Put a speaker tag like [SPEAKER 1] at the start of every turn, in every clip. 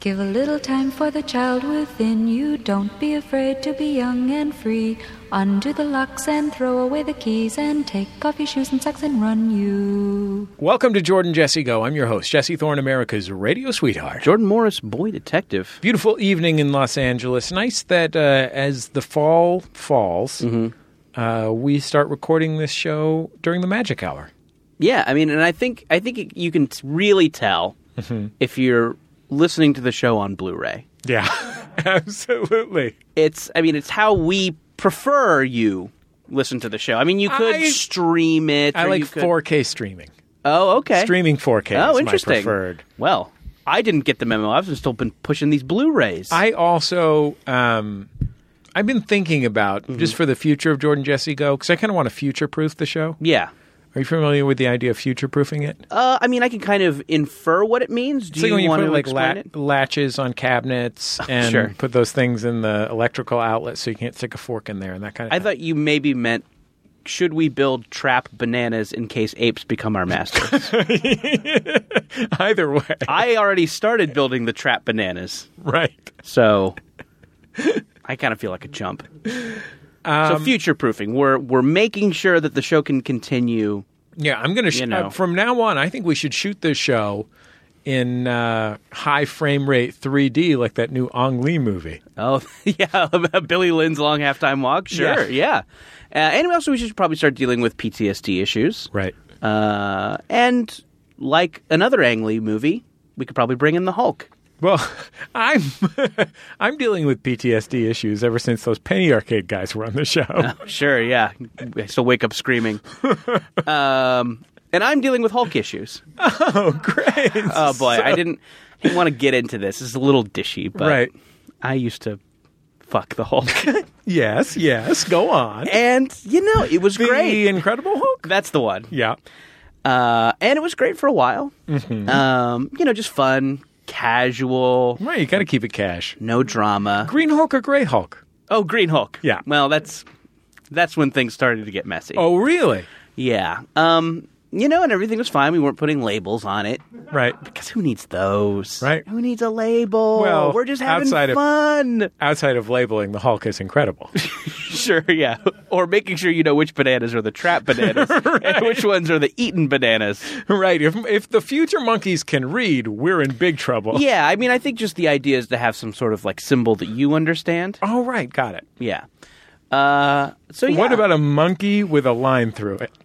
[SPEAKER 1] Give a little time for the child within you. Don't be afraid to be young and free. Undo the locks and throw away the keys and take off your shoes and socks and run you.
[SPEAKER 2] Welcome to Jordan Jesse Go. I'm your host, Jesse Thorne, America's radio sweetheart.
[SPEAKER 3] Jordan Morris, boy detective.
[SPEAKER 2] Beautiful evening in Los Angeles. Nice that uh, as the fall falls,
[SPEAKER 3] Mm-hmm.
[SPEAKER 2] uh, we start recording this show during the magic hour.
[SPEAKER 3] Yeah, I mean, and I think I think it, you can t- really tell
[SPEAKER 2] Mm-hmm.
[SPEAKER 3] if you're listening to the show on Blu-ray.
[SPEAKER 2] Yeah, absolutely.
[SPEAKER 3] It's, I mean, it's how we prefer you listen to the show. I mean, you could
[SPEAKER 2] I-
[SPEAKER 3] stream it.
[SPEAKER 2] I
[SPEAKER 3] or
[SPEAKER 2] like
[SPEAKER 3] you could-
[SPEAKER 2] 4K streaming.
[SPEAKER 3] Oh, okay.
[SPEAKER 2] Streaming 4K
[SPEAKER 3] Oh,
[SPEAKER 2] is
[SPEAKER 3] interesting.
[SPEAKER 2] my preferred.
[SPEAKER 3] Well, I didn't get the memo. I've just still been pushing these Blu-rays.
[SPEAKER 2] I also, um, I've been thinking about
[SPEAKER 3] Mm-hmm.
[SPEAKER 2] just for the future of Jordan Jesse Go because I kind of want to future proof the show.
[SPEAKER 3] yeah.
[SPEAKER 2] Are you familiar with the idea of future proofing it?
[SPEAKER 3] Uh, I mean, I can kind of infer what it means. Do
[SPEAKER 2] It's like
[SPEAKER 3] you
[SPEAKER 2] when you
[SPEAKER 3] want
[SPEAKER 2] put
[SPEAKER 3] to
[SPEAKER 2] like
[SPEAKER 3] explain
[SPEAKER 2] la-
[SPEAKER 3] it? Oh,
[SPEAKER 2] latches on cabinets and
[SPEAKER 3] sure.
[SPEAKER 2] put those things in the electrical outlet so you can't stick a fork in there and that kind of.
[SPEAKER 3] I
[SPEAKER 2] thing.
[SPEAKER 3] thought you maybe meant should we build trap bananas in case apes become our masters?
[SPEAKER 2] either way,
[SPEAKER 3] I already started building the trap bananas,
[SPEAKER 2] right?
[SPEAKER 3] so I kind of feel like a chump. so future proofing. We're we're making sure that the show can continue.
[SPEAKER 2] Yeah, I'm gonna. Sh-
[SPEAKER 3] You know.
[SPEAKER 2] uh, from now on, I think we should shoot this show in uh, high frame rate 3D, like that new Ong Lee movie.
[SPEAKER 3] Oh yeah, Billy Lynn's long halftime walk. Sure, yeah. Uh, and also, we should probably start dealing with PTSD issues.
[SPEAKER 2] Right.
[SPEAKER 3] Uh, and like another Ang Lee movie, we could probably bring in the Hulk.
[SPEAKER 2] Well, I'm I'm dealing with PTSD issues ever since those penny arcade guys were on the show.
[SPEAKER 3] Sure, yeah. I still wake up screaming. um, and I'm dealing with Hulk issues.
[SPEAKER 2] Oh, great!
[SPEAKER 3] Oh boy, I didn't, I didn't want to get into this. It's a little dishy, but
[SPEAKER 2] Right.
[SPEAKER 3] I used to fuck the Hulk,
[SPEAKER 2] Yes, yes. Go on.
[SPEAKER 3] and you know it was
[SPEAKER 2] The
[SPEAKER 3] Eh, great.
[SPEAKER 2] Incredible Hulk.
[SPEAKER 3] That's the one.
[SPEAKER 2] Yeah.
[SPEAKER 3] Uh, and it was great for a while.
[SPEAKER 2] Mm-hmm.
[SPEAKER 3] Um, you know, just fun, casual,
[SPEAKER 2] Right. You got to keep it cash.
[SPEAKER 3] no drama.
[SPEAKER 2] Green Hulk or Gray Hulk?
[SPEAKER 3] Oh, Green Hulk.
[SPEAKER 2] Yeah.
[SPEAKER 3] Well, that's that's when things started to get messy.
[SPEAKER 2] Oh, really?
[SPEAKER 3] Yeah. Um, you know, and everything was fine. We weren't putting labels on it.
[SPEAKER 2] Right.
[SPEAKER 3] Because who needs those?
[SPEAKER 2] Right.
[SPEAKER 3] Who needs a label?
[SPEAKER 2] Well,
[SPEAKER 3] we're just having
[SPEAKER 2] outside of-
[SPEAKER 3] fun.
[SPEAKER 2] Outside of labeling, the Hulk is incredible.
[SPEAKER 3] Sure, yeah. Or making sure you know which bananas are the trap bananas and which ones are the eaten bananas.
[SPEAKER 2] right. If if the future monkeys can read, we're in big trouble.
[SPEAKER 3] Yeah, I mean, I think just the idea is to have some sort of like symbol that you understand.
[SPEAKER 2] All right. Got it.
[SPEAKER 3] Yeah. Uh, so yeah.
[SPEAKER 2] What about a monkey with a line through it?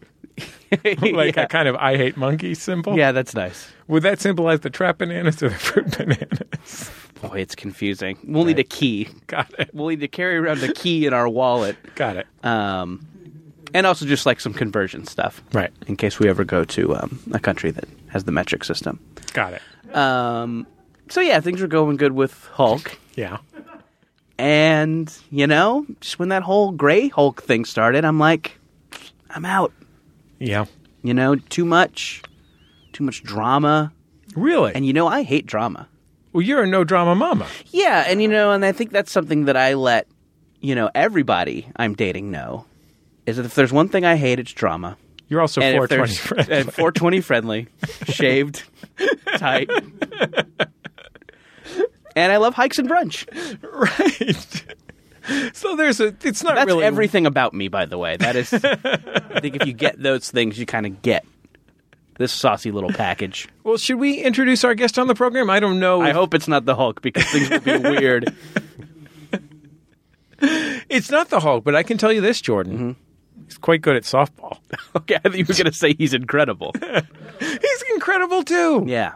[SPEAKER 2] Like
[SPEAKER 3] yeah.
[SPEAKER 2] a kind of I hate monkey symbol?
[SPEAKER 3] yeah, that's nice.
[SPEAKER 2] Would that symbolize the trap bananas or the fruit bananas?
[SPEAKER 3] Boy, it's confusing. We'll need a key.
[SPEAKER 2] Got it.
[SPEAKER 3] We'll need to carry around a key in our wallet.
[SPEAKER 2] Got it.
[SPEAKER 3] um, and also just like some conversion stuff,
[SPEAKER 2] Right.
[SPEAKER 3] In case we ever go to um, a country that has the metric system.
[SPEAKER 2] Got it.
[SPEAKER 3] Um, so yeah, things were going good with Hulk,
[SPEAKER 2] Yeah.
[SPEAKER 3] and you know, just when that whole Gray Hulk thing started, I'm like, I'm out.
[SPEAKER 2] Yeah.
[SPEAKER 3] You know, too much, too much drama,
[SPEAKER 2] Really?
[SPEAKER 3] and you know, I hate drama.
[SPEAKER 2] well, you're a no drama mama.
[SPEAKER 3] Yeah, and you know, and I think that's something that I let you know everybody I'm dating know is that if there's one thing I hate, it's drama.
[SPEAKER 2] You're also
[SPEAKER 3] and if
[SPEAKER 2] 420
[SPEAKER 3] there's-
[SPEAKER 2] friend.
[SPEAKER 3] and 420 friendly, shaved, tight. And I love hikes and brunch.
[SPEAKER 2] right. so there's a. It's not
[SPEAKER 3] That's
[SPEAKER 2] really
[SPEAKER 3] everything about me, by the way. That is, I think if you get those things, you kind of get this saucy little package.
[SPEAKER 2] Well, should we introduce our guest on the program? I don't know.
[SPEAKER 3] I hope it's not the Hulk because things will be weird.
[SPEAKER 2] it's not the Hulk, but I can tell you this, Jordan.
[SPEAKER 3] Mm-hmm.
[SPEAKER 2] He's quite good at softball.
[SPEAKER 3] Okay, I thought you were going to say he's incredible.
[SPEAKER 2] He's incredible too.
[SPEAKER 3] Yeah. Mm-hmm.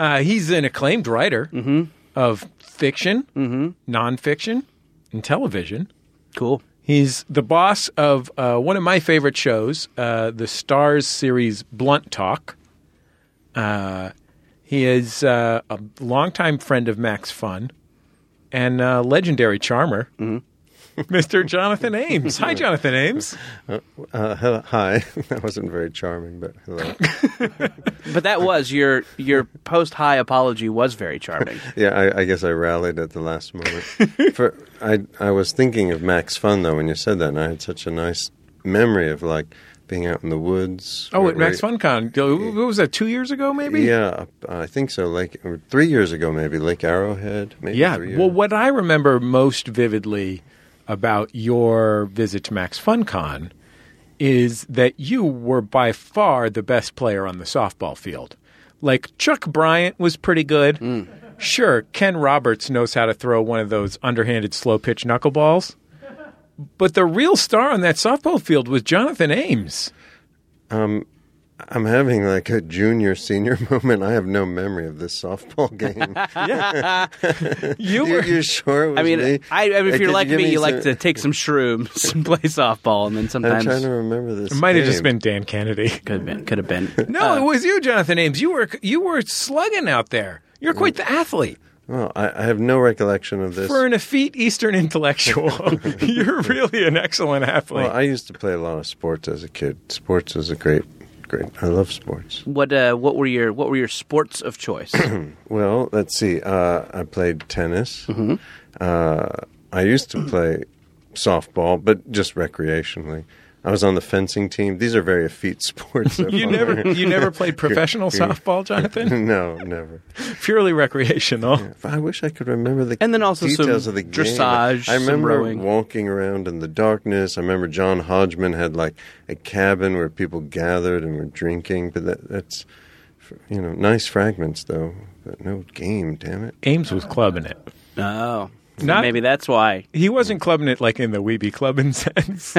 [SPEAKER 2] Uh, he's an acclaimed writer of fiction, mm-hmm. nonfiction, and television.
[SPEAKER 3] Cool.
[SPEAKER 2] He's the boss of uh, one of my favorite shows, uh, the Stars series Blunt Talk. Uh, he is uh, a longtime friend of Max Fun and uh, legendary charmer, Mr. Jonathan Ames. Hi, Jonathan Ames.
[SPEAKER 4] Uh, hello, hi. that wasn't very charming, but hello.
[SPEAKER 3] But that was your your post high apology was very charming.
[SPEAKER 4] yeah, I, I guess I rallied at the last moment. For, I I was thinking of Max Fun though when you said that, and I had such a nice memory of like being out in the woods.
[SPEAKER 2] Oh,
[SPEAKER 4] Where-
[SPEAKER 2] at Max
[SPEAKER 4] where-
[SPEAKER 2] FunCon. What was that? Two years ago, maybe.
[SPEAKER 4] Yeah, uh, I think so. Like or three years ago, maybe Lake Arrowhead. Maybe
[SPEAKER 2] Yeah.
[SPEAKER 4] Three
[SPEAKER 2] Well,
[SPEAKER 4] years.
[SPEAKER 2] what I remember most vividly about your visit to Max FunCon is that you were by far the best player on the softball field. Like Chuck Bryant was pretty good. Sure, Ken Roberts knows how to throw one of those underhanded slow pitch knuckleballs. But the real star on that softball field was Jonathan Ames.
[SPEAKER 4] I'm having like a junior senior moment. I have no memory of this softball game.
[SPEAKER 2] You
[SPEAKER 4] you,
[SPEAKER 2] were
[SPEAKER 4] you're sure it was
[SPEAKER 3] I mean,
[SPEAKER 4] me?
[SPEAKER 3] I, I mean, if
[SPEAKER 4] Could
[SPEAKER 3] you're like
[SPEAKER 4] give
[SPEAKER 3] me, you like
[SPEAKER 4] some-
[SPEAKER 3] to take some shrooms and play softball, and then
[SPEAKER 4] I'm
[SPEAKER 3] sometimes
[SPEAKER 4] trying to remember this.
[SPEAKER 2] might have just been
[SPEAKER 4] game.
[SPEAKER 2] Dan Kennedy. Uh.
[SPEAKER 3] could have been, could have been.
[SPEAKER 2] No, it was you, Jonathan Ames. You were you were slugging out there. You're quite the athlete.
[SPEAKER 4] Well, I, I have no recollection of this.
[SPEAKER 2] For an effete Eastern intellectual, you're really an excellent athlete.
[SPEAKER 4] well, I used to play a lot of sports as a kid. Sports is a great, great. I love sports.
[SPEAKER 3] What uh, what were your what were your sports of choice?
[SPEAKER 4] Well, let's see. Uh, I played tennis.
[SPEAKER 2] Mm-hmm.
[SPEAKER 4] Uh, I used to play softball, but just recreationally. I was on the fencing team. These are very effete sports.
[SPEAKER 2] you never you never played professional softball, Jonathan.
[SPEAKER 4] no, never.
[SPEAKER 2] Purely recreational.
[SPEAKER 4] I wish I could remember the
[SPEAKER 3] And then also some
[SPEAKER 4] details of the game.
[SPEAKER 3] dressage,
[SPEAKER 4] I
[SPEAKER 3] some
[SPEAKER 4] remember
[SPEAKER 3] rowing.
[SPEAKER 4] walking around in the darkness. I remember John Hodgman had like a cabin where people gathered and were drinking. But that, that's you know nice fragments though. But no game, damn it.
[SPEAKER 2] Ames was clubbing it.
[SPEAKER 3] oh,
[SPEAKER 2] Not-
[SPEAKER 3] maybe that's why.
[SPEAKER 2] He wasn't clubbing it like in the weeby clubbing sense.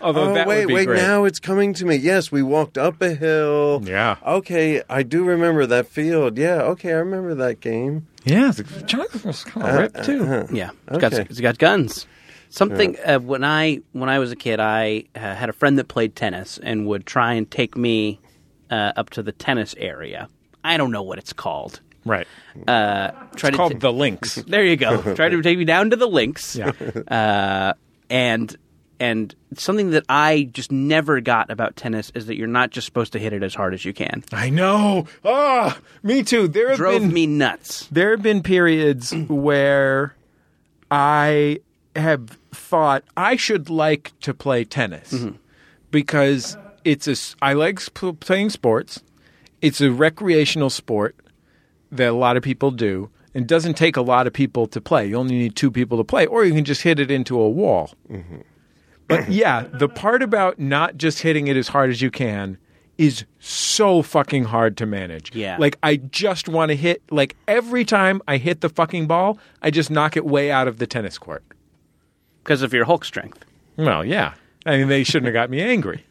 [SPEAKER 2] Although
[SPEAKER 4] Oh
[SPEAKER 2] that
[SPEAKER 4] wait,
[SPEAKER 2] would be
[SPEAKER 4] wait!
[SPEAKER 2] great.
[SPEAKER 4] Now it's coming to me. Yes, we walked up a hill.
[SPEAKER 2] Yeah.
[SPEAKER 4] Okay, I do remember that field. Yeah. Okay, I remember that game.
[SPEAKER 2] Yeah, the- Jonathan was kind of ripped too.
[SPEAKER 4] Uh-huh.
[SPEAKER 3] Yeah, it's got
[SPEAKER 4] Okay.
[SPEAKER 3] it's got guns. Something uh, when I when I was a kid, I uh, had a friend that played tennis and would try and take me uh, up to the tennis area. I don't know what it's called.
[SPEAKER 2] Right.
[SPEAKER 3] Uh, try to
[SPEAKER 2] Called
[SPEAKER 3] ta-
[SPEAKER 2] the links.
[SPEAKER 3] there you go. Try to take me down to the links.
[SPEAKER 2] Yeah.
[SPEAKER 3] Uh, and and something that I just never got about tennis is that you're not just supposed to hit it as hard as you can.
[SPEAKER 2] I know. Ah, me too. There have
[SPEAKER 3] Drove
[SPEAKER 2] been
[SPEAKER 3] me nuts.
[SPEAKER 2] there have been periods where I have thought I should like to play tennis
[SPEAKER 4] Mm-hmm.
[SPEAKER 2] because it's a s- I like sp- playing sports. It's a recreational sport that a lot of people do and doesn't take a lot of people to play. You only need two people to play, or you can just hit it into a wall. But yeah, the part about not just hitting it as hard as you can is so fucking hard to manage.
[SPEAKER 3] Yeah.
[SPEAKER 2] Like I just want to hit like every time I hit the fucking ball, I just knock it way out of the tennis court.
[SPEAKER 3] Because of your Hulk strength.
[SPEAKER 2] Well, yeah. I mean, they shouldn't have got me angry.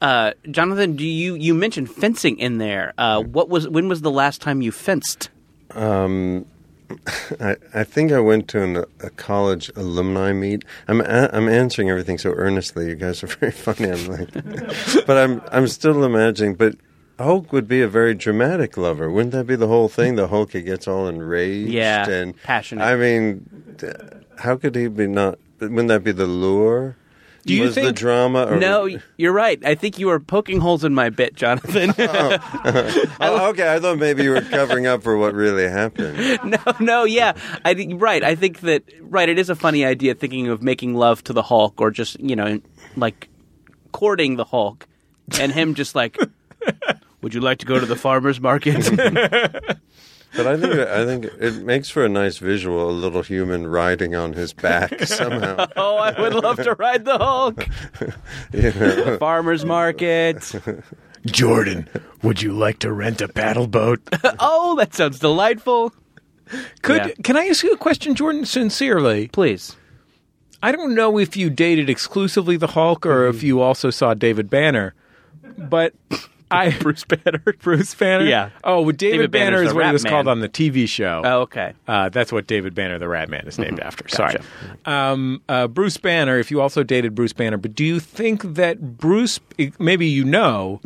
[SPEAKER 3] Uh, Jonathan, do you you mentioned fencing in there? Uh, what was when was the last time you fenced?
[SPEAKER 4] I, I think I went to an, a college alumni meet. I'm a, I'm answering everything so earnestly. You guys are very funny. I'm like, but I'm I'm still imagining. But Hulk would be a very dramatic lover, wouldn't that be the whole thing? The Hulk he gets all enraged,
[SPEAKER 3] Yeah,
[SPEAKER 4] and
[SPEAKER 3] passionate.
[SPEAKER 4] I mean, d- how could he be not? Wouldn't that be the lure?
[SPEAKER 2] Do you
[SPEAKER 4] Was the
[SPEAKER 2] think-
[SPEAKER 4] drama? Or,
[SPEAKER 3] No, you're right. I think you are poking holes in my bit, Jonathan.
[SPEAKER 4] Oh, okay, I thought maybe you were covering up for what really happened.
[SPEAKER 3] no, no, yeah, I think right. I think that right. It is a funny idea thinking of making love to the Hulk, or just you know, like courting the Hulk, and him just like, would you like to go to the farmers market?
[SPEAKER 4] But I think I think it makes for a nice visual, a little human riding on his back somehow.
[SPEAKER 3] oh, I would love to ride the Hulk.
[SPEAKER 4] You know?
[SPEAKER 3] Farmers market.
[SPEAKER 2] Jordan, would you like to rent a paddle boat?
[SPEAKER 3] Oh, that sounds delightful.
[SPEAKER 2] Could
[SPEAKER 3] Yeah.
[SPEAKER 2] can I ask you a question, Jordan? Sincerely,
[SPEAKER 3] Please.
[SPEAKER 2] I don't know if you dated exclusively the Hulk or
[SPEAKER 3] Mm-hmm.
[SPEAKER 2] if you also saw David Banner, but I
[SPEAKER 3] Bruce Banner.
[SPEAKER 2] Bruce Banner.
[SPEAKER 3] Yeah.
[SPEAKER 2] Oh, well, David,
[SPEAKER 3] David
[SPEAKER 2] Banner
[SPEAKER 3] Banner's
[SPEAKER 2] is
[SPEAKER 3] the
[SPEAKER 2] what
[SPEAKER 3] Rat
[SPEAKER 2] it was
[SPEAKER 3] Man.
[SPEAKER 2] called on the TV show.
[SPEAKER 3] Oh, Mm-hmm. okay.
[SPEAKER 2] Uh, that's what David Banner, the Rat Man, is named after. Sorry. Um, uh, Bruce Banner, if you also dated Bruce Banner, but do you think that Bruce, maybe you know,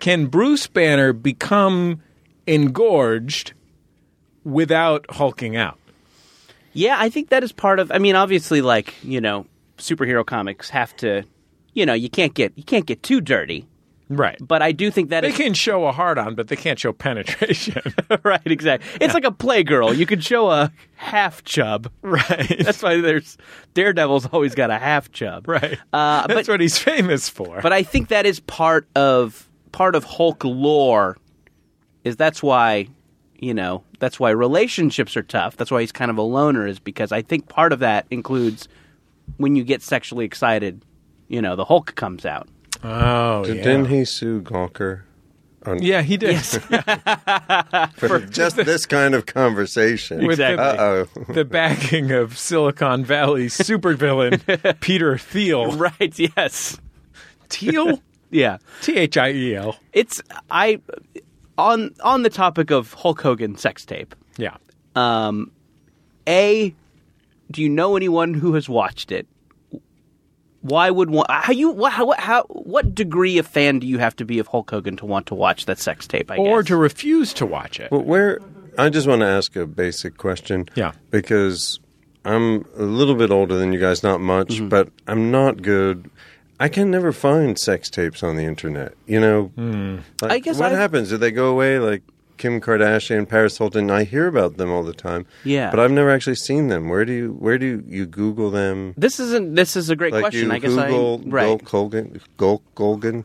[SPEAKER 2] can Bruce Banner become engorged without hulking out?
[SPEAKER 3] Yeah, I think that is part of. I mean, obviously, like you know, superhero comics have to. You know, you can't get you can't get too dirty.
[SPEAKER 2] Right.
[SPEAKER 3] But I do think that
[SPEAKER 2] They
[SPEAKER 3] is-
[SPEAKER 2] can show a hard on, but they can't show penetration.
[SPEAKER 3] right, exactly. It's like a playgirl. You could show a half chub.
[SPEAKER 2] right.
[SPEAKER 3] That's why there's Daredevil's always got a half chub.
[SPEAKER 2] Right.
[SPEAKER 3] Uh, but
[SPEAKER 2] That's what he's famous for.
[SPEAKER 3] but I think that is part of part of Hulk lore. Is that's why you know that's why relationships are tough. That's why he's kind of a loner. Is because I think part of that includes when you get sexually excited. You know, the Hulk comes out.
[SPEAKER 2] oh, yeah.
[SPEAKER 4] Didn't he sue Gawker? On,
[SPEAKER 2] Yeah, he did.
[SPEAKER 4] for just this kind of conversation.
[SPEAKER 2] With the-
[SPEAKER 3] Exactly.
[SPEAKER 4] Uh oh.
[SPEAKER 2] the backing of Silicon Valley supervillain Peter Thiel.
[SPEAKER 3] Right? Yes.
[SPEAKER 2] Thiel?
[SPEAKER 3] Yeah.
[SPEAKER 2] T H I E L.
[SPEAKER 3] It's I on on the topic of Hulk Hogan sex tape.
[SPEAKER 2] Yeah.
[SPEAKER 3] Um, A, do you know anyone who has watched it? Why would one? How you? wha- How? How? What degree of fan do you have to be of Hulk Hogan to want to watch that sex tape? I
[SPEAKER 2] Or
[SPEAKER 3] guess.
[SPEAKER 2] to refuse to watch it.
[SPEAKER 4] But where I just want to ask a basic question.
[SPEAKER 2] Yeah.
[SPEAKER 4] Because I'm a little bit older than you guys, not much, but I'm not good. I can never find sex tapes on the internet. You know, Like,
[SPEAKER 3] I guess
[SPEAKER 4] what
[SPEAKER 3] I've-
[SPEAKER 4] happens? Do they go away? Like Kim Kardashian, Paris Hilton. I hear about them all the time.
[SPEAKER 3] Yeah.
[SPEAKER 4] but I've never actually seen them. Where do you where do you, you Google them?
[SPEAKER 3] this isn't. This is a great
[SPEAKER 4] Like
[SPEAKER 3] question.
[SPEAKER 4] you
[SPEAKER 3] I guess
[SPEAKER 4] Google
[SPEAKER 3] I right.
[SPEAKER 4] Gol- Golgan, Gol- Golgan.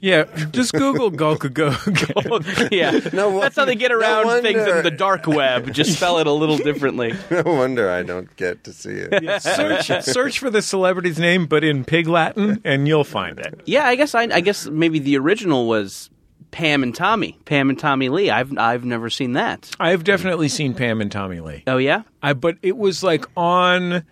[SPEAKER 2] yeah. Just Google Gulkagoog.
[SPEAKER 3] yeah,
[SPEAKER 4] No wo-
[SPEAKER 3] that's how they get
[SPEAKER 4] no
[SPEAKER 3] around things
[SPEAKER 4] wonder.
[SPEAKER 3] in the dark web. Just spell it a little differently.
[SPEAKER 4] no wonder I don't get to see it.
[SPEAKER 2] search, search for the celebrity's name, but in pig Latin, and you'll find it.
[SPEAKER 3] Yeah, I guess I, I guess maybe the original was Pam and Tommy, Pam and Tommy Lee. I've I've never seen that.
[SPEAKER 2] I've definitely seen Pam and Tommy Lee.
[SPEAKER 3] Oh yeah,
[SPEAKER 2] I but it was like on.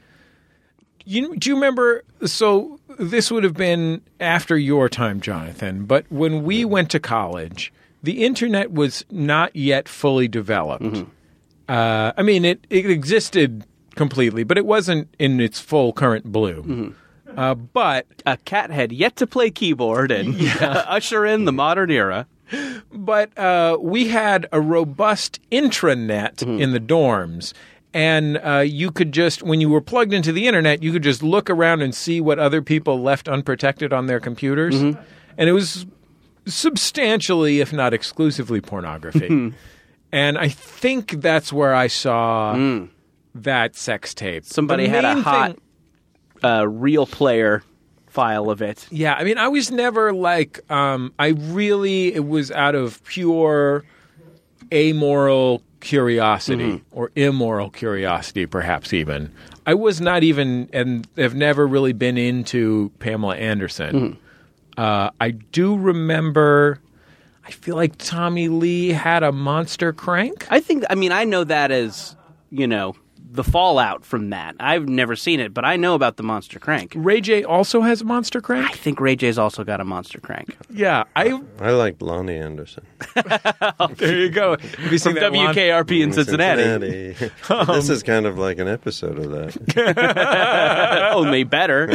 [SPEAKER 2] You do you remember? So this would have been after your time, Jonathan. But when we went to college, the internet was not yet fully developed. Uh, I mean, it it existed completely, but it wasn't in its full current bloom. Uh, but
[SPEAKER 3] a cat had yet to play keyboard and usher in the modern era.
[SPEAKER 2] but uh, we had a robust intranet
[SPEAKER 3] Mm-hmm.
[SPEAKER 2] in the dorms. And uh, you could just, when you were plugged into the internet, you could just look around and see what other people left unprotected on their computers.
[SPEAKER 3] Mm-hmm.
[SPEAKER 2] And it was substantially, if not exclusively,
[SPEAKER 3] Mm-hmm.
[SPEAKER 2] pornography. and I think that's where I saw that sex tape.
[SPEAKER 3] Mm. Somebody
[SPEAKER 2] The
[SPEAKER 3] had a
[SPEAKER 2] main
[SPEAKER 3] hot
[SPEAKER 2] thing-
[SPEAKER 3] uh, real player file of it.
[SPEAKER 2] yeah, I mean, I was never like, um, I really, it was out of pure amoral curiosity or immoral curiosity, perhaps even. I was not even, and have never really been into Pamela Anderson. Uh, I do remember, I feel like Tommy Lee had a monster crank.
[SPEAKER 3] I think. I mean, I know that as you know the fallout from that. I've never seen it, but I know about the monster crank.
[SPEAKER 2] Ray J also has a monster
[SPEAKER 3] I
[SPEAKER 2] crank.
[SPEAKER 3] think Ray J's also got a monster crank.
[SPEAKER 2] Yeah, I.
[SPEAKER 4] I like Lonnie Anderson.
[SPEAKER 2] There you go. Have you seen
[SPEAKER 3] From
[SPEAKER 2] that Lon-
[SPEAKER 3] WKRP in Cincinnati,
[SPEAKER 4] Cincinnati. this is kind of like an episode of that.
[SPEAKER 3] only better.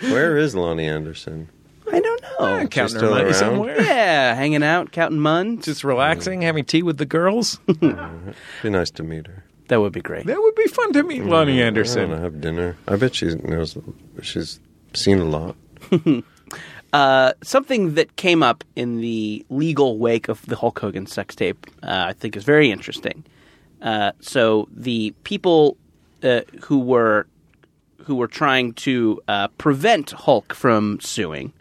[SPEAKER 4] Where is Lonnie Anderson?
[SPEAKER 3] I don't know.
[SPEAKER 4] She's
[SPEAKER 2] Counting her
[SPEAKER 4] still
[SPEAKER 2] money
[SPEAKER 4] around?
[SPEAKER 2] somewhere.
[SPEAKER 3] Yeah, hanging out, counting mun.
[SPEAKER 2] just relaxing, having tea with the girls.
[SPEAKER 4] Be nice to meet her.
[SPEAKER 3] That would be great.
[SPEAKER 2] that would be fun to meet Lonnie
[SPEAKER 4] I want
[SPEAKER 2] Anderson.
[SPEAKER 4] to have dinner. I bet she knows. She's seen a lot.
[SPEAKER 3] Uh, something that came up in the legal wake of the Hulk Hogan sex tape, uh, I think, is very interesting. Uh, so the people uh, who were who were trying to uh, prevent Hulk from suing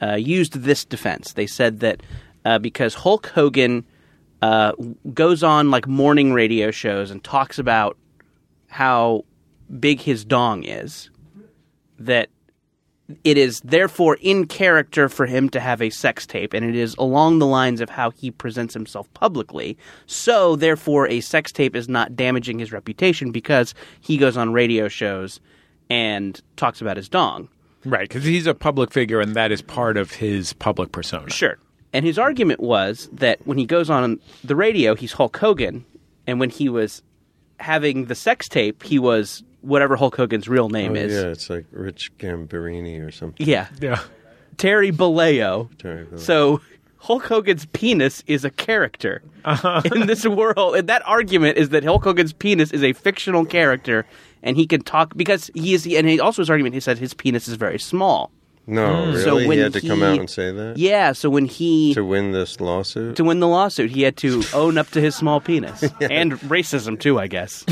[SPEAKER 3] uh, used this defense. They said that uh, because Hulk Hogan uh, w- goes on like morning radio shows and talks about how big his dong is, that it is therefore in character for him to have a sex tape, and it is along the lines of how he presents himself publicly. So, therefore, a sex tape is not damaging his reputation because he goes on radio shows and talks about his dong.
[SPEAKER 2] Mm-hmm. Right, because he's a public figure, and that is part of his public persona.
[SPEAKER 3] Sure. And his argument was that when he goes on the radio, he's Hulk Hogan, and when he was having the sex tape, he was whatever Hulk Hogan's real name
[SPEAKER 4] Oh,
[SPEAKER 3] is.
[SPEAKER 4] yeah, it's like Rich Gambarini or something.
[SPEAKER 3] Yeah.
[SPEAKER 2] Yeah.
[SPEAKER 3] Terry Baleo.
[SPEAKER 4] Terry Bollea.
[SPEAKER 3] So Hulk Hogan's penis is a character
[SPEAKER 2] Uh-huh.
[SPEAKER 3] in this world. And that argument is that Hulk Hogan's penis is a fictional character and he can talk because he is, and he also his argument, he said his penis is very small.
[SPEAKER 4] No, really?
[SPEAKER 3] Mm. So when
[SPEAKER 4] he had to come
[SPEAKER 3] he-
[SPEAKER 4] out and say that?
[SPEAKER 3] Yeah, so when he
[SPEAKER 4] To
[SPEAKER 3] to,
[SPEAKER 4] win this lawsuit?
[SPEAKER 3] win the lawsuit, he had to own up to his small penis and racism too, I guess.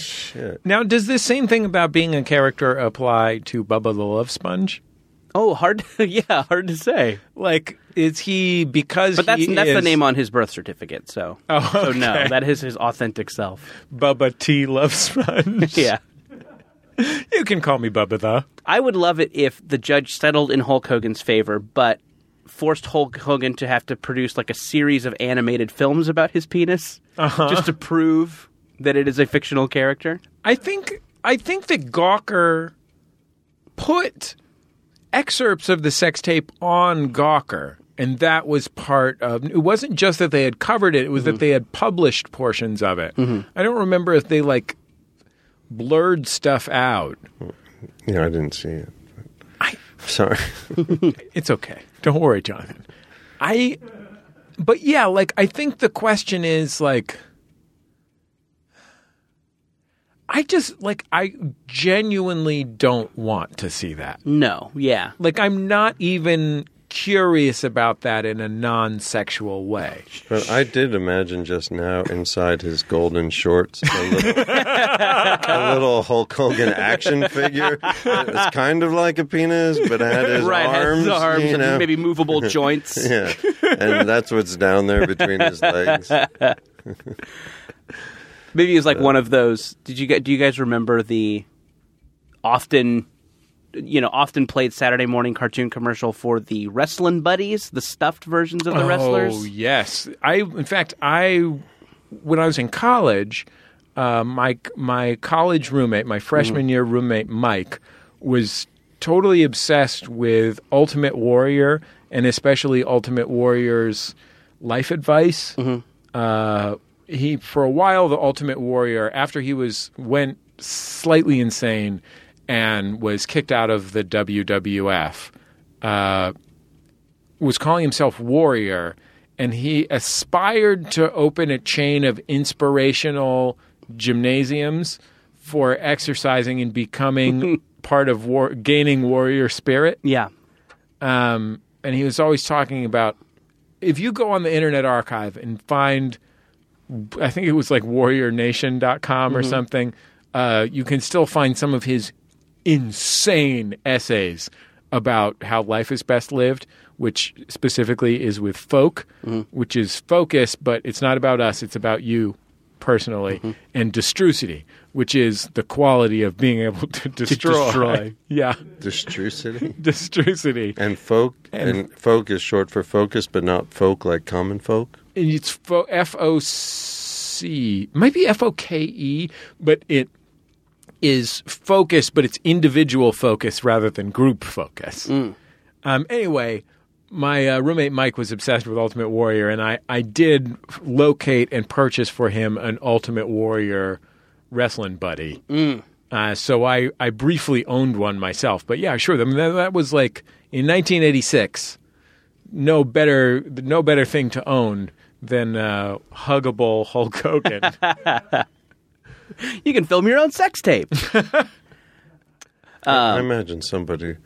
[SPEAKER 4] Shit.
[SPEAKER 2] Now, does this same thing about being a character apply to Bubba the Love Sponge?
[SPEAKER 3] oh, hard. yeah, hard to say.
[SPEAKER 2] Like, is he because?
[SPEAKER 3] But that's
[SPEAKER 2] he
[SPEAKER 3] that's the
[SPEAKER 2] is
[SPEAKER 3] name on his birth certificate. So
[SPEAKER 2] Oh,
[SPEAKER 3] so no,
[SPEAKER 2] okay.
[SPEAKER 3] that is his authentic self.
[SPEAKER 2] Bubba T Love Sponge.
[SPEAKER 3] Yeah.
[SPEAKER 2] you can call me Bubba though.
[SPEAKER 3] I would love it if the judge settled in Hulk Hogan's favor, but forced Hulk Hogan to have to produce like a series of animated films about his penis just to prove that it is a fictional character.
[SPEAKER 2] I think I think that Gawker put excerpts of the sex tape on Gawker, and that was part of. It wasn't just that they had covered it; it was that they had published portions of it. I don't remember if they like blurred stuff out.
[SPEAKER 4] Yeah, I didn't see it.
[SPEAKER 2] I-
[SPEAKER 4] Sorry.
[SPEAKER 2] It's okay. Don't worry, Jonathan. I, but yeah, like I think the question is like, I just like I genuinely don't want to see that.
[SPEAKER 3] No, yeah.
[SPEAKER 2] Like I'm not even curious about that in a non-sexual way.
[SPEAKER 4] But I did imagine just now inside his golden shorts a little, a little Hulk Hogan action figure. It's kind of like a penis, but had his
[SPEAKER 3] right, has
[SPEAKER 4] arms,
[SPEAKER 3] his arms
[SPEAKER 4] you
[SPEAKER 3] and
[SPEAKER 4] know?
[SPEAKER 3] maybe movable joints.
[SPEAKER 4] Yeah, and that's what's down there between his legs.
[SPEAKER 3] Maybe it's like one of those. Did you get? Do you guys remember the often, you know, often played Saturday morning cartoon commercial for the wrestling buddies, the stuffed versions of the wrestlers?
[SPEAKER 2] Oh yes, I. In fact, I when I was in college, uh, my my college roommate, my
[SPEAKER 3] Mm.
[SPEAKER 2] freshman year roommate Mike, was totally obsessed with Ultimate Warrior and especially Ultimate Warrior's life advice.
[SPEAKER 3] Mm-hmm.
[SPEAKER 2] Uh, he for a while the Ultimate Warrior after he was went slightly insane and was kicked out of the WWF. Uh, was calling himself Warrior, and he aspired to open a chain of inspirational gymnasiums for exercising and becoming part of war, gaining warrior spirit.
[SPEAKER 3] Yeah,
[SPEAKER 2] Um, and he was always talking about if you go on the Internet Archive and find, I think it was like warriornation.com or something, uh, you can still find some of his insane essays about how life is best lived, which specifically is with folk, which is focus, but it's not about us, it's about you personally, and destrucity, which is the quality of being able to destroy.
[SPEAKER 3] destroy.
[SPEAKER 2] yeah,
[SPEAKER 4] Distrucity.
[SPEAKER 2] destrucity.
[SPEAKER 4] And folk, and, folk is short for focus, but not folk like common folk.
[SPEAKER 2] and it's fo- F O C, might be F O K E, but it is focus, but it's individual focus rather than group focus. Um, anyway, my uh, roommate Mike was obsessed with Ultimate Warrior, and I, I did locate and purchase for him an Ultimate Warrior wrestling buddy. Uh, so I, I briefly owned one myself. But yeah, sure. I mean, that, that was like in 1986 no better no better thing to own than uh, huggable Hulk Hogan.
[SPEAKER 3] you can film your own sex tape. Um.
[SPEAKER 4] I imagine somebody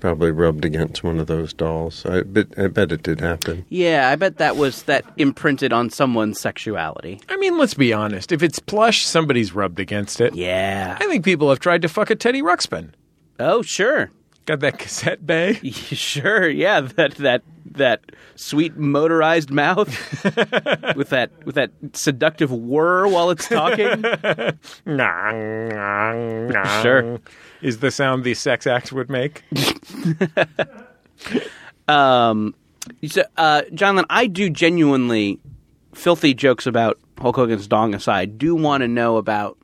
[SPEAKER 4] probably rubbed against one of those dolls. I bet, I bet it did happen.
[SPEAKER 3] yeah, I bet that was that imprinted on someone's sexuality.
[SPEAKER 2] I mean, let's be honest. If it's plush, somebody's rubbed against it.
[SPEAKER 3] Yeah.
[SPEAKER 2] I think people have tried to fuck a Teddy Ruxpin.
[SPEAKER 3] Oh, sure.
[SPEAKER 2] Got that cassette bay?
[SPEAKER 3] Sure, yeah, that that that sweet motorized mouth with that with that seductive whir while it's talking. Sure.
[SPEAKER 2] sure. Is the sound these sex acts would make?
[SPEAKER 3] Um, so, uh, John Lennon, I do genuinely filthy jokes about Hulk Hogan's dong aside. Do want to know about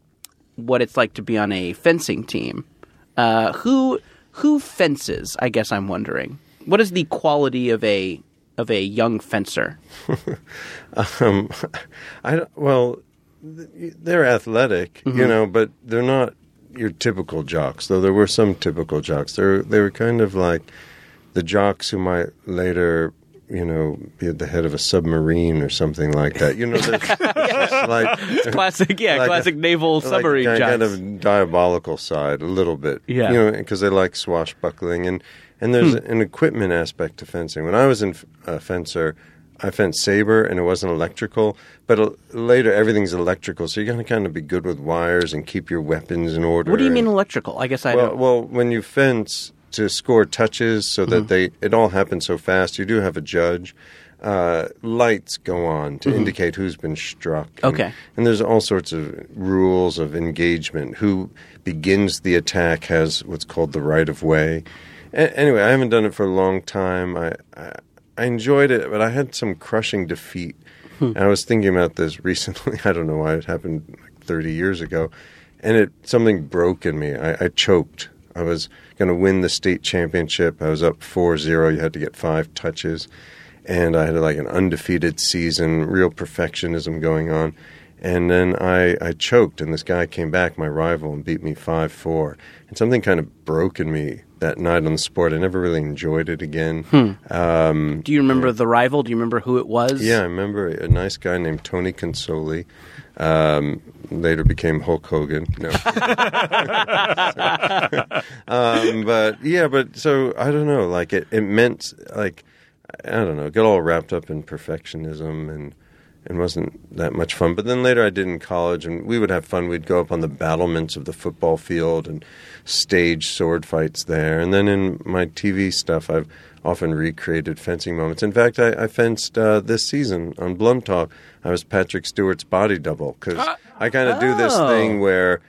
[SPEAKER 3] what it's like to be on a fencing team? Uh, who who fences? I guess I'm wondering. What is the quality of a of a young fencer?
[SPEAKER 4] Um, I don't- well, th- they're athletic, you know, but they're not your typical jocks. Though there were some typical jocks. They were, they were kind of like the jocks who might later, you know, be at the head of a submarine or something like that. You know, there's, there's just like
[SPEAKER 3] Classic, yeah,
[SPEAKER 4] Like a-
[SPEAKER 3] classic naval submarine
[SPEAKER 4] like,
[SPEAKER 3] jocks.
[SPEAKER 4] kind of diabolical side a little bit
[SPEAKER 3] Yeah. Hmm.
[SPEAKER 4] you know because they like swashbuckling and And there's an equipment aspect to fencing. When I was in uh, fencer, I fenced saber, and it wasn't electrical. But uh, later, everything's electrical, so you got to kind of be good with wires and keep your weapons in order.
[SPEAKER 3] What do you
[SPEAKER 4] and-
[SPEAKER 3] mean electrical? I guess I
[SPEAKER 4] well,
[SPEAKER 3] don't.
[SPEAKER 4] well, when you fence to score touches so
[SPEAKER 3] Mm-hmm.
[SPEAKER 4] that they it all happens so fast, you do have a judge. Uh, lights go on
[SPEAKER 3] Mm-hmm.
[SPEAKER 4] to indicate who's been struck. And,
[SPEAKER 3] Okay.
[SPEAKER 4] And there's all sorts of rules of engagement. Who begins the attack has what's called the right of way. A- anyway, I haven't done it for a long time. I, I I enjoyed it, but I had some crushing defeat. And I was thinking about this recently. I don't know why it happened like 30 years ago, and it something broke in me. I, I choked. I was going to win the state championship. I was up 4-0. You had to get five touches, and I had like an undefeated season, real perfectionism going on. And then I, I choked, and this guy came back, my rival, and beat me 5 4. And something kind of broke in me that night on the sport. I never really enjoyed it again.
[SPEAKER 3] do you remember the rival? Do you remember who it was?
[SPEAKER 4] Yeah, I remember a nice guy named Tony Consoli. Um, later became Hulk Hogan. No. um, but yeah, but so I don't know. Like it, it meant like I don't know. Got all wrapped up in perfectionism and and wasn't that much fun. But then later I did in college, and we would have fun. We'd go up on the battlements of the football field and stage sword fights there. And then in my TV stuff, I've often recreated fencing moments. In fact, I, I fenced uh, this season on Blum Talk. I was Patrick Stewart's body double because I kind of do this
[SPEAKER 3] Oh.
[SPEAKER 4] thing where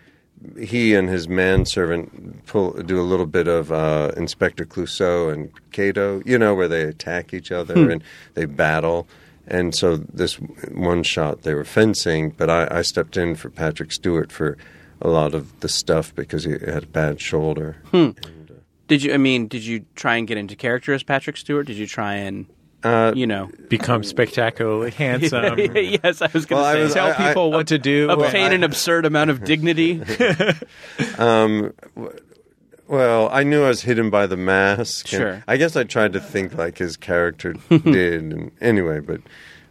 [SPEAKER 4] he and his manservant pull, do a little bit of uh, Inspector Clouseau and Cato, you know, where they attack each other and they battle. And so this one shot they were fencing, but I, I stepped in for Patrick Stewart for a lot of the stuff because he had a bad shoulder.
[SPEAKER 3] Did you? I mean, did you try and get into character as Patrick Stewart? Did you try and,
[SPEAKER 4] Uh,
[SPEAKER 3] you know?
[SPEAKER 2] Become spectacularly handsome.
[SPEAKER 3] yes, I was going to
[SPEAKER 4] Well, I
[SPEAKER 3] say.
[SPEAKER 4] was-
[SPEAKER 2] Tell
[SPEAKER 4] I-
[SPEAKER 2] people what to do.
[SPEAKER 3] obtain
[SPEAKER 4] I-
[SPEAKER 3] an absurd amount of dignity.
[SPEAKER 4] Well, I knew I was hidden by the mask. and
[SPEAKER 3] Sure.
[SPEAKER 4] I guess I tried to think like his character did. And anyway, but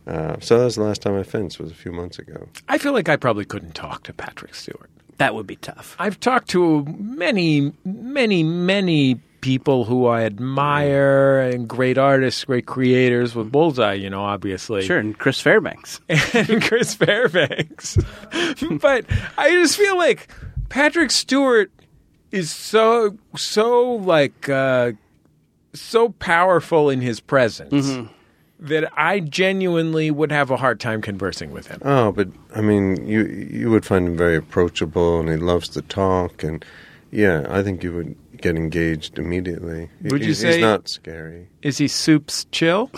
[SPEAKER 4] uh, so that was the last time I fenced was a few months ago.
[SPEAKER 2] I feel like I probably couldn't talk to Patrick Stewart.
[SPEAKER 3] that would be tough.
[SPEAKER 2] I've talked to many, many, many people who I admire and great artists, great creators with Bullseye, you know, obviously.
[SPEAKER 3] Sure, and Chris Fairbanks.
[SPEAKER 2] and Chris Fairbanks. but I just feel like Patrick Stewart is so so like uh, so powerful in his presence
[SPEAKER 3] Mm-hmm.
[SPEAKER 2] that I genuinely would have a hard time conversing with him.
[SPEAKER 4] Oh, but I mean, you you would find him very approachable, and he loves to talk, and yeah, I think you would get engaged immediately. He-
[SPEAKER 2] Would you
[SPEAKER 4] he's,
[SPEAKER 2] say-
[SPEAKER 4] he's not scary?
[SPEAKER 2] Is he Soup's chill?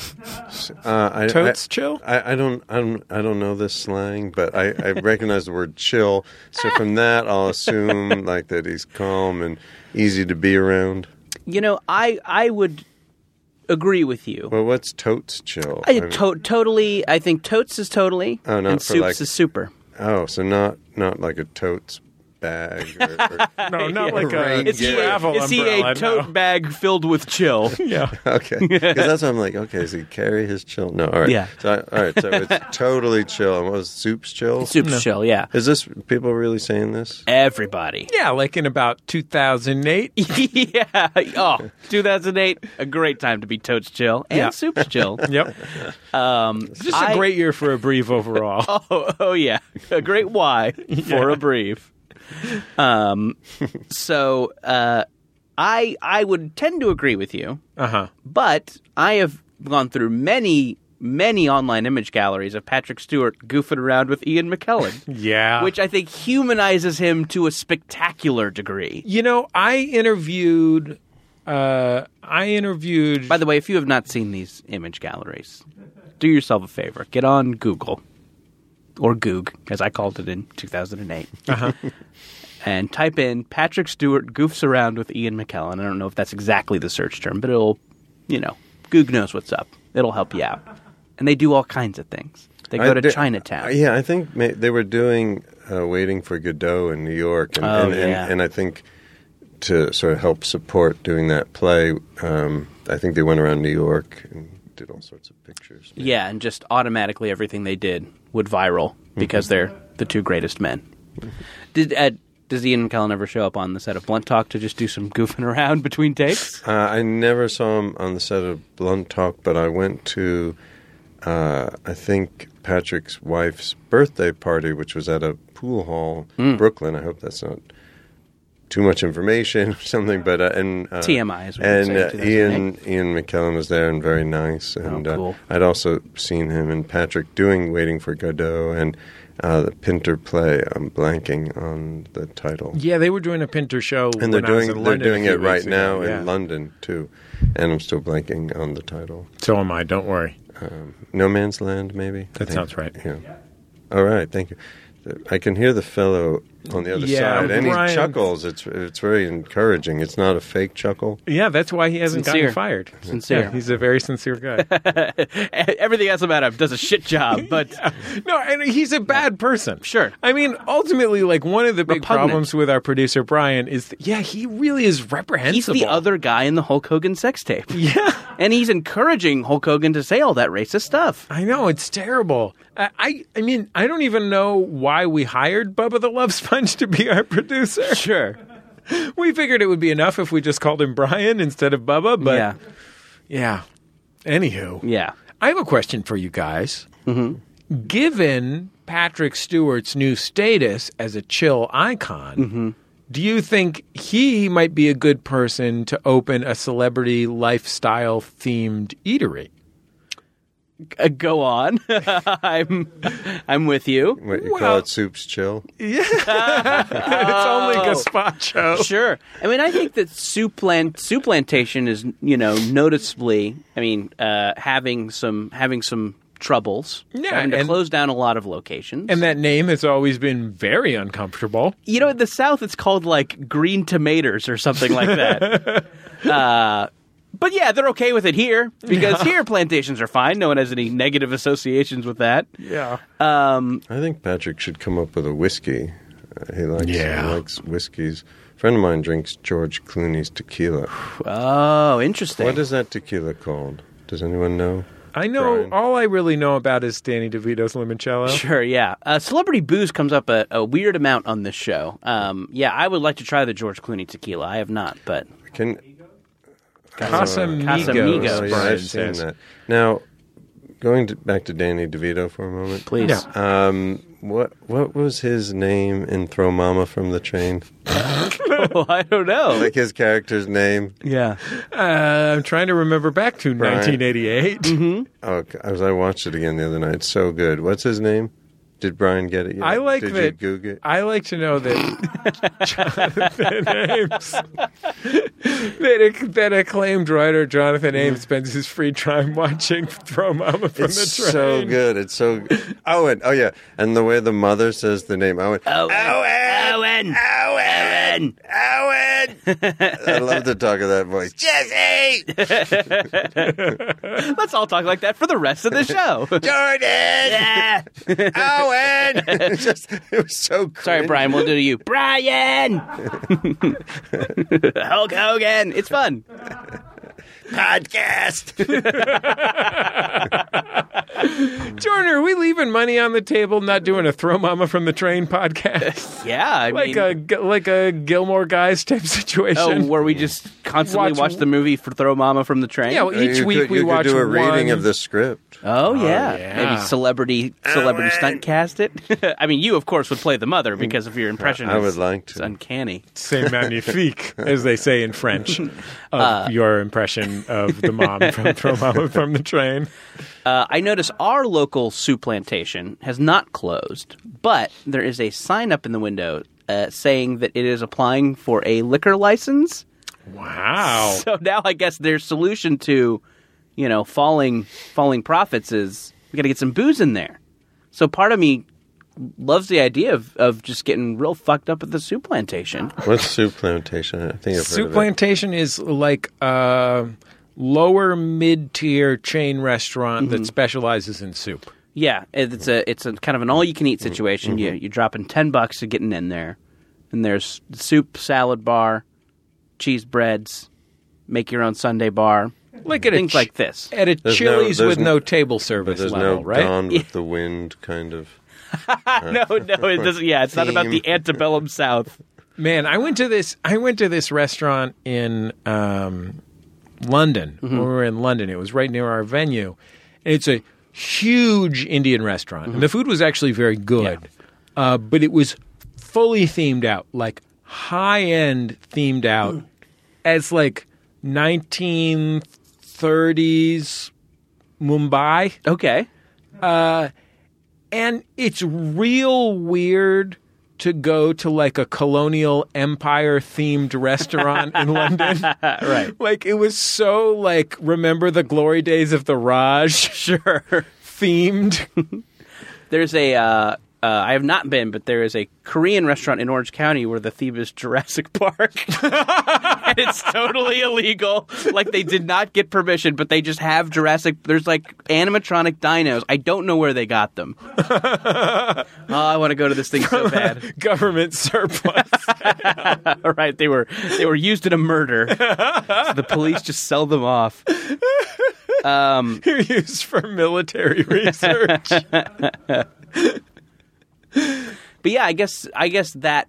[SPEAKER 4] Uh, I,
[SPEAKER 2] Totes
[SPEAKER 4] I,
[SPEAKER 2] chill?
[SPEAKER 4] I, I don't I don't I don't know this slang, but I, I recognize the word chill. So from that, I'll assume like that he's calm and easy to be around.
[SPEAKER 3] You know, I I would agree with you.
[SPEAKER 4] Well, what's totes chill?
[SPEAKER 3] I
[SPEAKER 4] mean-
[SPEAKER 3] to- totally. I think totes is totally,
[SPEAKER 4] Oh, not
[SPEAKER 3] and
[SPEAKER 4] for
[SPEAKER 3] soups
[SPEAKER 4] like-
[SPEAKER 3] is super.
[SPEAKER 4] oh, so not not like a totes bag. Or, or,
[SPEAKER 2] No, not like a
[SPEAKER 4] Rain
[SPEAKER 3] Is he, a,
[SPEAKER 2] travel
[SPEAKER 3] is he
[SPEAKER 2] umbrella,
[SPEAKER 3] a tote
[SPEAKER 2] no.
[SPEAKER 3] bag filled with chill?
[SPEAKER 2] Yeah.
[SPEAKER 4] Okay, because that's what I'm like. Okay, so he carry his chill. No, all right.
[SPEAKER 3] Yeah.
[SPEAKER 4] So I, all right. So it's totally chill. And What was soup's chill?
[SPEAKER 3] Soup's chill, yeah.
[SPEAKER 4] Is this people really saying this?
[SPEAKER 3] Everybody.
[SPEAKER 2] Yeah, like in about 2008.
[SPEAKER 3] yeah. Oh, 2008, a great time to be totes chill and
[SPEAKER 2] Yeah.
[SPEAKER 3] soup's chill.
[SPEAKER 2] yep.
[SPEAKER 3] Um,
[SPEAKER 2] Just a
[SPEAKER 3] I-
[SPEAKER 2] great year for a brief overall.
[SPEAKER 3] Oh, oh yeah, a great why for a brief. Um, so uh, I I would tend to agree with you,
[SPEAKER 2] Uh
[SPEAKER 4] Uh-huh.
[SPEAKER 2] huh.
[SPEAKER 3] but I have gone through many many online image galleries of Patrick Stewart goofing around with Ian McKellen,
[SPEAKER 2] Yeah.
[SPEAKER 3] which I think humanizes him to a spectacular degree.
[SPEAKER 2] You know, I interviewed. Uh, I interviewed.
[SPEAKER 3] By the way, if you have not seen these image galleries, do yourself a favor. Get on Google or Goog, as I called it in 2008, and type in Patrick Stewart goofs around with Ian McKellen. I don't know if that's exactly the search term, but it'll, you know, Goog knows what's up. It'll help you out. And they do all kinds of things. They go
[SPEAKER 4] I
[SPEAKER 3] to
[SPEAKER 4] di-
[SPEAKER 3] Chinatown.
[SPEAKER 4] I- yeah, I think ma- they were doing uh, waiting for Godot in New York, and
[SPEAKER 3] Oh,
[SPEAKER 4] and, and-
[SPEAKER 3] yeah.
[SPEAKER 4] and, I think to sort of help support doing that play, um, I think they went around New York and did all sorts of pictures.
[SPEAKER 3] Yeah, and just automatically everything they did would viral because they're the two greatest men. Did uh, Does Ian McKellen ever show up on the set of Blunt Talk to just do some goofing around between takes?
[SPEAKER 4] Uh, I never saw him on the set of Blunt Talk, but I went to, uh, I think, Patrick's wife's birthday party, which was at a pool hall
[SPEAKER 3] Hmm.
[SPEAKER 4] in Brooklyn. I hope that's not too much information or something, but uh, and uh,
[SPEAKER 3] TMI is what they
[SPEAKER 4] and
[SPEAKER 3] say,
[SPEAKER 4] uh,
[SPEAKER 3] 2008.
[SPEAKER 4] Ian Ian McKellen was there and very nice, and
[SPEAKER 3] Oh, cool.
[SPEAKER 4] uh, I'd also seen him and Patrick doing Waiting for Godot and uh, the Pinter play. I'm blanking on the title.
[SPEAKER 2] Yeah, they were doing a Pinter show,
[SPEAKER 4] And they're
[SPEAKER 2] when I was
[SPEAKER 4] doing
[SPEAKER 2] in
[SPEAKER 4] they're
[SPEAKER 2] London a
[SPEAKER 4] doing
[SPEAKER 2] few
[SPEAKER 4] it right
[SPEAKER 2] weeks ago,
[SPEAKER 4] now
[SPEAKER 2] yeah.
[SPEAKER 4] in London too, and I'm still blanking on the title.
[SPEAKER 2] So am I. Don't worry.
[SPEAKER 4] No Man's Land, maybe. I
[SPEAKER 2] That
[SPEAKER 4] think.
[SPEAKER 2] sounds right.
[SPEAKER 4] Yeah. All right. Thank you. I can hear the fellow on the other
[SPEAKER 2] Yeah,
[SPEAKER 4] side, and he
[SPEAKER 2] Brian-
[SPEAKER 4] chuckles. It's it's very encouraging. It's not a fake chuckle.
[SPEAKER 2] Yeah, that's why he hasn't
[SPEAKER 3] Sincere.
[SPEAKER 2] gotten fired.
[SPEAKER 3] Sincere.
[SPEAKER 2] Yeah, he's a very sincere guy.
[SPEAKER 3] Everything else about him does a shit job, but
[SPEAKER 2] no, and he's a bad person.
[SPEAKER 3] Sure.
[SPEAKER 2] I mean, ultimately, like one of the big
[SPEAKER 3] Repugnant.
[SPEAKER 2] problems with our producer Brian is, that, yeah, he really is
[SPEAKER 3] he's
[SPEAKER 2] reprehensible.
[SPEAKER 3] the other guy in the Hulk Hogan sex tape.
[SPEAKER 2] Yeah.
[SPEAKER 3] And he's encouraging Hulk Hogan to say all that racist stuff.
[SPEAKER 2] I know it's terrible. I, I, I mean, I don't even know why we hired Bubba the Love Sponge to be our producer. Sure, we figured it would be enough if we just called him Brian instead of Bubba. But
[SPEAKER 3] yeah.
[SPEAKER 2] yeah. Anywho,
[SPEAKER 3] Yeah. Mm-hmm.
[SPEAKER 2] I have a question for you guys. Given Patrick Stewart's new status as a chill icon,
[SPEAKER 3] Mm-hmm.
[SPEAKER 2] do you think he might be a good person to open a celebrity lifestyle themed eatery?
[SPEAKER 3] Uh, go on. I'm I'm with you.
[SPEAKER 4] What you
[SPEAKER 2] Well-
[SPEAKER 4] call it? Soups chill.
[SPEAKER 3] Oh.
[SPEAKER 2] it's only gazpacho.
[SPEAKER 3] Sure. I mean, I think that soup, plant, soup plantation is, you know, noticeably, I mean, uh, having some having some troubles.
[SPEAKER 2] Yeah,
[SPEAKER 3] Having to
[SPEAKER 2] and-
[SPEAKER 3] close down a lot of locations.
[SPEAKER 2] And that name has always been very uncomfortable.
[SPEAKER 3] you know, in the South, it's called like green tomatoes or something like that. uh, but yeah, they're okay with it here because here plantations are fine. No one has any negative associations with that.
[SPEAKER 2] Yeah.
[SPEAKER 4] I think Patrick should come up with a whiskey. Uh, he likes
[SPEAKER 2] Yeah.
[SPEAKER 4] he likes whiskeys. A friend of mine drinks George Clooney's tequila.
[SPEAKER 3] Oh, interesting.
[SPEAKER 4] What is that tequila called? Does anyone know?
[SPEAKER 2] I know
[SPEAKER 4] Brian.
[SPEAKER 2] all I really know about is Danny DeVito's limoncello.
[SPEAKER 3] Sure, yeah. Uh, celebrity booze comes up a, a weird amount on this show. Um, yeah, I would like to try the George Clooney tequila. I have not, but
[SPEAKER 4] Can
[SPEAKER 2] Casamigos.
[SPEAKER 3] Casamigos.
[SPEAKER 4] Oh, yeah,
[SPEAKER 2] Brian
[SPEAKER 4] I've seen
[SPEAKER 2] says.
[SPEAKER 4] that. Now, going to, back to Danny DeVito for a moment.
[SPEAKER 3] please.
[SPEAKER 2] Yeah.
[SPEAKER 4] Um, what what was his name in Throw Mama from the Train?
[SPEAKER 3] Oh, I don't know.
[SPEAKER 4] Like his character's name?
[SPEAKER 3] Yeah.
[SPEAKER 2] Uh, I'm trying to remember back to 1988.
[SPEAKER 4] Oh, c- as I watched it again the other night, so good. What's his name? Did Brian get it? Yet?
[SPEAKER 2] I like
[SPEAKER 4] Did
[SPEAKER 2] that.
[SPEAKER 4] You Google it?
[SPEAKER 2] I like to know that Jonathan Ames, that, acc- that acclaimed writer Jonathan Ames spends his free time watching Throw Mama from
[SPEAKER 4] Mm-hmm. It's
[SPEAKER 2] the Train.
[SPEAKER 4] so good. It's so g- Owen. Oh yeah, and the way the mother says the name Owen.
[SPEAKER 2] Uh,
[SPEAKER 4] Owen.
[SPEAKER 3] Owen. Owen.
[SPEAKER 4] Owen. I love the talk of that voice. Jesse.
[SPEAKER 3] Let's all talk like that for the rest of the show.
[SPEAKER 4] Jordan.
[SPEAKER 3] Yeah.
[SPEAKER 4] Owen. It's just, it was so. Cringy.
[SPEAKER 3] Sorry, Brian. We'll do to you. Brian. Hulk Hogan. It's fun.
[SPEAKER 4] Podcast.
[SPEAKER 2] Jordan, are we leaving money on the table not doing a Throw Mama from the Train podcast?
[SPEAKER 3] Yeah, I
[SPEAKER 2] like uh,
[SPEAKER 3] mean,
[SPEAKER 2] a g- like a Gilmore Guys type
[SPEAKER 3] oh,
[SPEAKER 2] situation.
[SPEAKER 3] where we just constantly watch,
[SPEAKER 2] Watch-
[SPEAKER 3] the movie for Throw Mama from the Train.
[SPEAKER 2] yeah, well, each
[SPEAKER 4] you
[SPEAKER 2] week
[SPEAKER 4] could,
[SPEAKER 2] we
[SPEAKER 4] you
[SPEAKER 2] watch
[SPEAKER 4] could do a reading
[SPEAKER 2] one-
[SPEAKER 4] of the script.
[SPEAKER 3] Oh yeah.
[SPEAKER 2] yeah.
[SPEAKER 3] maybe celebrity celebrity
[SPEAKER 4] Owen.
[SPEAKER 3] stunt cast it. I mean, you of course would play the mother because of your impression.
[SPEAKER 4] I would
[SPEAKER 3] is-
[SPEAKER 4] like to.
[SPEAKER 3] It's uncanny.
[SPEAKER 2] C'est magnifique, as they say in French, of your impression of the mom from Throw Mama from the Train.
[SPEAKER 3] Uh, I notice our local soup plantation has not closed, but there is a sign up in the window uh, saying that it is applying for a liquor license.
[SPEAKER 2] Wow.
[SPEAKER 3] So now I guess their solution to, you know, falling falling profits is we got to get some booze in there. So part of me loves the idea of, of just getting real fucked up at the soup plantation.
[SPEAKER 4] What's soup plantation? I think I've
[SPEAKER 2] Soup
[SPEAKER 4] heard of it.
[SPEAKER 2] Plantation is like a lower mid tier chain restaurant
[SPEAKER 4] Mm-hmm.
[SPEAKER 2] that specializes in soup.
[SPEAKER 3] Yeah, it- it's a it's a kind of an all you can eat situation. You you're dropping ten bucks to getting in there, and there's soup, salad bar, cheese breads, make your own Sunday bar,
[SPEAKER 2] Like at a,
[SPEAKER 3] things
[SPEAKER 2] ch-
[SPEAKER 3] like this.
[SPEAKER 2] at a
[SPEAKER 4] There's no-
[SPEAKER 2] Chili's
[SPEAKER 4] there's
[SPEAKER 2] with
[SPEAKER 4] n-
[SPEAKER 2] no table service
[SPEAKER 4] There's
[SPEAKER 2] level,
[SPEAKER 4] no
[SPEAKER 2] right?
[SPEAKER 4] Gone with the Wind kind of.
[SPEAKER 3] no, no, it doesn't. Yeah, it's not about
[SPEAKER 4] Theme.
[SPEAKER 3] the antebellum South.
[SPEAKER 2] Man, I went to this. I went to this restaurant in um, London. When we were in London, it was right near our venue, and it's a huge Indian restaurant, and the food was actually very good, uh, but it was fully themed out, like high end themed out, as like nineteen thirties Mumbai
[SPEAKER 3] Okay.
[SPEAKER 2] and it's real weird to go to like a colonial empire themed restaurant in London. right. Like it was so like remember the glory days of the Raj sure themed.
[SPEAKER 3] There's a. Uh, uh, I have not been, but there is a Korean restaurant in Orange County where the theme is Jurassic Park, and it's totally illegal. Like they did not get permission, but they just have Jurassic. There's like animatronic dinos. I don't know where they got them. oh, I want to go to this thing so bad.
[SPEAKER 2] Government surplus.
[SPEAKER 3] All right, they were they were used in a murder. so the police just sell them off. Um,
[SPEAKER 2] You're used for military research.
[SPEAKER 3] but yeah, I guess I guess that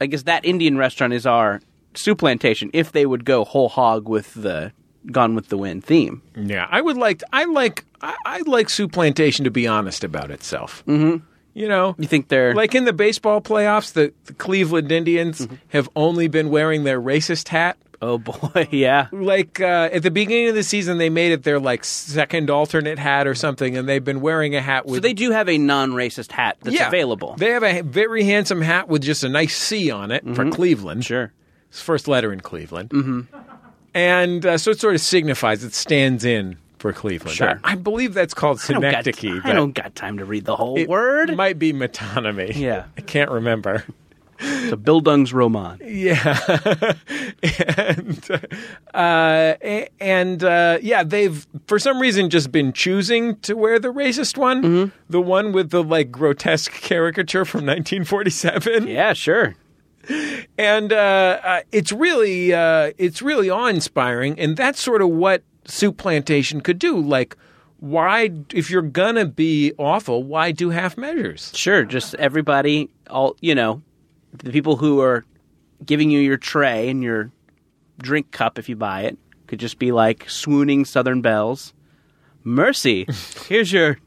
[SPEAKER 3] I guess that Indian restaurant is our soup plantation if they would go whole hog with the Gone with the Wind theme.
[SPEAKER 2] yeah. I would like I like I, I like Sioux Plantation to be honest about itself. Mm-hmm. You know?
[SPEAKER 3] You think they're
[SPEAKER 2] Like in the baseball playoffs, the, the Cleveland Indians
[SPEAKER 3] Mm-hmm.
[SPEAKER 2] have only been wearing their racist hat.
[SPEAKER 3] oh boy, yeah.
[SPEAKER 2] Like uh, at the beginning of the season, they made it their like second alternate hat or something, and they've been wearing a hat with.
[SPEAKER 3] So they do have a non-racist hat that's
[SPEAKER 2] yeah,
[SPEAKER 3] available.
[SPEAKER 2] They have a very handsome hat with just a nice C on it for Cleveland.
[SPEAKER 3] Mm-hmm. sure.
[SPEAKER 2] It's the first letter in Cleveland. Mm-hmm. And uh, so it sort of signifies it stands in for Cleveland.
[SPEAKER 3] Sure.
[SPEAKER 2] I, I believe that's called
[SPEAKER 3] I don't, got,
[SPEAKER 2] synecdoche.
[SPEAKER 3] I
[SPEAKER 2] but-
[SPEAKER 3] don't got time to read the whole word.
[SPEAKER 2] Might be metonymy.
[SPEAKER 3] Yeah.
[SPEAKER 2] I can't remember.
[SPEAKER 3] it's a Bildung's Roman.
[SPEAKER 2] Yeah, and uh, a- and uh, yeah, they've for some reason just been choosing to wear the racist one,
[SPEAKER 3] Mm-hmm.
[SPEAKER 2] the one with the like grotesque caricature from 1947,
[SPEAKER 3] Yeah, sure.
[SPEAKER 2] and uh, uh, it's really uh, it's really awe inspiring, and that's sort of what soup plantation could do. Like, why if you're gonna be awful, why do half measures?
[SPEAKER 3] Sure, just everybody, all you know, the people who are giving you your tray and your drink cup if you buy it could just be like swooning Southern belles. Mercy, here's your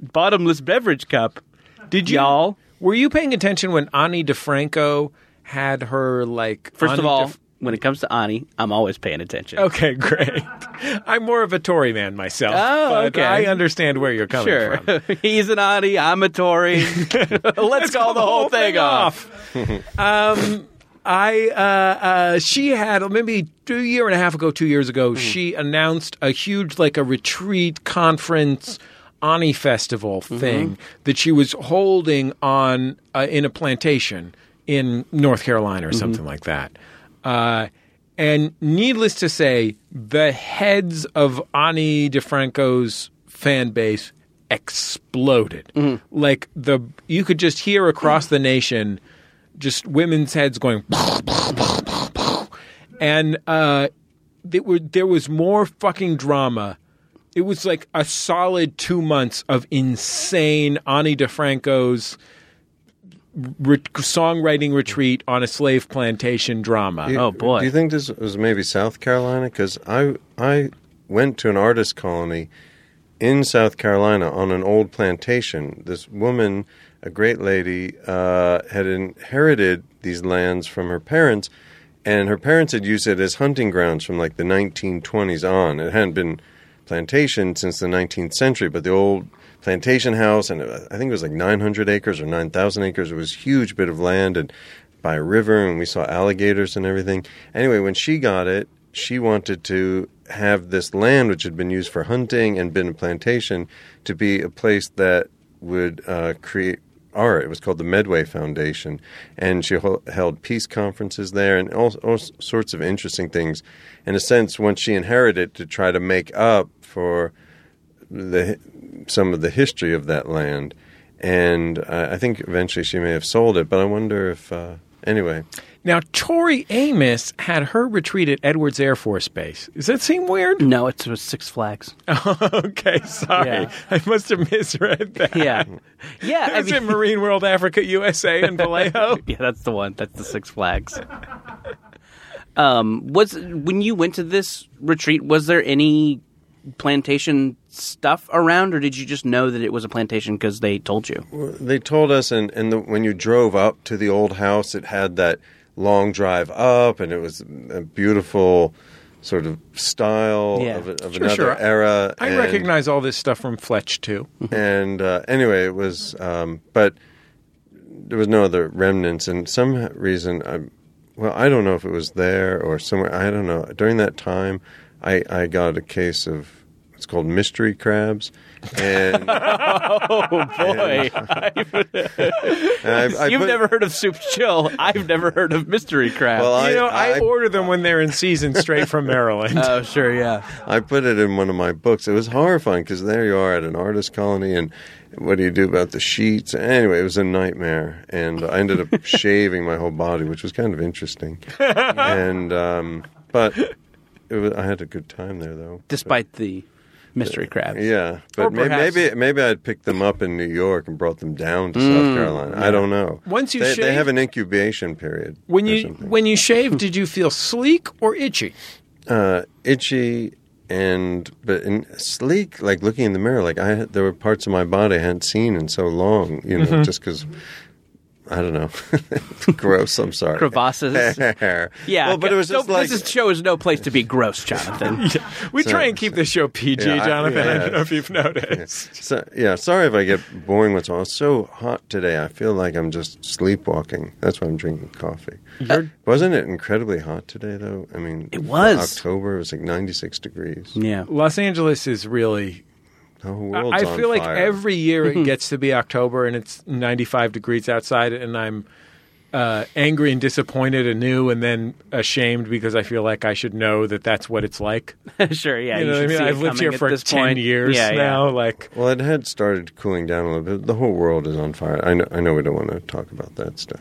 [SPEAKER 3] bottomless beverage cup. Did you all?
[SPEAKER 2] Were you paying attention when Ani DeFranco had her like?
[SPEAKER 3] First of
[SPEAKER 2] Ani
[SPEAKER 3] all,
[SPEAKER 2] DeF-
[SPEAKER 3] when it comes to Ani, I'm always paying attention.
[SPEAKER 2] Okay, great. I'm more of a Tory man myself.
[SPEAKER 3] Oh,
[SPEAKER 2] but
[SPEAKER 3] okay.
[SPEAKER 2] I understand where you're coming
[SPEAKER 3] sure,
[SPEAKER 2] from.
[SPEAKER 3] he's an Ani, I'm a Tory. Let's call the whole thing off.
[SPEAKER 2] um, I uh, uh, she had maybe a year and a half ago, two years ago, she announced a huge like a retreat conference. Ani festival thing that she was holding on uh, in a plantation in North Carolina or something like that. Uh, and needless to say, the heads of Ani DeFranco's fan base exploded. Like the you could just hear across the nation just women's heads going and uh they were, there was more fucking drama. It was like a solid 2 months of insane Ani DeFranco's re- songwriting retreat on a slave plantation drama.
[SPEAKER 4] You-
[SPEAKER 3] Oh, boy.
[SPEAKER 4] Do you think this was maybe South Carolina? Because I I went to an artist colony in South Carolina on an old plantation. This woman, a great lady, uh, had inherited these lands from her parents, and her parents had used it as hunting grounds from like the 1920s on. It hadn't been plantation since the 19th century, but the old plantation house, and uh, I think it was like 900 acres or 9,000 acres. It was a huge bit of land and by a river, and we saw alligators and everything. Anyway, when she got it, she wanted to have this land, which had been used for hunting and been a plantation, to be a place that would uh, create art. It was called the Medway Foundation, and she hol- held peace conferences there and all, all s- sorts of interesting things. In a sense, once she inherited, to try to make up for the some of the history of that land. And uh, I think eventually she may have sold it, but I wonder if uh, Anyway,
[SPEAKER 2] Now, Tori Amos had her retreat at Edwards Air Force Base. Does that seem weird?
[SPEAKER 3] No, it's with Six Flags.
[SPEAKER 2] okay, sorry.
[SPEAKER 3] Mm. Yeah.
[SPEAKER 2] I must have misread that.
[SPEAKER 3] Yeah, yeah. I
[SPEAKER 2] Is it
[SPEAKER 3] mean,
[SPEAKER 2] Marine World Africa USA in Vallejo?
[SPEAKER 3] yeah, that's the one. That's the Six Flags. Um, was when you went to this retreat? Was there any plantation stuff around, or did you just know that it was a plantation because they told you?
[SPEAKER 4] they told us, and and the, when you drove up to the old house, it had that long drive up, and it was a beautiful sort of style
[SPEAKER 3] Yeah.
[SPEAKER 4] of, a- of
[SPEAKER 2] Sure,
[SPEAKER 4] another
[SPEAKER 2] sure.
[SPEAKER 4] era.
[SPEAKER 2] I
[SPEAKER 4] and-
[SPEAKER 2] recognize all this stuff from Fletch, too.
[SPEAKER 4] and uh, anyway, it was. Um, but there was no other remnants, and some reason, I, well, I don't know if it was there or somewhere. I don't know. During that time, I, I got a case of it's called mystery crabs, and,
[SPEAKER 3] Oh, Boy,
[SPEAKER 4] and I, I
[SPEAKER 3] you've
[SPEAKER 4] put-
[SPEAKER 3] never heard of soup chill. I've never heard of mystery crab.
[SPEAKER 4] Well, I-
[SPEAKER 2] you know, I,
[SPEAKER 4] I-
[SPEAKER 2] order them when they're in season straight from Maryland.
[SPEAKER 3] oh, sure, yeah.
[SPEAKER 4] I put it in one of my books. It was horrifying because there you are at an artist colony, and what do you do about the sheets? Anyway, it was a nightmare, and I ended up shaving my whole body, which was kind of interesting. and um, but it was, I had a good time there, though.
[SPEAKER 3] Despite the mystery crab.
[SPEAKER 4] Yeah,
[SPEAKER 2] Or
[SPEAKER 4] but may-
[SPEAKER 2] perhaps-
[SPEAKER 4] maybe maybe I'd picked them up in New York and brought them down to South Carolina. I don't know.
[SPEAKER 2] Mm, Once you
[SPEAKER 4] they,
[SPEAKER 2] shave-
[SPEAKER 4] they have an incubation period.
[SPEAKER 2] when
[SPEAKER 4] or
[SPEAKER 2] you
[SPEAKER 4] something.
[SPEAKER 2] when you shaved, did you feel sleek or itchy?
[SPEAKER 4] uh, itchy and but in sleek like looking in the mirror like i had- there were parts of my body i hadn't seen in so long you know just 'cause just because i don't know gross i'm sorry
[SPEAKER 3] Crevasses. Yeah,
[SPEAKER 4] well, but it was
[SPEAKER 3] no-
[SPEAKER 4] just like
[SPEAKER 3] this is- show is no place to be gross, Jonathan.
[SPEAKER 2] We try and keep this show PG,
[SPEAKER 4] Yeah, I-
[SPEAKER 2] Jonathan. I,
[SPEAKER 4] yeah.
[SPEAKER 2] don't know if you've noticed.
[SPEAKER 4] so, yeah sorry if i get boring with all it's so hot today i feel like i'm just sleepwalking that's why i'm drinking coffee wasn't it incredibly hot today though i mean it
[SPEAKER 3] was. Mm.
[SPEAKER 4] october it was like 96 degrees
[SPEAKER 3] yeah.
[SPEAKER 2] Los Angeles is really.
[SPEAKER 4] the whole world's
[SPEAKER 2] I
[SPEAKER 4] on
[SPEAKER 2] feel like
[SPEAKER 4] fire.
[SPEAKER 2] every year it gets to be October and it's 95 degrees outside, and I'm uh, angry and disappointed anew, and then ashamed because I feel like I should know that that's what it's like.
[SPEAKER 3] sure, yeah.
[SPEAKER 2] you know what I
[SPEAKER 3] should
[SPEAKER 2] mean?
[SPEAKER 3] see it
[SPEAKER 2] I've lived
[SPEAKER 3] coming
[SPEAKER 2] here
[SPEAKER 3] at
[SPEAKER 2] for
[SPEAKER 3] this
[SPEAKER 2] 10
[SPEAKER 3] point.
[SPEAKER 2] years
[SPEAKER 3] Yeah, yeah.
[SPEAKER 2] now. Like,
[SPEAKER 4] Well, it had started cooling down a little bit. The whole world is on fire. I know. I know we don't want to talk about that stuff.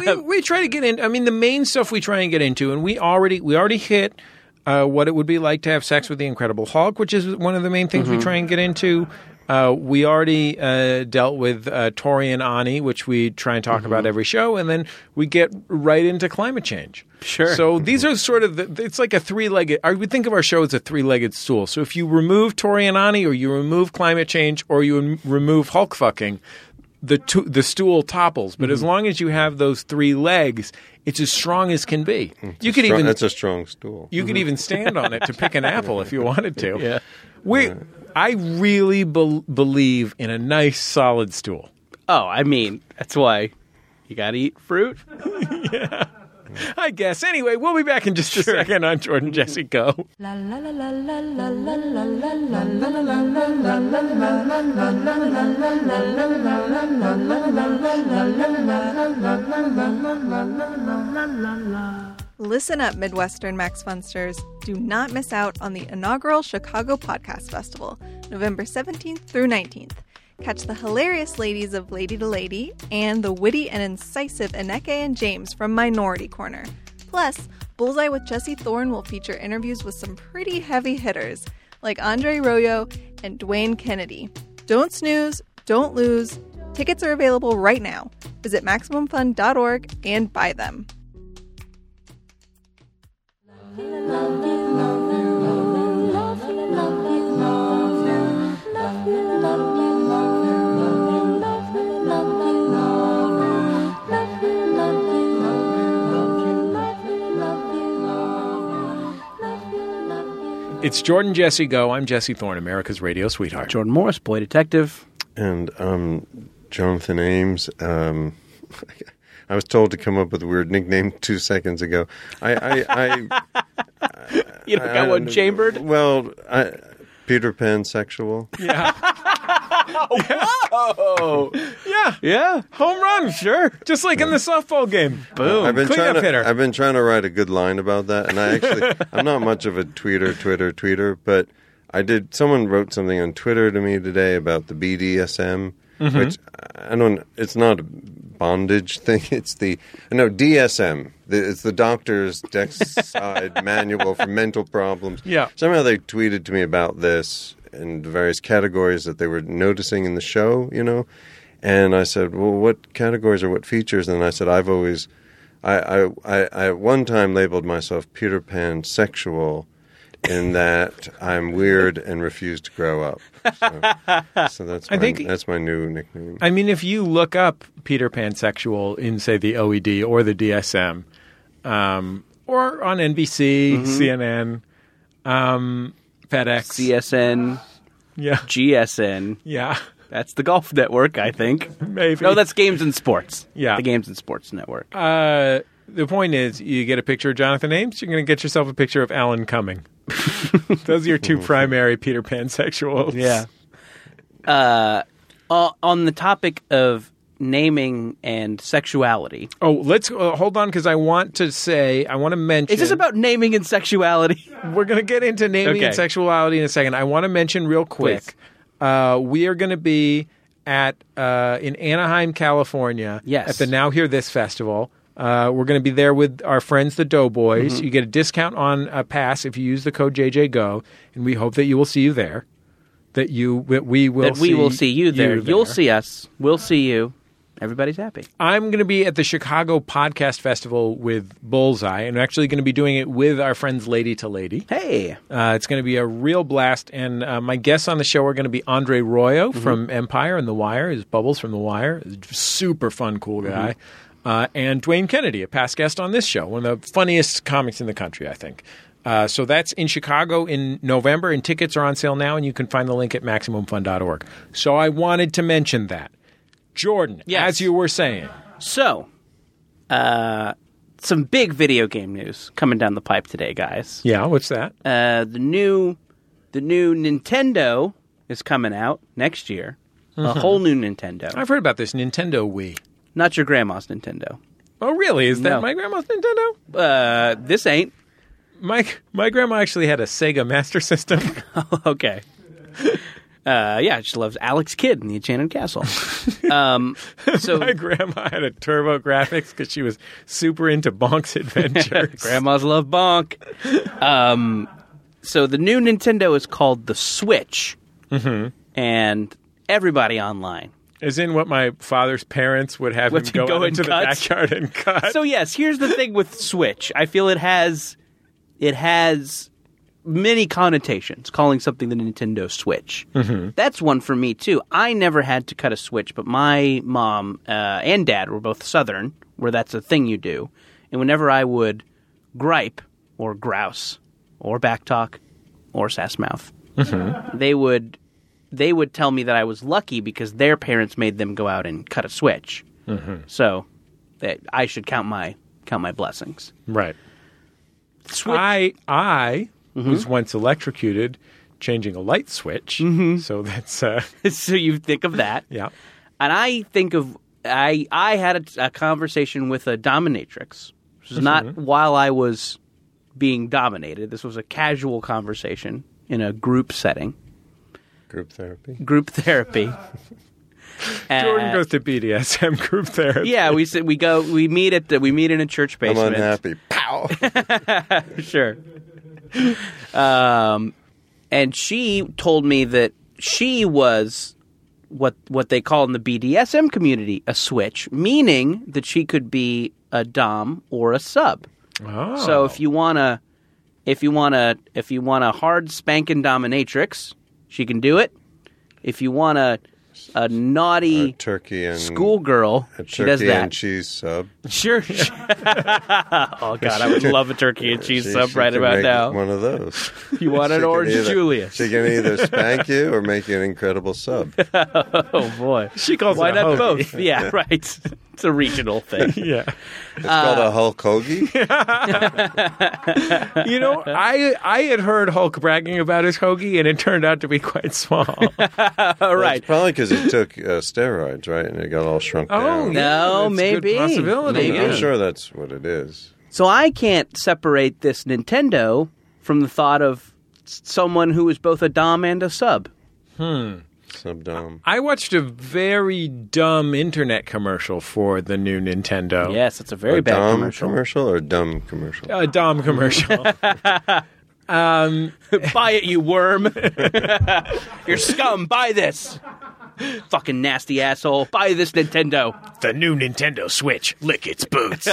[SPEAKER 2] we, we try to get in. I mean, the main stuff we try and get into, and we already we already hit uh, what it would be like to have sex with the Incredible Hulk, which is one of the main things we try and get into. Uh, we already uh, dealt with uh, Tori and Ani, which we try and talk about every show, and then we get right into climate change.
[SPEAKER 3] Sure.
[SPEAKER 2] So these
[SPEAKER 4] Mm-hmm.
[SPEAKER 2] are sort of the, it's like a three-legged. I would think of our show as a three-legged stool. So if you remove Tori and Ani, or you remove climate change, or you rem- remove Hulk fucking, the two, the stool topples. But
[SPEAKER 4] Mm-hmm.
[SPEAKER 2] as long as you have those three legs, it's as strong as can be. you could
[SPEAKER 4] Strong,
[SPEAKER 2] even
[SPEAKER 4] that's Mm-hmm. a mm-hmm. strong stool.
[SPEAKER 2] you could even stand on it to pick an apple if you wanted to. Yeah. We, I really bel believe in a nice solid stool.
[SPEAKER 3] Oh, I mean, that's why you got to eat fruit.
[SPEAKER 2] I guess. Anyway, we'll be back in just a second on Jordan Jesse Go.
[SPEAKER 1] La la la la la la la la la la.
[SPEAKER 5] Listen up, Midwestern Max Funsters. Do not miss out on the inaugural Chicago Podcast Festival, November 17th through 19th. Catch the hilarious ladies of Lady to Lady and the witty and incisive Aneke and James from Minority Corner. Plus, Bullseye with Jesse Thorne will feature interviews with some pretty heavy hitters like Andre Royo and Dwayne Kennedy. Don't snooze, don't lose. Tickets are available right now. Visit MaximumFun.org and buy them.
[SPEAKER 2] It's Jordan Jesse Go. I'm Jesse Thorne, America's radio sweetheart.
[SPEAKER 3] Jordan Morris, boy detective.
[SPEAKER 4] And um, Jonathan Ames. Um, I was told to come up with a weird nickname two seconds ago. I, I, I
[SPEAKER 3] You know,
[SPEAKER 4] I
[SPEAKER 3] got one
[SPEAKER 4] don't-
[SPEAKER 3] chambered.
[SPEAKER 4] Well, I, Peter Pan sexual.
[SPEAKER 3] Oh,
[SPEAKER 2] Yeah.
[SPEAKER 3] yeah.
[SPEAKER 2] Home run. Sure. Just like in the softball game. Boom.
[SPEAKER 4] I've been
[SPEAKER 2] Cleanup
[SPEAKER 4] trying to.
[SPEAKER 2] hitter.
[SPEAKER 4] I've been trying to write a good line about that, and I actually I'm not much of a tweeter, Twitter, tweeter, but I did. Someone wrote something on Twitter to me today about the BDSM,
[SPEAKER 2] Mm-hmm.
[SPEAKER 4] which I don't. It's not a bondage thing. It's the no DSM. The- It's the doctor's Dexide manual for mental problems.
[SPEAKER 2] Yeah.
[SPEAKER 4] Somehow they tweeted to me about this and the various categories that they were noticing in the show. You know, and I said, "Well, what categories or what features?" And I said, "I've always." I, I, I, I at one time labeled myself Peter Pan sexual in that I'm weird and refuse to grow up. So, so that's
[SPEAKER 2] I
[SPEAKER 4] my,
[SPEAKER 2] think-
[SPEAKER 4] that's my new nickname.
[SPEAKER 2] I mean, if you look up Peter Pan sexual in, say, the OED or the DSM, um, or on NBC,
[SPEAKER 4] Mm-hmm.
[SPEAKER 2] CNN, um, FedEx,
[SPEAKER 3] CSN,
[SPEAKER 2] yeah,
[SPEAKER 3] GSN.
[SPEAKER 2] yeah,
[SPEAKER 3] That's the golf network, I think.
[SPEAKER 2] maybe.
[SPEAKER 3] No, that's Games and Sports.
[SPEAKER 2] Yeah.
[SPEAKER 3] The Games and Sports Network.
[SPEAKER 2] Uh, the point is, you get a picture of Jonathan Ames, you're going to get yourself a picture of Alan Cumming. Those are your two primary Peter Pan sexuals.
[SPEAKER 3] Uh, on the topic of naming and sexuality,
[SPEAKER 2] Oh, let's uh, hold on because I want to say I want to mention.
[SPEAKER 3] is this about naming and sexuality?
[SPEAKER 2] We're going to get into naming
[SPEAKER 3] Okay.
[SPEAKER 2] and sexuality in a second. I want to mention real quick.
[SPEAKER 3] Please.
[SPEAKER 2] Uh, we are going to be at uh, in Anaheim, California.
[SPEAKER 3] Yes.
[SPEAKER 2] At the Now Hear This Festival. Uh, we're going to be there with our friends, the Doughboys.
[SPEAKER 3] Mm-hmm.
[SPEAKER 2] You get a discount on a pass if you use the code JJGO, and we hope that you will see you there. That you that we will
[SPEAKER 3] that we
[SPEAKER 2] see
[SPEAKER 3] will see you there.
[SPEAKER 2] You
[SPEAKER 3] You'll see us. We'll see you. Everybody's happy.
[SPEAKER 2] I'm going to be at the Chicago Podcast Festival with Bullseye, and I'm actually going to be doing it with our friends, Lady to Lady.
[SPEAKER 3] Hey.
[SPEAKER 2] Uh, it's going to be a real blast. And uh, my guests on the show are going to be Andre Royo from Empire and The Wire, is Bubbles from The Wire, is a super fun, cool guy. Uh, and Dwayne Kennedy, a past guest on this show, one of the funniest comics in the country, I think. Uh, so that's in Chicago in November, and tickets are on sale now, and you can find the link at MaximumFun.org. So I wanted to mention that. Jordan,
[SPEAKER 3] Yes.
[SPEAKER 2] as you were saying,
[SPEAKER 3] So, uh, some big video game news coming down the pipe today, guys.
[SPEAKER 2] yeah, what's that?
[SPEAKER 3] Uh, the new, the new Nintendo is coming out next year. A whole new Nintendo,
[SPEAKER 2] I've heard about this Nintendo Wii.
[SPEAKER 3] not your grandma's Nintendo.
[SPEAKER 2] Oh, really? Is that
[SPEAKER 3] No.
[SPEAKER 2] my grandma's Nintendo?
[SPEAKER 3] Uh, this ain't
[SPEAKER 2] My my grandma actually had a Sega Master System.
[SPEAKER 3] okay. Uh, yeah, she loves Alex Kidd in the Enchanted Castle. um, so
[SPEAKER 2] my grandma had a Turbo Graphics because she was super into Bonk's Adventures.
[SPEAKER 3] Grandma's love bonk. Um, so the new Nintendo is called the Switch, mm-hmm. and everybody online.
[SPEAKER 2] As in what my father's parents would have him
[SPEAKER 3] Would
[SPEAKER 2] go,
[SPEAKER 3] go
[SPEAKER 2] out
[SPEAKER 3] and
[SPEAKER 2] into the
[SPEAKER 3] cut?
[SPEAKER 2] backyard and cut.
[SPEAKER 3] So yes, here's the thing with Switch. I feel it has it has many connotations. Calling something the Nintendo Switch, mm-hmm. that's one for me too. I never had to cut a Switch, but my mom uh, and dad were both Southern, where that's a thing you do. And whenever I would gripe or grouse or backtalk or sass mouth, they would they would tell me that I was lucky because their parents made them go out and cut a switch. So that I should count my count my blessings.
[SPEAKER 2] right.
[SPEAKER 3] Switch.
[SPEAKER 2] I I was once electrocuted changing a light switch. So that's uh,
[SPEAKER 3] so you think of that.
[SPEAKER 2] yeah.
[SPEAKER 3] And I think of I I had a, a conversation with a dominatrix. This was not
[SPEAKER 2] Mm-hmm.
[SPEAKER 3] while I was being dominated. This was a casual conversation in a group setting,
[SPEAKER 4] Group therapy.
[SPEAKER 3] group therapy.
[SPEAKER 2] Jordan
[SPEAKER 3] Uh,
[SPEAKER 2] goes to BDSM group therapy.
[SPEAKER 3] Yeah, we sit, we go we meet at the, we meet in a church
[SPEAKER 4] I'm
[SPEAKER 3] basement.
[SPEAKER 4] unhappy. Pow.
[SPEAKER 3] sure. Um, and she told me that she was what what they call in the BDSM community a switch, meaning that she could be a dom or a sub.
[SPEAKER 2] Oh.
[SPEAKER 3] So if you wanna, if you wanna, if you want a hard spanking dominatrix, she can do it. If you want a a naughty
[SPEAKER 4] turkey and
[SPEAKER 3] schoolgirl,
[SPEAKER 4] a
[SPEAKER 3] she does
[SPEAKER 4] turkey
[SPEAKER 3] that.
[SPEAKER 4] and cheese sub.
[SPEAKER 3] Sure. oh God, I would love a turkey and cheese
[SPEAKER 4] She-
[SPEAKER 3] sub
[SPEAKER 4] she
[SPEAKER 3] right
[SPEAKER 4] can
[SPEAKER 3] about
[SPEAKER 4] make
[SPEAKER 3] now.
[SPEAKER 4] One of those.
[SPEAKER 3] You want
[SPEAKER 4] She
[SPEAKER 3] an
[SPEAKER 4] can
[SPEAKER 3] orange
[SPEAKER 4] either-
[SPEAKER 3] Julius?
[SPEAKER 4] She can either spank you or make you an incredible sub.
[SPEAKER 3] Oh boy,
[SPEAKER 2] she calls
[SPEAKER 3] why
[SPEAKER 2] it a
[SPEAKER 3] not
[SPEAKER 2] hoagie.
[SPEAKER 3] both? Yeah, right. It's a regional thing.
[SPEAKER 2] Yeah.
[SPEAKER 4] It's
[SPEAKER 3] Uh,
[SPEAKER 4] called a Hulk hoagie.
[SPEAKER 2] You know, I I had heard Hulk bragging about his hoagie, and it turned out to be quite small.
[SPEAKER 3] All right.
[SPEAKER 4] It's probably because he took uh, steroids, right? And it got all shrunk
[SPEAKER 2] Oh,
[SPEAKER 4] down.
[SPEAKER 2] yeah,
[SPEAKER 3] No,
[SPEAKER 2] that's a good
[SPEAKER 3] maybe.
[SPEAKER 2] possibility.
[SPEAKER 3] Maybe.
[SPEAKER 4] I'm sure that's what it is.
[SPEAKER 3] So I can't separate this Nintendo from the thought of s- someone who is both a dom and a sub.
[SPEAKER 4] Subdom.
[SPEAKER 2] I watched a very dumb internet commercial for the new Nintendo.
[SPEAKER 3] Yes, it's a very
[SPEAKER 4] a
[SPEAKER 3] bad
[SPEAKER 4] dumb
[SPEAKER 3] commercial. Uh,
[SPEAKER 4] or a dumb commercial?
[SPEAKER 2] A dumb commercial.
[SPEAKER 3] buy it, you worm. You're scum. Buy this. Fucking nasty asshole. Buy this Nintendo.
[SPEAKER 2] the new Nintendo Switch. Lick its boots.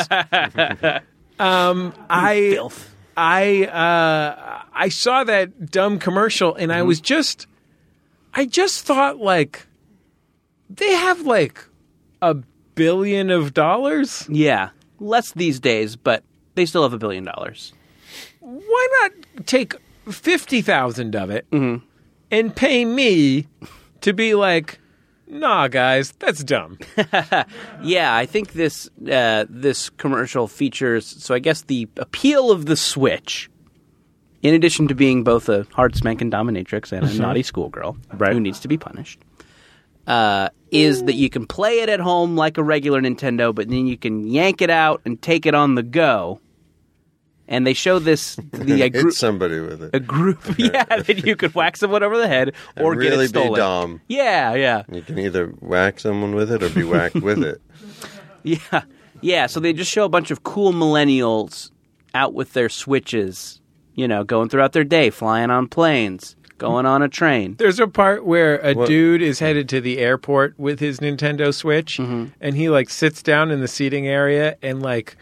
[SPEAKER 2] um, I
[SPEAKER 3] Filth.
[SPEAKER 2] I uh, I saw that dumb commercial and I was just I just thought like they have like a billion of dollars.
[SPEAKER 3] Yeah. Less these days, but they still have a billion dollars.
[SPEAKER 2] Why not take fifty thousand of it and pay me to be like, nah, guys, that's dumb.
[SPEAKER 3] Yeah, I think this uh, this commercial features. So I guess the appeal of the Switch, in addition to being both a hard smank and dominatrix and a
[SPEAKER 4] Mm-hmm.
[SPEAKER 3] naughty schoolgirl
[SPEAKER 2] Right.
[SPEAKER 3] who needs to be punished, uh, is that you can play it at home like a regular Nintendo, but then you can yank it out and take it on the go. And they show this the a,
[SPEAKER 4] Hit
[SPEAKER 3] group
[SPEAKER 4] somebody with it.
[SPEAKER 3] a group, yeah, that you could whack someone over the head or
[SPEAKER 4] And
[SPEAKER 3] get
[SPEAKER 4] really
[SPEAKER 3] it
[SPEAKER 4] be
[SPEAKER 3] stolen.
[SPEAKER 4] dumb.
[SPEAKER 3] Yeah, yeah.
[SPEAKER 4] You can either whack someone with it or be whacked with it.
[SPEAKER 3] Yeah. Yeah. So they just show a bunch of cool millennials out with their switches, you know, going throughout their day, flying on planes, going on a train.
[SPEAKER 2] There's a part where a dude is headed to the airport with his Nintendo Switch,
[SPEAKER 4] Mm-hmm.
[SPEAKER 2] and he like sits down in the seating area, and like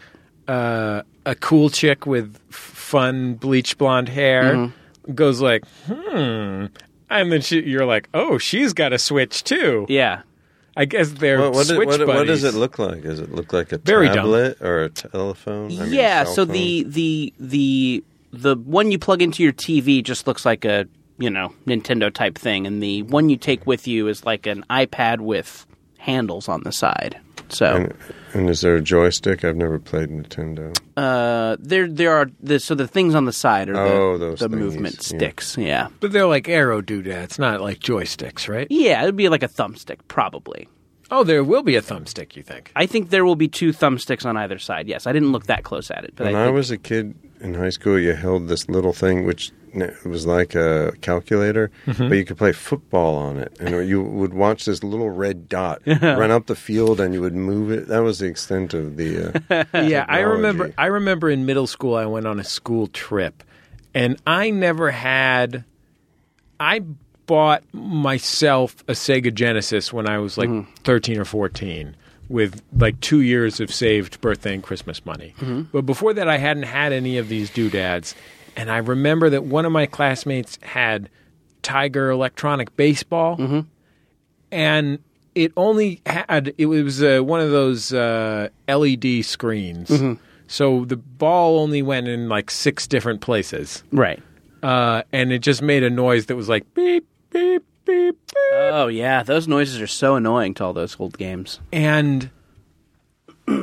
[SPEAKER 2] uh, a cool chick with f- fun bleach blonde hair
[SPEAKER 4] Mm-hmm.
[SPEAKER 2] goes like, "Hmm," and then she, you're like, "Oh, she's got a Switch too."
[SPEAKER 3] Yeah.
[SPEAKER 2] I guess they're
[SPEAKER 4] What, what,
[SPEAKER 2] Switch
[SPEAKER 4] what, what,
[SPEAKER 2] buddies.
[SPEAKER 4] does it look like? Does it look like a
[SPEAKER 2] Very dumb.
[SPEAKER 4] tablet or a telephone? I mean, a
[SPEAKER 3] yeah.
[SPEAKER 4] cell
[SPEAKER 3] So
[SPEAKER 4] phone?
[SPEAKER 3] the, the, the, the one you plug into your TV just looks like a, you know, Nintendo type thing. And the one you take with you is like an iPad with handles on the side. So
[SPEAKER 4] and is there a joystick? I've never played Nintendo.
[SPEAKER 3] uh, there, there are the, so the things on the side are the,
[SPEAKER 4] Oh, those
[SPEAKER 3] the
[SPEAKER 4] thingies,
[SPEAKER 3] movement
[SPEAKER 4] yeah.
[SPEAKER 3] sticks. Yeah,
[SPEAKER 2] But they're like arrow doodads, not like joysticks, right?
[SPEAKER 3] yeah, it'd be like a thumbstick probably.
[SPEAKER 2] Oh, there will be a thumbstick. You think?
[SPEAKER 3] I think there will be two thumbsticks on either side. Yes, I didn't look that close at it, but
[SPEAKER 4] When
[SPEAKER 3] I
[SPEAKER 4] I,
[SPEAKER 3] think,
[SPEAKER 4] was a kid in high school, you held this little thing which n- was like a calculator,
[SPEAKER 3] Mm-hmm.
[SPEAKER 4] but you could play football on it, and you would watch this little red dot run up the field, and you would move it. That was the extent of the. Uh,
[SPEAKER 2] yeah, I remember.
[SPEAKER 4] technology.
[SPEAKER 2] I remember in middle school, I went on a school trip, and I never had. I bought myself a Sega Genesis when I was like thirteen or fourteen, with like two years of saved birthday and Christmas money. But before that, I hadn't had any of these doodads, and I remember that one of my classmates had Tiger Electronic Baseball and it only had it was uh, one of those uh, LED screens, so the ball only went in like six different places,
[SPEAKER 3] right.
[SPEAKER 2] uh, and it just made a noise that was like beep beep beep, beep.
[SPEAKER 3] Oh yeah, those noises are so annoying to all those old games.
[SPEAKER 2] and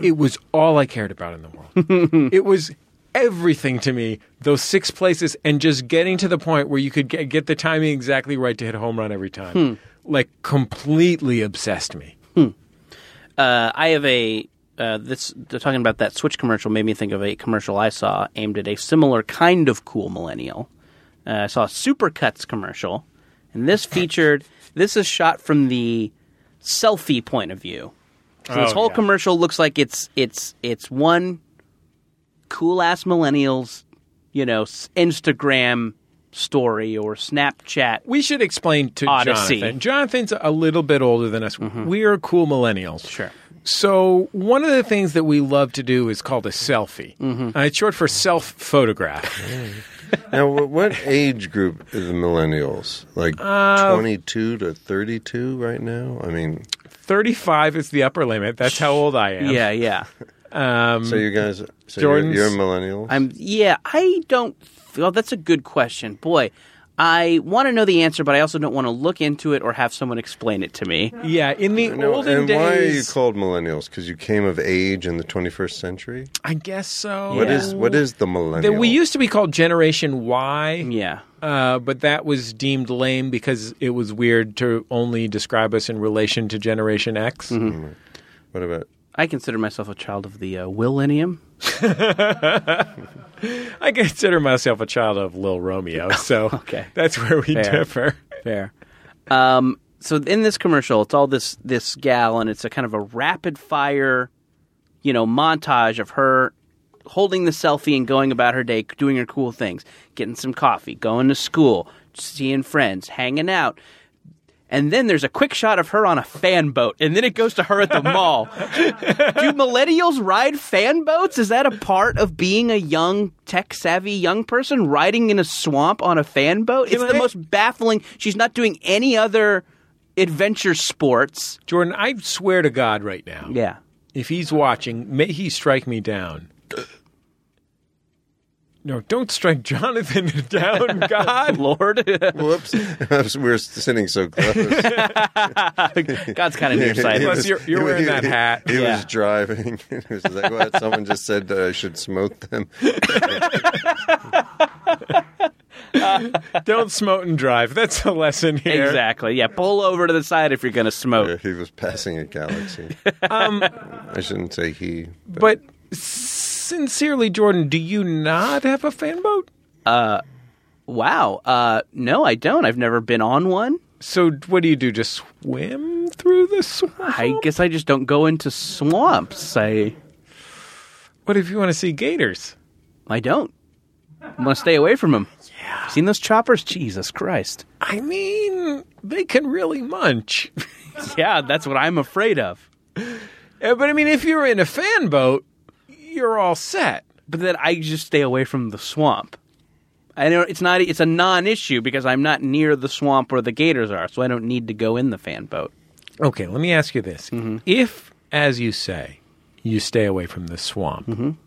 [SPEAKER 2] it was all I cared about in the world. it was everything to me. Those six places, and just getting to the point where you could get, get the timing exactly right to hit a home run every time, like completely obsessed me.
[SPEAKER 3] Uh, I have a uh, this they're talking about that Switch commercial made me think of a commercial I saw aimed at a similar kind of cool millennial. Uh, I saw a Supercuts commercial, and this featured this is shot from the selfie point of view. So this
[SPEAKER 2] Oh,
[SPEAKER 3] whole
[SPEAKER 2] yeah.
[SPEAKER 3] commercial looks like it's it's it's one cool ass millennials, you know, s- Instagram story or Snapchat.
[SPEAKER 2] we should explain to
[SPEAKER 3] Odyssey. Mm-hmm.
[SPEAKER 2] Jonathan. Jonathan's a little bit older than us. We are cool millennials.
[SPEAKER 3] Sure.
[SPEAKER 2] So one of the things that we love to do is called a selfie.
[SPEAKER 3] Mm-hmm.
[SPEAKER 2] Uh, it's short for self photograph.
[SPEAKER 4] now, what, what age group is the millennials? Like
[SPEAKER 3] Uh,
[SPEAKER 4] twenty-two to thirty-two right now. I mean,
[SPEAKER 2] Thirty-five is the upper limit. That's how old I am.
[SPEAKER 3] Yeah, yeah.
[SPEAKER 4] so you guys, so
[SPEAKER 2] Jordan's-
[SPEAKER 4] you're, you're millennials.
[SPEAKER 3] Um, I'm yeah, I don't well, that's a good question. Boy, I want to know the answer, but I also don't want to look into it or have someone explain it to me.
[SPEAKER 2] Yeah. In the
[SPEAKER 4] No,
[SPEAKER 2] olden
[SPEAKER 4] and
[SPEAKER 2] days,
[SPEAKER 4] why are you called millennials? Because you came of age in the 21st century.
[SPEAKER 2] I guess so.
[SPEAKER 4] What
[SPEAKER 3] Yeah.
[SPEAKER 4] is what is the millennial?
[SPEAKER 2] That we used to be called Generation Y.
[SPEAKER 3] Yeah.
[SPEAKER 2] Uh, but that was deemed lame because it was weird to only describe us in relation to Generation X.
[SPEAKER 3] Mm-hmm.
[SPEAKER 4] What about
[SPEAKER 3] I consider myself a child of the uh, millennium.
[SPEAKER 2] I consider myself a child of Lil Romeo, so
[SPEAKER 3] Okay.
[SPEAKER 2] that's where we
[SPEAKER 3] Fair.
[SPEAKER 2] differ.
[SPEAKER 3] Fair. Um, so in this commercial, it's all this this gal, and it's a kind of a rapid fire, you know, montage of her holding the selfie and going about her day, doing her cool things, getting some coffee, going to school, seeing friends, hanging out. And then there's a quick shot of her on a fan boat, and then it goes to her at the mall. Do millennials ride fan boats? Is that a part of being a young, tech savvy young person riding in a swamp on a fan boat? it's the
[SPEAKER 2] I-
[SPEAKER 3] most baffling. She's not doing any other adventure sports.
[SPEAKER 2] Jordan, I swear to God right now,
[SPEAKER 3] Yeah.
[SPEAKER 2] if he's watching, may he strike me down. No, don't strike Jonathan down, God.
[SPEAKER 3] Lord.
[SPEAKER 4] Whoops. we were sitting so close.
[SPEAKER 3] God's kind of
[SPEAKER 4] He
[SPEAKER 3] nearsighted.
[SPEAKER 2] Plus, you're- you're wearing that hat.
[SPEAKER 4] He
[SPEAKER 3] Yeah.
[SPEAKER 4] was driving. It was like, what? Someone just said that I should smote them.
[SPEAKER 2] don't smote and drive. That's a lesson here.
[SPEAKER 3] Exactly. Yeah. Pull over to the side if you're going to
[SPEAKER 4] Yeah,
[SPEAKER 3] smoke.
[SPEAKER 4] he was passing a galaxy.
[SPEAKER 2] Um,
[SPEAKER 4] I shouldn't say he.
[SPEAKER 2] But sincerely, Jordan, do you not have a fan boat?
[SPEAKER 3] Wow. Uh, no, I don't. I've never been on one.
[SPEAKER 2] So what do you do? Just swim through the swamp?
[SPEAKER 3] I guess I just don't go into swamps. I
[SPEAKER 2] What if you want to see gators?
[SPEAKER 3] I don't. I want to stay away from them. Yeah. Seen those choppers? Jesus Christ.
[SPEAKER 2] I mean, they can really munch.
[SPEAKER 3] Yeah, that's what I'm afraid of.
[SPEAKER 2] Uh, but I mean, if you're in a fan boat, you're all set.
[SPEAKER 3] But then I just stay away from the swamp. I know it's not it's a non-issue because I'm not near the swamp where the gators are, so I don't need to go in the fan boat.
[SPEAKER 2] Okay, let me ask you this. If, as you say, you stay away from the swamp,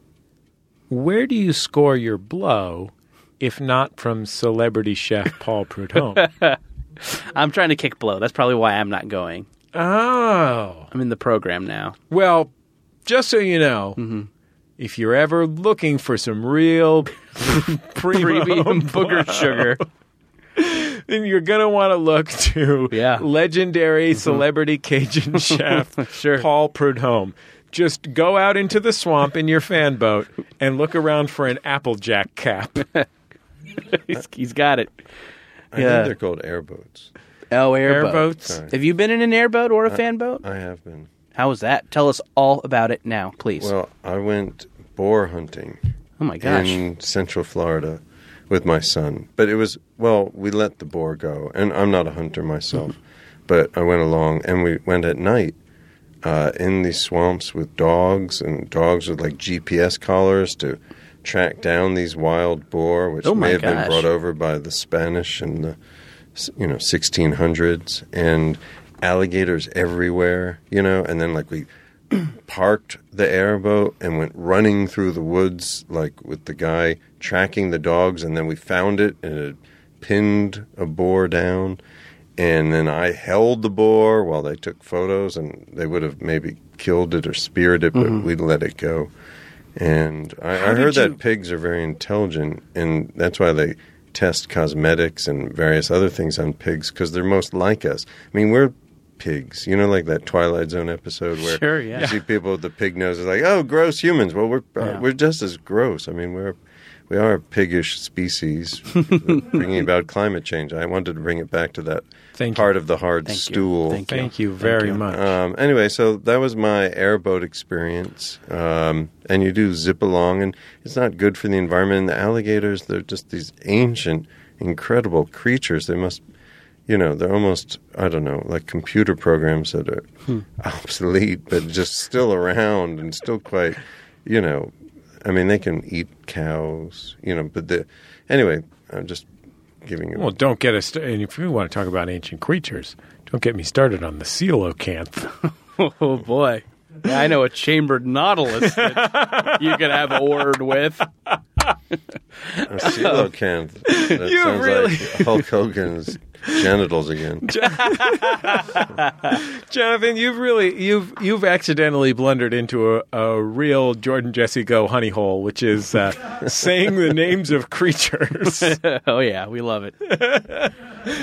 [SPEAKER 2] where do you score your blow if not from celebrity chef Paul Prudhomme?
[SPEAKER 3] I'm trying to kick blow. That's probably why I'm not going.
[SPEAKER 2] oh.
[SPEAKER 3] I'm in the program now.
[SPEAKER 2] Well, just so you know, if you're ever looking for some real
[SPEAKER 3] Premium
[SPEAKER 2] premium
[SPEAKER 3] booger sugar.
[SPEAKER 2] then you're going to want to look to
[SPEAKER 3] Yeah.
[SPEAKER 2] legendary celebrity Cajun chef
[SPEAKER 3] Sure.
[SPEAKER 2] Paul Prudhomme. Just go out into the swamp in your fan boat and look around for an Applejack cap.
[SPEAKER 3] he's, he's got it.
[SPEAKER 4] I
[SPEAKER 3] Yeah.
[SPEAKER 4] think they're called airboats.
[SPEAKER 3] Oh, airboat.
[SPEAKER 2] Airboats.
[SPEAKER 3] Have you been in an airboat or a
[SPEAKER 4] Uh,
[SPEAKER 3] fan boat?
[SPEAKER 4] I have been.
[SPEAKER 3] How was that? Tell us all about it now, please.
[SPEAKER 4] Well, I went boar hunting
[SPEAKER 3] oh my gosh.
[SPEAKER 4] in Central Florida with my son. But it was well, we let the boar go, and I'm not a hunter myself, but I went along, and we went at night uh, in these swamps with dogs, and dogs with like GPS collars to track down these wild boar, which
[SPEAKER 3] Oh, my
[SPEAKER 4] may have
[SPEAKER 3] gosh.
[SPEAKER 4] been brought over by the Spanish in the you know 1600s, and alligators everywhere, you know, and then like we parked the airboat and went running through the woods, like with the guy tracking the dogs. And then we found it and it had pinned a boar down. And then I held the boar while they took photos, and they would have maybe killed it or speared it, but we let it go. And I, I
[SPEAKER 2] did
[SPEAKER 4] heard
[SPEAKER 2] you-
[SPEAKER 4] that pigs are very intelligent, and that's why they test cosmetics and various other things on pigs because they're most like us. I mean, we're pigs, you know, like that Twilight Zone episode where
[SPEAKER 3] Sure, yeah.
[SPEAKER 4] you see people with the pig noses like, oh, gross humans. Well, we're uh,
[SPEAKER 3] Yeah.
[SPEAKER 4] we're just as gross. I mean, we're we are a piggish species, bringing about climate change. I wanted to bring it back to that
[SPEAKER 2] Thank
[SPEAKER 4] part of the hard
[SPEAKER 3] Thank you.
[SPEAKER 4] stool.
[SPEAKER 3] Thank you.
[SPEAKER 2] Thank you very
[SPEAKER 3] you.
[SPEAKER 2] much.
[SPEAKER 4] Um, anyway, so that was my airboat experience. Um, and you do zip along, and it's not good for the environment. And the alligators, they're just these ancient, incredible creatures. They must, you know, they're almost, I don't know, like computer programs that are obsolete, but just still around and still quite, you know, I mean, they can eat cows, you know, but the, anyway, I'm just giving you.
[SPEAKER 2] well, don't get us. and if we want to talk about ancient creatures, don't get me started on the coelacanth.
[SPEAKER 3] Oh boy. Yeah, I know a chambered nautilus that you could have a word with.
[SPEAKER 4] A coelacanth. That
[SPEAKER 2] You
[SPEAKER 4] sounds
[SPEAKER 2] really-
[SPEAKER 4] like Hulk Hogan's genitals again.
[SPEAKER 2] Jonathan, you've really you've you've accidentally blundered into a, a real Jordan Jesse Go honey hole, which is uh, saying the names of creatures.
[SPEAKER 3] oh yeah, we love it.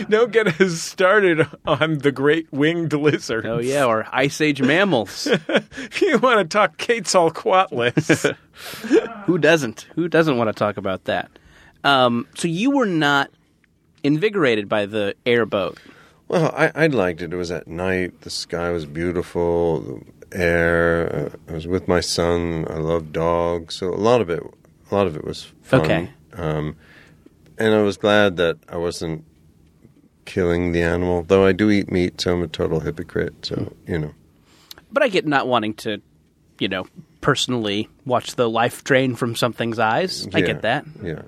[SPEAKER 2] Don't get us started on the great winged lizard.
[SPEAKER 3] Oh yeah, or ice age mammals.
[SPEAKER 2] If you want to talk Quetzalcoatlus,
[SPEAKER 3] Who doesn't? Who doesn't want to talk about that? Um, so you were not invigorated by the airboat.
[SPEAKER 4] Well, I, I liked it. It was at night. The sky was beautiful. The air. uh, I was with my son. I love dogs. So a lot of it, a lot of it was fun.
[SPEAKER 3] Okay.
[SPEAKER 4] Um, and I was glad that I wasn't killing the animal. Though I do eat meat, so I'm a total hypocrite. So you know.
[SPEAKER 3] But I get not wanting to, you know, personally watch the life drain from something's eyes. I
[SPEAKER 4] Yeah.
[SPEAKER 3] get that.
[SPEAKER 4] Yeah.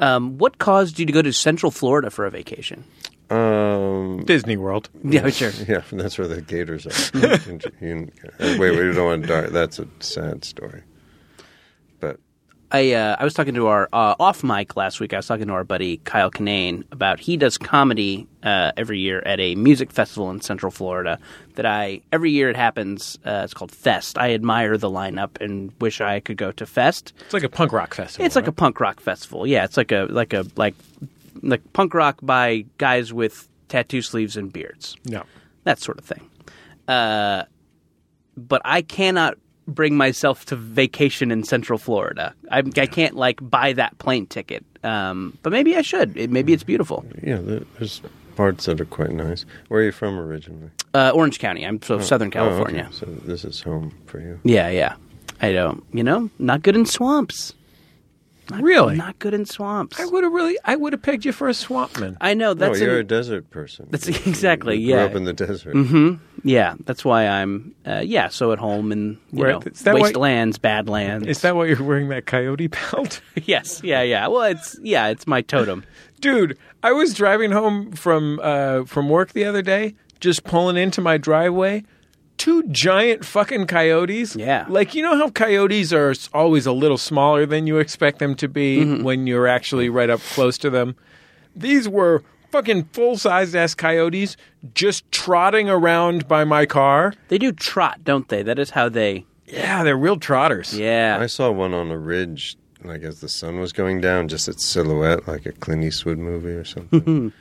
[SPEAKER 3] Um, what caused you to go to Central Florida for a vacation?
[SPEAKER 4] Um,
[SPEAKER 2] Disney World.
[SPEAKER 3] Yeah, sure.
[SPEAKER 4] yeah, that's where the gators are. You- wait, wait, we don't want to die. That's a sad story. But
[SPEAKER 3] I uh, I was talking to our uh, off mic last week. I was talking to our buddy Kyle Kinane about he does comedy uh, every year at a music festival in Central Florida. That I every year it happens. Uh, it's called Fest. I admire the lineup and wish I could go to Fest.
[SPEAKER 2] It's like a punk rock festival.
[SPEAKER 3] It's like a punk rock festival. Yeah, it's like a like a like like punk rock by guys with tattoo sleeves and beards
[SPEAKER 2] a no.
[SPEAKER 3] that sort of thing. Uh, but I cannot bring myself to vacation in Central Florida. I, I can't like buy that plane ticket. Um, but maybe I should. It, maybe it's beautiful.
[SPEAKER 4] yeah, there, there's parts that are quite nice. Where are you from originally?
[SPEAKER 3] Uh, Orange County. I'm so Southern California.
[SPEAKER 4] Oh, okay. So this is home for you.
[SPEAKER 3] Yeah, yeah. I don't. You know, not good in swamps.
[SPEAKER 2] Really?
[SPEAKER 3] Not good in swamps.
[SPEAKER 2] I would Oh, have really. I would have picked you for a swamp man.
[SPEAKER 3] I know
[SPEAKER 4] No,
[SPEAKER 3] that's
[SPEAKER 4] you're
[SPEAKER 3] an-
[SPEAKER 4] a desert person.
[SPEAKER 3] That's
[SPEAKER 4] You- you
[SPEAKER 3] exactly,
[SPEAKER 4] grew
[SPEAKER 3] yeah. Mm-hmm.
[SPEAKER 4] up in the desert.
[SPEAKER 3] yeah. That's why I'm uh, yeah. So at home and you
[SPEAKER 2] Where-
[SPEAKER 3] know
[SPEAKER 2] is that why-
[SPEAKER 3] wastelands, badlands.
[SPEAKER 2] Is that why you're wearing that coyote belt?
[SPEAKER 3] yes? Yeah, yeah. Well, it's yeah. It's my totem.
[SPEAKER 2] Dude, I was driving home from uh, from work the other day, just pulling into my driveway. Two giant fucking coyotes.
[SPEAKER 3] Yeah.
[SPEAKER 2] Like, you know how coyotes are s- always a little smaller than you expect them to be when you're actually right up close to them? These were fucking full sized ass coyotes just trotting around by my car.
[SPEAKER 3] They do trot, don't they? That is how they.
[SPEAKER 2] Yeah, they're real trotters.
[SPEAKER 4] I
[SPEAKER 3] Yeah.
[SPEAKER 4] saw one on a ridge, like as the sun was going down, just its silhouette, like a Clint Eastwood movie or
[SPEAKER 3] Mm-hmm.
[SPEAKER 4] something.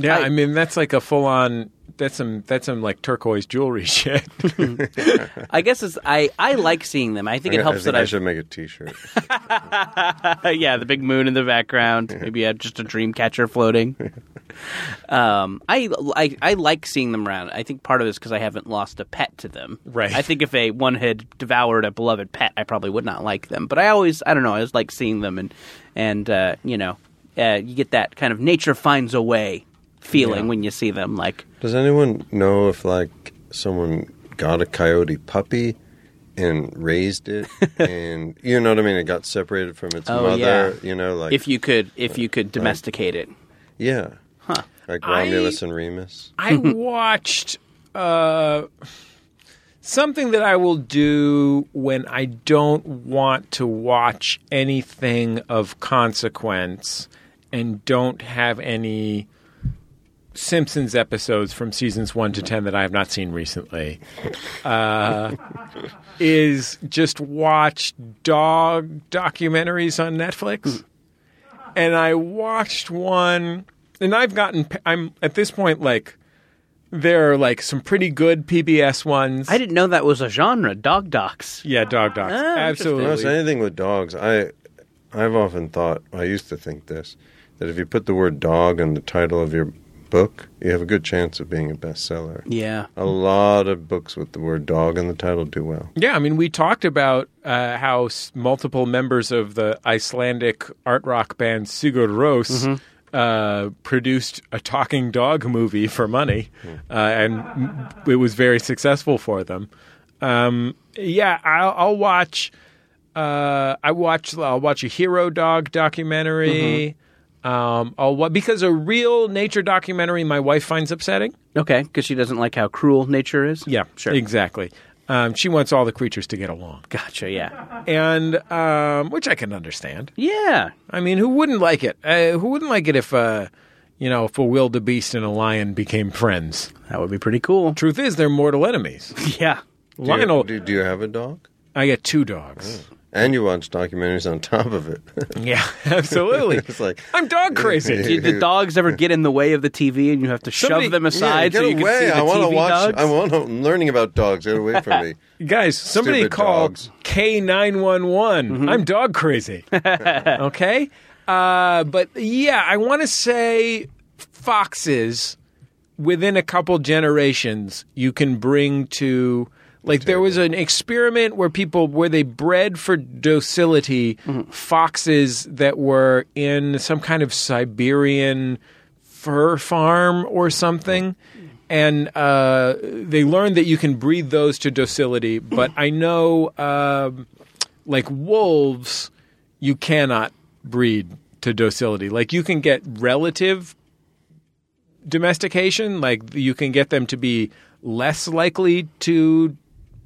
[SPEAKER 2] Yeah, I,
[SPEAKER 3] I-
[SPEAKER 2] mean that's like a full on that's some that's some like turquoise jewelry shit.
[SPEAKER 3] I, guess it's I, I like seeing them. I think it
[SPEAKER 4] I,
[SPEAKER 3] helps
[SPEAKER 4] think I
[SPEAKER 3] that
[SPEAKER 4] should make a T-shirt.
[SPEAKER 3] I have yeah the big moon in the background. Maybe uh, just a dream catcher floating. um, I, I I like seeing them around. I think part of it is because I haven't lost a pet to them.
[SPEAKER 2] Right.
[SPEAKER 3] I think if a one had devoured a beloved pet, I probably would not like them. But I always I don't know. I always like seeing them and and uh, you know uh, you get that kind of nature finds a way feeling when you see them. Like
[SPEAKER 4] Does anyone know if like someone got a coyote puppy and raised it, and you know what I mean? It got separated from its
[SPEAKER 3] Oh,
[SPEAKER 4] mother.
[SPEAKER 3] yeah.
[SPEAKER 4] You know, like
[SPEAKER 3] if you could if you could domesticate it.
[SPEAKER 4] yeah,
[SPEAKER 3] Huh.
[SPEAKER 4] like
[SPEAKER 2] I-
[SPEAKER 4] Romulus and Remus.
[SPEAKER 2] I watched uh, something that I will do when I don't want to watch anything of consequence and don't have any Simpsons episodes from seasons one to ten that I have not seen recently. Uh, is just watch dog documentaries on Netflix and I watched one, and I've gotten. I'm at this point like there are like some pretty good PBS ones.
[SPEAKER 3] I didn't know that was a genre. Dog docs.
[SPEAKER 2] yeah, dog docs,
[SPEAKER 4] No, it's
[SPEAKER 2] absolutely.
[SPEAKER 4] anything with dogs. I, I've often thought. I used to think this that if you put the word dog in the title of your book, you have a good chance of being a bestseller.
[SPEAKER 3] Yeah.
[SPEAKER 4] A lot of books with the word dog in the title do well.
[SPEAKER 2] Yeah, I mean, we talked about uh, how s- multiple members of the Icelandic art rock band Sigur Rós uh, produced a talking dog movie for money, uh, and it was very successful for them. Um, yeah, I'll, I'll watch. uh, I watch I'll watch a hero dog documentary. Um, I'll wa- because a real nature documentary my wife finds upsetting.
[SPEAKER 3] Okay, because she doesn't like how cruel nature is.
[SPEAKER 2] Yeah,
[SPEAKER 3] sure.
[SPEAKER 2] exactly. Um, she wants all the creatures to get along,
[SPEAKER 3] Gotcha. Yeah.
[SPEAKER 2] and um, which I can understand.
[SPEAKER 3] Yeah.
[SPEAKER 2] I mean, who wouldn't like it? Uh, who wouldn't like it if uh, you know if a wildebeest and a lion became friends?
[SPEAKER 3] That would be pretty cool.
[SPEAKER 2] Truth is, they're mortal enemies.
[SPEAKER 3] Yeah.
[SPEAKER 4] Do you-
[SPEAKER 2] Lionel,
[SPEAKER 4] do, do you have a dog?
[SPEAKER 2] I get two dogs.
[SPEAKER 4] And you watch documentaries on top of it.
[SPEAKER 2] Yeah, absolutely.
[SPEAKER 4] Mm. It's like-
[SPEAKER 2] I'm dog crazy.
[SPEAKER 3] Did the dogs ever get in the way of the TV and you have to shove
[SPEAKER 2] Somebody-
[SPEAKER 3] them aside
[SPEAKER 4] Yeah,
[SPEAKER 3] so
[SPEAKER 4] get
[SPEAKER 3] you can
[SPEAKER 4] away.
[SPEAKER 3] see the
[SPEAKER 4] I wanna
[SPEAKER 3] TV
[SPEAKER 4] watch.
[SPEAKER 3] dogs?
[SPEAKER 4] I want. To, I'm learning about dogs. Get away from me.
[SPEAKER 2] Guys, somebody
[SPEAKER 4] Stupid
[SPEAKER 2] called
[SPEAKER 4] dogs. Mm-hmm.
[SPEAKER 2] K911. I'm dog crazy. okay? Uh, but yeah, I want to say foxes within a couple generations you can bring to like there was an experiment where people where they bred for docility foxes that were in some kind of Siberian fur farm or something and uh, they learned that you can breed those to docility but I know um, like wolves you cannot breed to docility like you can get relative domestication. Like you can get them to be less likely to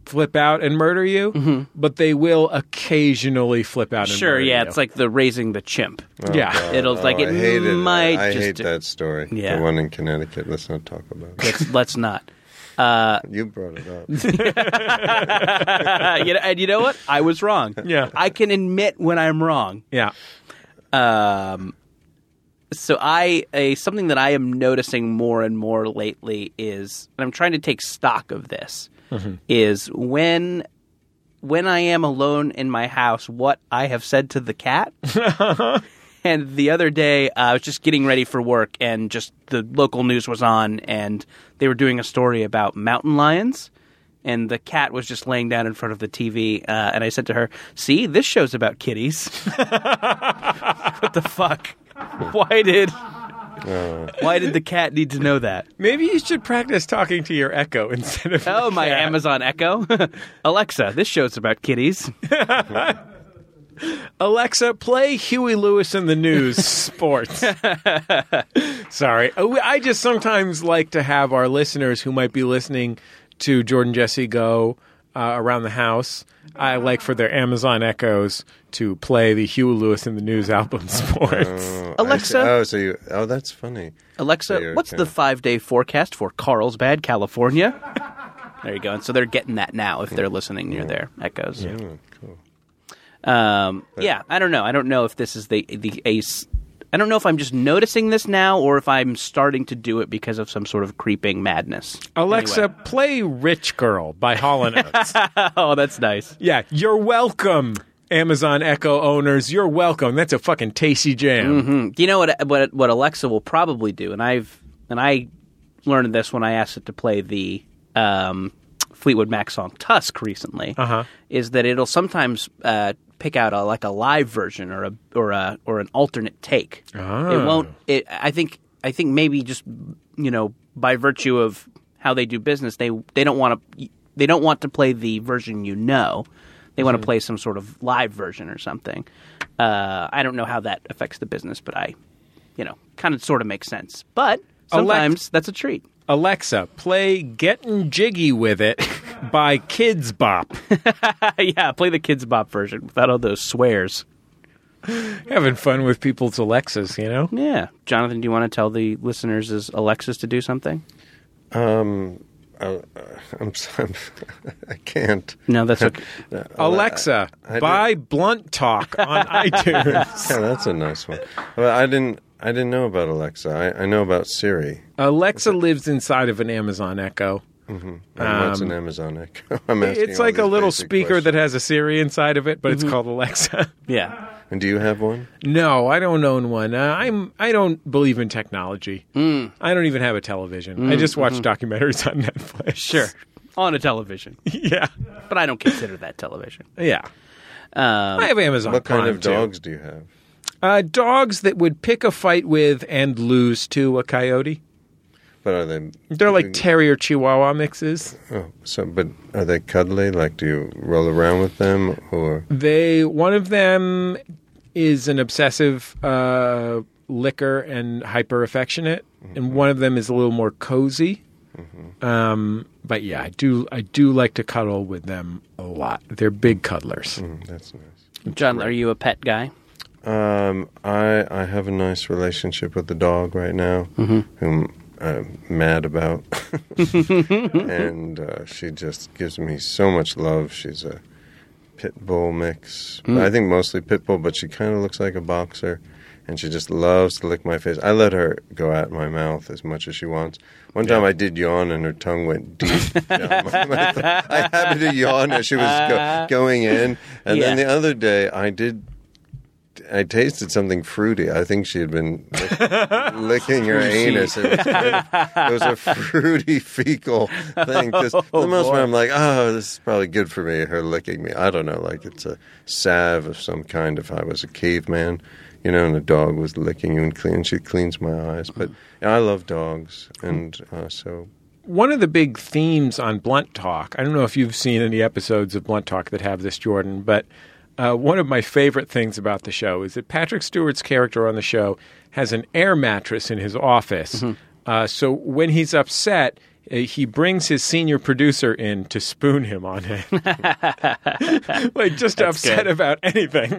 [SPEAKER 2] flip out and murder you, but they will occasionally flip out. and
[SPEAKER 3] Mm-hmm. Sure,
[SPEAKER 2] murder
[SPEAKER 3] yeah,
[SPEAKER 2] you.
[SPEAKER 3] it's like the raising the chimp.
[SPEAKER 2] yeah,
[SPEAKER 3] It'll like
[SPEAKER 4] Oh,
[SPEAKER 3] it
[SPEAKER 4] I hate it.
[SPEAKER 3] might
[SPEAKER 4] I
[SPEAKER 3] just
[SPEAKER 4] hate that story.
[SPEAKER 3] Yeah.
[SPEAKER 4] The one in Connecticut. Let's not talk about it.
[SPEAKER 3] Let's, let's not.
[SPEAKER 4] you brought it up.
[SPEAKER 3] Uh, you know, and you know what? I was wrong.
[SPEAKER 2] Yeah.
[SPEAKER 3] I can admit when I'm wrong.
[SPEAKER 2] yeah.
[SPEAKER 3] Um, so I a something that I am noticing more and more lately is, and I'm trying to take stock of this, is when when I am alone in my house, what I have said to the cat. and the other day, uh, I was just getting ready for work, and just the local news was on, and they were doing a story about mountain lions. And the cat was just laying down in front of the TV, uh, and I said to her, "See, this show's about kitties." what the fuck? Why did
[SPEAKER 4] Oh,
[SPEAKER 3] Why did the cat need to know that?
[SPEAKER 2] Maybe you should practice talking to your echo instead of
[SPEAKER 3] Oh, my
[SPEAKER 2] Yeah.
[SPEAKER 3] Amazon Echo. Alexa, this show's about kitties.
[SPEAKER 2] Alexa, play Huey Lewis in the News Sports. Sorry. Oh, we- I just sometimes like to have our listeners who might be listening to Jordan Jesse Go uh, around the house. I like for their Amazon Echoes to play the Huey Lewis in the News album Sports.
[SPEAKER 4] Oh, I see.
[SPEAKER 3] Alexa?
[SPEAKER 4] Oh, so you. Oh, that's funny.
[SPEAKER 3] Alexa,
[SPEAKER 4] Yeah,
[SPEAKER 3] what's
[SPEAKER 4] okay.
[SPEAKER 3] the five day forecast for Carlsbad, California? there you go. And so they're getting that now if they're listening near their echoes. Yeah.
[SPEAKER 4] Oh, cool.
[SPEAKER 3] Um, yeah, I don't know. I don't know if this is the the ace. I don't know if I'm just noticing this now or if I'm starting to do it because of some sort of creeping madness.
[SPEAKER 2] Alexa,
[SPEAKER 3] Anyway.
[SPEAKER 2] play Rich Girl by Hall and Oates.
[SPEAKER 3] Oh, that's nice.
[SPEAKER 2] yeah, you're welcome, Amazon Echo owners. You're welcome. That's a fucking tasty jam.
[SPEAKER 3] Do you know what what what Alexa will probably do? And I've and I learned this when I asked it to play the um, Fleetwood Mac song Tusk recently.
[SPEAKER 2] Uh-huh.
[SPEAKER 3] Is that it'll sometimes uh, pick out a, like a live version or a or a or an alternate take. It won't. It I think I think maybe just you know by virtue of how they do business, they they don't want to they don't want to play the version you know. They want to play some sort of live version or something. Uh, I don't know how that affects the business, but I, you know, kind of sort of makes sense. But sometimes that's a treat.
[SPEAKER 2] Alexa, play Gettin' Jiggy With It by Kids Bop.
[SPEAKER 3] yeah, play the Kids Bop version without all those swears.
[SPEAKER 2] Having fun with people's Alexas, you know?
[SPEAKER 3] Yeah, Jonathan, do you want to tell the listeners is Alexis to do something?
[SPEAKER 4] I'm, so- I'm. I can't.
[SPEAKER 3] No, that's okay.
[SPEAKER 2] uh, Alexa,
[SPEAKER 4] I- I
[SPEAKER 2] buy Blunt Talk on iTunes.
[SPEAKER 4] Yeah, that's a nice one. Well, I didn't. I didn't know about Alexa. I, I know about Siri.
[SPEAKER 2] Alexa lives inside of an Amazon Echo.
[SPEAKER 4] And what's an
[SPEAKER 3] Um,
[SPEAKER 4] Amazon Echo? I'm asking
[SPEAKER 2] It's
[SPEAKER 4] all
[SPEAKER 2] like a
[SPEAKER 4] these
[SPEAKER 2] little
[SPEAKER 4] basic
[SPEAKER 2] speaker that has
[SPEAKER 4] questions.
[SPEAKER 2] a Siri inside of it, but it's called Alexa.
[SPEAKER 3] yeah,
[SPEAKER 4] And do you have one?
[SPEAKER 2] Mm-hmm. No, I don't own one. Uh, I'm I don't believe in technology. I don't even have a television. I just watch documentaries on Netflix.
[SPEAKER 3] sure. On a television,
[SPEAKER 2] yeah.
[SPEAKER 3] but I don't consider that television.
[SPEAKER 2] Yeah.
[SPEAKER 3] Um,
[SPEAKER 2] I have Amazon
[SPEAKER 4] What kind
[SPEAKER 2] Prime,
[SPEAKER 4] of
[SPEAKER 2] too.
[SPEAKER 4] dogs do you have?
[SPEAKER 2] Uh, dogs that would pick a fight with and lose to a coyote.
[SPEAKER 4] But are they?
[SPEAKER 2] They're like terrier chihuahua mixes.
[SPEAKER 4] Oh, so but are they cuddly? Like, do you roll around with them, or
[SPEAKER 2] They one of them is an obsessive uh, licker and hyper affectionate, and one of them is a little more cozy. Um, but yeah, I do I do like to cuddle with them a lot. They're big cuddlers.
[SPEAKER 4] Mm, that's nice.
[SPEAKER 3] John, are you a pet guy?
[SPEAKER 4] Um, I I have a nice relationship with the dog right now, whom I'm mad about, and uh, she just gives me so much love. She's a pit bull mix. I think mostly pit bull, but she kind of looks like a boxer. And she just loves to lick my face. I let her go at my mouth as much as she wants. One time I did yawn and her tongue went deep down my mouth. I happened to yawn as she was go- going in. And then
[SPEAKER 3] Yeah.
[SPEAKER 4] the other day I did I tasted something fruity. I think she had been lick- licking her anus. It was, kind of- it was a fruity fecal thing. 'Cause for the most part, I'm like, oh, this is probably good for me. Her licking me. I don't know. Like it's a salve of some kind. If I was a caveman, you know, and a dog was licking you and clean, she cleans my eyes. But yeah, I love dogs, and uh, so
[SPEAKER 2] one of the big themes on Blunt Talk, I don't know if you've seen any episodes of Blunt Talk that have this, Jordan, but uh, one of my favorite things about the show is that Patrick Stewart's character on the show has an air mattress in his office. Uh, so when he's upset, uh, he brings his senior producer in to spoon him on it. like, just upset
[SPEAKER 3] good.
[SPEAKER 2] about anything.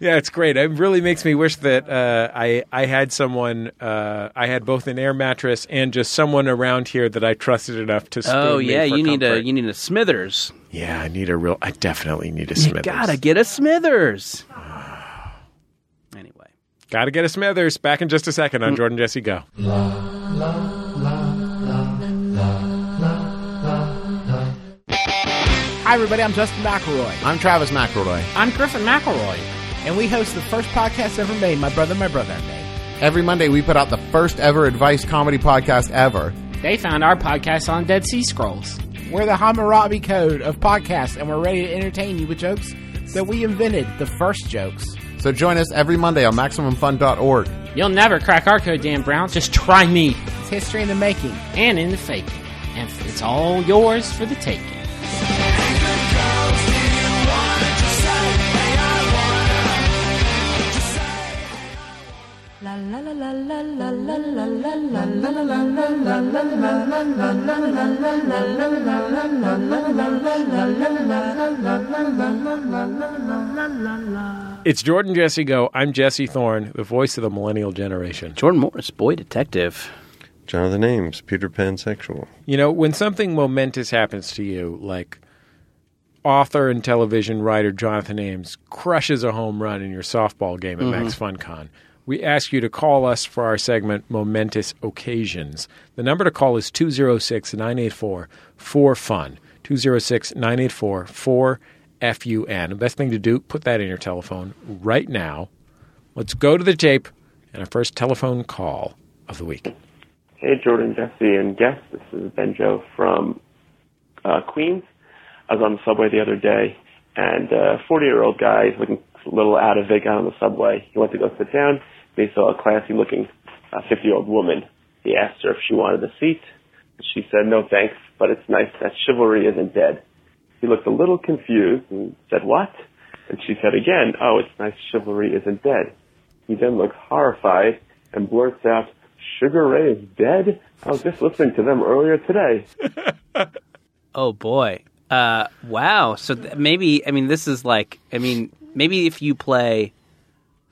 [SPEAKER 2] Yeah, it's great. It really makes me wish that uh, I I had someone uh, I had both an air mattress and just someone around here that I trusted enough to. Spoon
[SPEAKER 3] oh
[SPEAKER 2] me
[SPEAKER 3] yeah,
[SPEAKER 2] for
[SPEAKER 3] you need a
[SPEAKER 2] comfort.
[SPEAKER 3] you need a Smithers.
[SPEAKER 2] yeah, I need a real. I definitely need a Smithers.
[SPEAKER 3] Gotta get a Smithers. anyway,
[SPEAKER 2] gotta get a Smithers. Back in just a second
[SPEAKER 3] Mm.
[SPEAKER 2] on Jordan Jesse Go.
[SPEAKER 6] Hi, everybody. I'm Justin McElroy.
[SPEAKER 7] I'm Travis McElroy.
[SPEAKER 6] I'm Griffin McElroy. And we host the first podcast ever made, My Brother, My Brother and Me.
[SPEAKER 7] Every Monday, we put out the first ever advice comedy podcast ever.
[SPEAKER 8] They found our podcast on Dead Sea Scrolls.
[SPEAKER 6] We're the Hammurabi Code of podcasts, and we're ready to entertain you with jokes that we invented, the first jokes.
[SPEAKER 7] So join us every Monday on MaximumFun.org.
[SPEAKER 8] You'll never crack our code, Dan Brown. Just try me
[SPEAKER 6] It's history in the making.
[SPEAKER 8] and in the faking. And it's all yours for the taking.
[SPEAKER 1] La la la la la la la la la la la.
[SPEAKER 2] It's Jordan Jesse Go. I'm Jesse Thorne, the voice of the millennial generation.
[SPEAKER 3] Jordan Morris, boy detective.
[SPEAKER 4] Jonathan Ames, Peter Pansexual.
[SPEAKER 2] You know, when something momentous happens to you, like author and television writer Jonathan Ames crushes a home run in your softball game at Max FunCon, we ask you to call us for our segment Momentous Occasions. The number to call is 206 984 4FUN. 206 984 4FUN. The best thing to do, put that in your telephone right now. Let's go to the tape and our first telephone call of the week.
[SPEAKER 9] Hey, Jordan, Jesse, and guests. This is Benjo from uh, Queens. I was on the subway the other day, and a 40-year-old guy is looking a little out of it on the subway. He went to go sit down, and he saw a classy-looking uh, 50-year-old woman. He asked her if she wanted a seat. She said, no thanks, but it's nice that chivalry isn't dead. He looked a little confused and said, what? And she said again, oh, it's nice chivalry isn't dead. He then looks horrified and blurts out, Sugar Ray is dead? I was just listening to them earlier today.
[SPEAKER 3] Oh boy. Uh, wow. So th- maybe I mean this is like I mean maybe if you play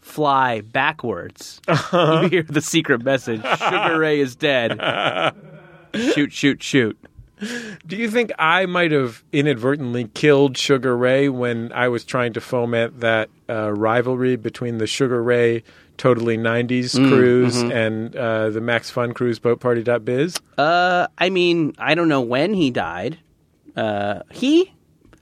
[SPEAKER 3] fly backwards, you hear the secret message: Sugar Ray is dead. shoot! Shoot! Shoot!
[SPEAKER 2] Do you think I might have inadvertently killed Sugar Ray when I was trying to foment that uh, rivalry between the Sugar Ray Totally 90s cruise and uh, the Max Fun Cruise Boat Party.biz?
[SPEAKER 3] Uh, I mean I don't know when he died. Uh, he,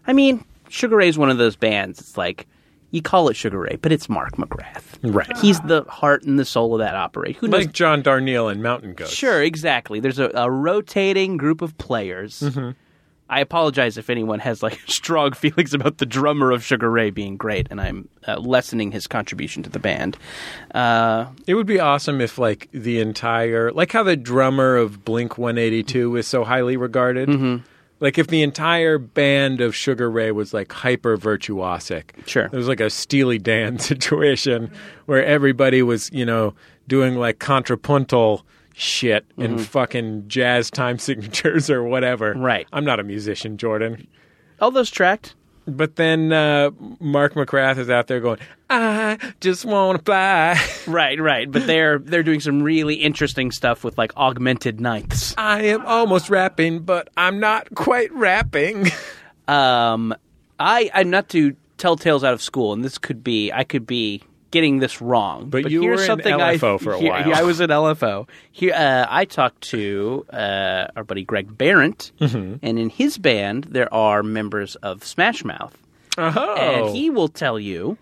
[SPEAKER 3] I mean Sugar Ray is one of those bands. It's like you call it Sugar Ray, but it's Mark McGrath.
[SPEAKER 2] Right.
[SPEAKER 3] He's the heart and the soul of that opera. Who knows
[SPEAKER 2] Like John Darnielle and Mountain Goats.
[SPEAKER 3] Sure, exactly. There's a, a rotating group of players. I apologize if anyone has like strong feelings about the drummer of Sugar Ray being great, and I'm uh, lessening his contribution to the band. Uh,
[SPEAKER 2] It would be awesome if, like, the entire, like how the drummer of Blink 182 is so highly regarded.
[SPEAKER 3] Mm-hmm.
[SPEAKER 2] Like, if the entire band of Sugar Ray was like hyper virtuosic.
[SPEAKER 3] Sure.
[SPEAKER 2] There was like a Steely Dan situation where everybody was, you know, doing like contrapuntal shit
[SPEAKER 3] Mm-hmm.
[SPEAKER 2] and fucking jazz time signatures or whatever.
[SPEAKER 3] Right.
[SPEAKER 2] I'm not a musician, Jordan.
[SPEAKER 3] all those tracked.
[SPEAKER 2] But then uh, Mark McGrath is out there going, I just want to fly.
[SPEAKER 3] Right, right. But they're they're doing some really interesting stuff with like augmented ninths.
[SPEAKER 2] I am almost rapping, but I'm not quite rapping.
[SPEAKER 3] Um, I I'm not to tell tales out of school, and this could be I could be getting this wrong.
[SPEAKER 2] But you
[SPEAKER 3] here's
[SPEAKER 2] were in
[SPEAKER 3] something I-
[SPEAKER 2] LFO for a
[SPEAKER 3] here-
[SPEAKER 2] while.
[SPEAKER 3] Yeah, I was in LFO. Here, uh, I talked to uh, our buddy Greg Barrent,
[SPEAKER 2] Mm-hmm.
[SPEAKER 3] and in his band there are members of Smash Mouth,
[SPEAKER 2] Oh,
[SPEAKER 3] and he will tell you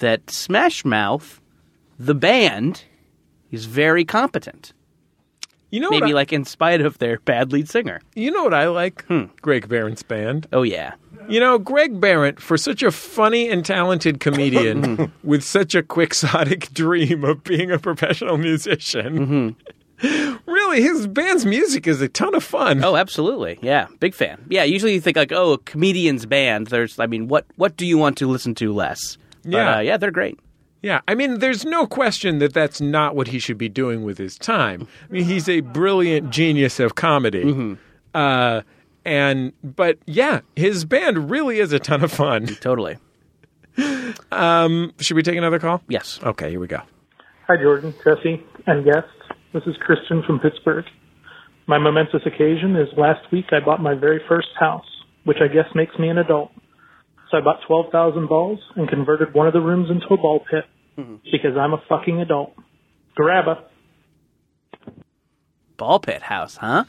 [SPEAKER 3] that Smash Mouth, the band, is very competent.
[SPEAKER 2] You know,
[SPEAKER 3] Maybe
[SPEAKER 2] what I,
[SPEAKER 3] like in spite of their bad lead singer.
[SPEAKER 2] you know what I like?
[SPEAKER 3] Hmm.
[SPEAKER 2] Greg Barron's band.
[SPEAKER 3] Oh yeah.
[SPEAKER 2] You know, Greg Barrett, for such a funny and talented
[SPEAKER 3] Hmm.
[SPEAKER 2] comedian with such a quixotic dream of being a professional musician,
[SPEAKER 3] Mm-hmm.
[SPEAKER 2] really, his band's music is a ton of fun.
[SPEAKER 3] Oh, absolutely. Yeah, big fan. Yeah, usually you think like, oh, a comedian's band. There's, I mean, what what do you want to listen to less? But,
[SPEAKER 2] Yeah.
[SPEAKER 3] uh, yeah, they're great.
[SPEAKER 2] Yeah, I mean, there's no question that that's not what he should be doing with his time. I mean, he's a brilliant genius of comedy. Uh, and but yeah, his band really is a ton of fun.
[SPEAKER 3] Totally.
[SPEAKER 2] Should we take another call?
[SPEAKER 3] Yes.
[SPEAKER 2] Okay, here we go.
[SPEAKER 10] Hi, Jordan, Jesse, and guests. This is Christian from Pittsburgh. My momentous occasion is last week I bought my very first house, which I guess makes me an adult. So I bought 12,000 balls and converted one of the rooms into a ball pit because I'm a fucking adult. Garabba.
[SPEAKER 3] Ball pit house, huh?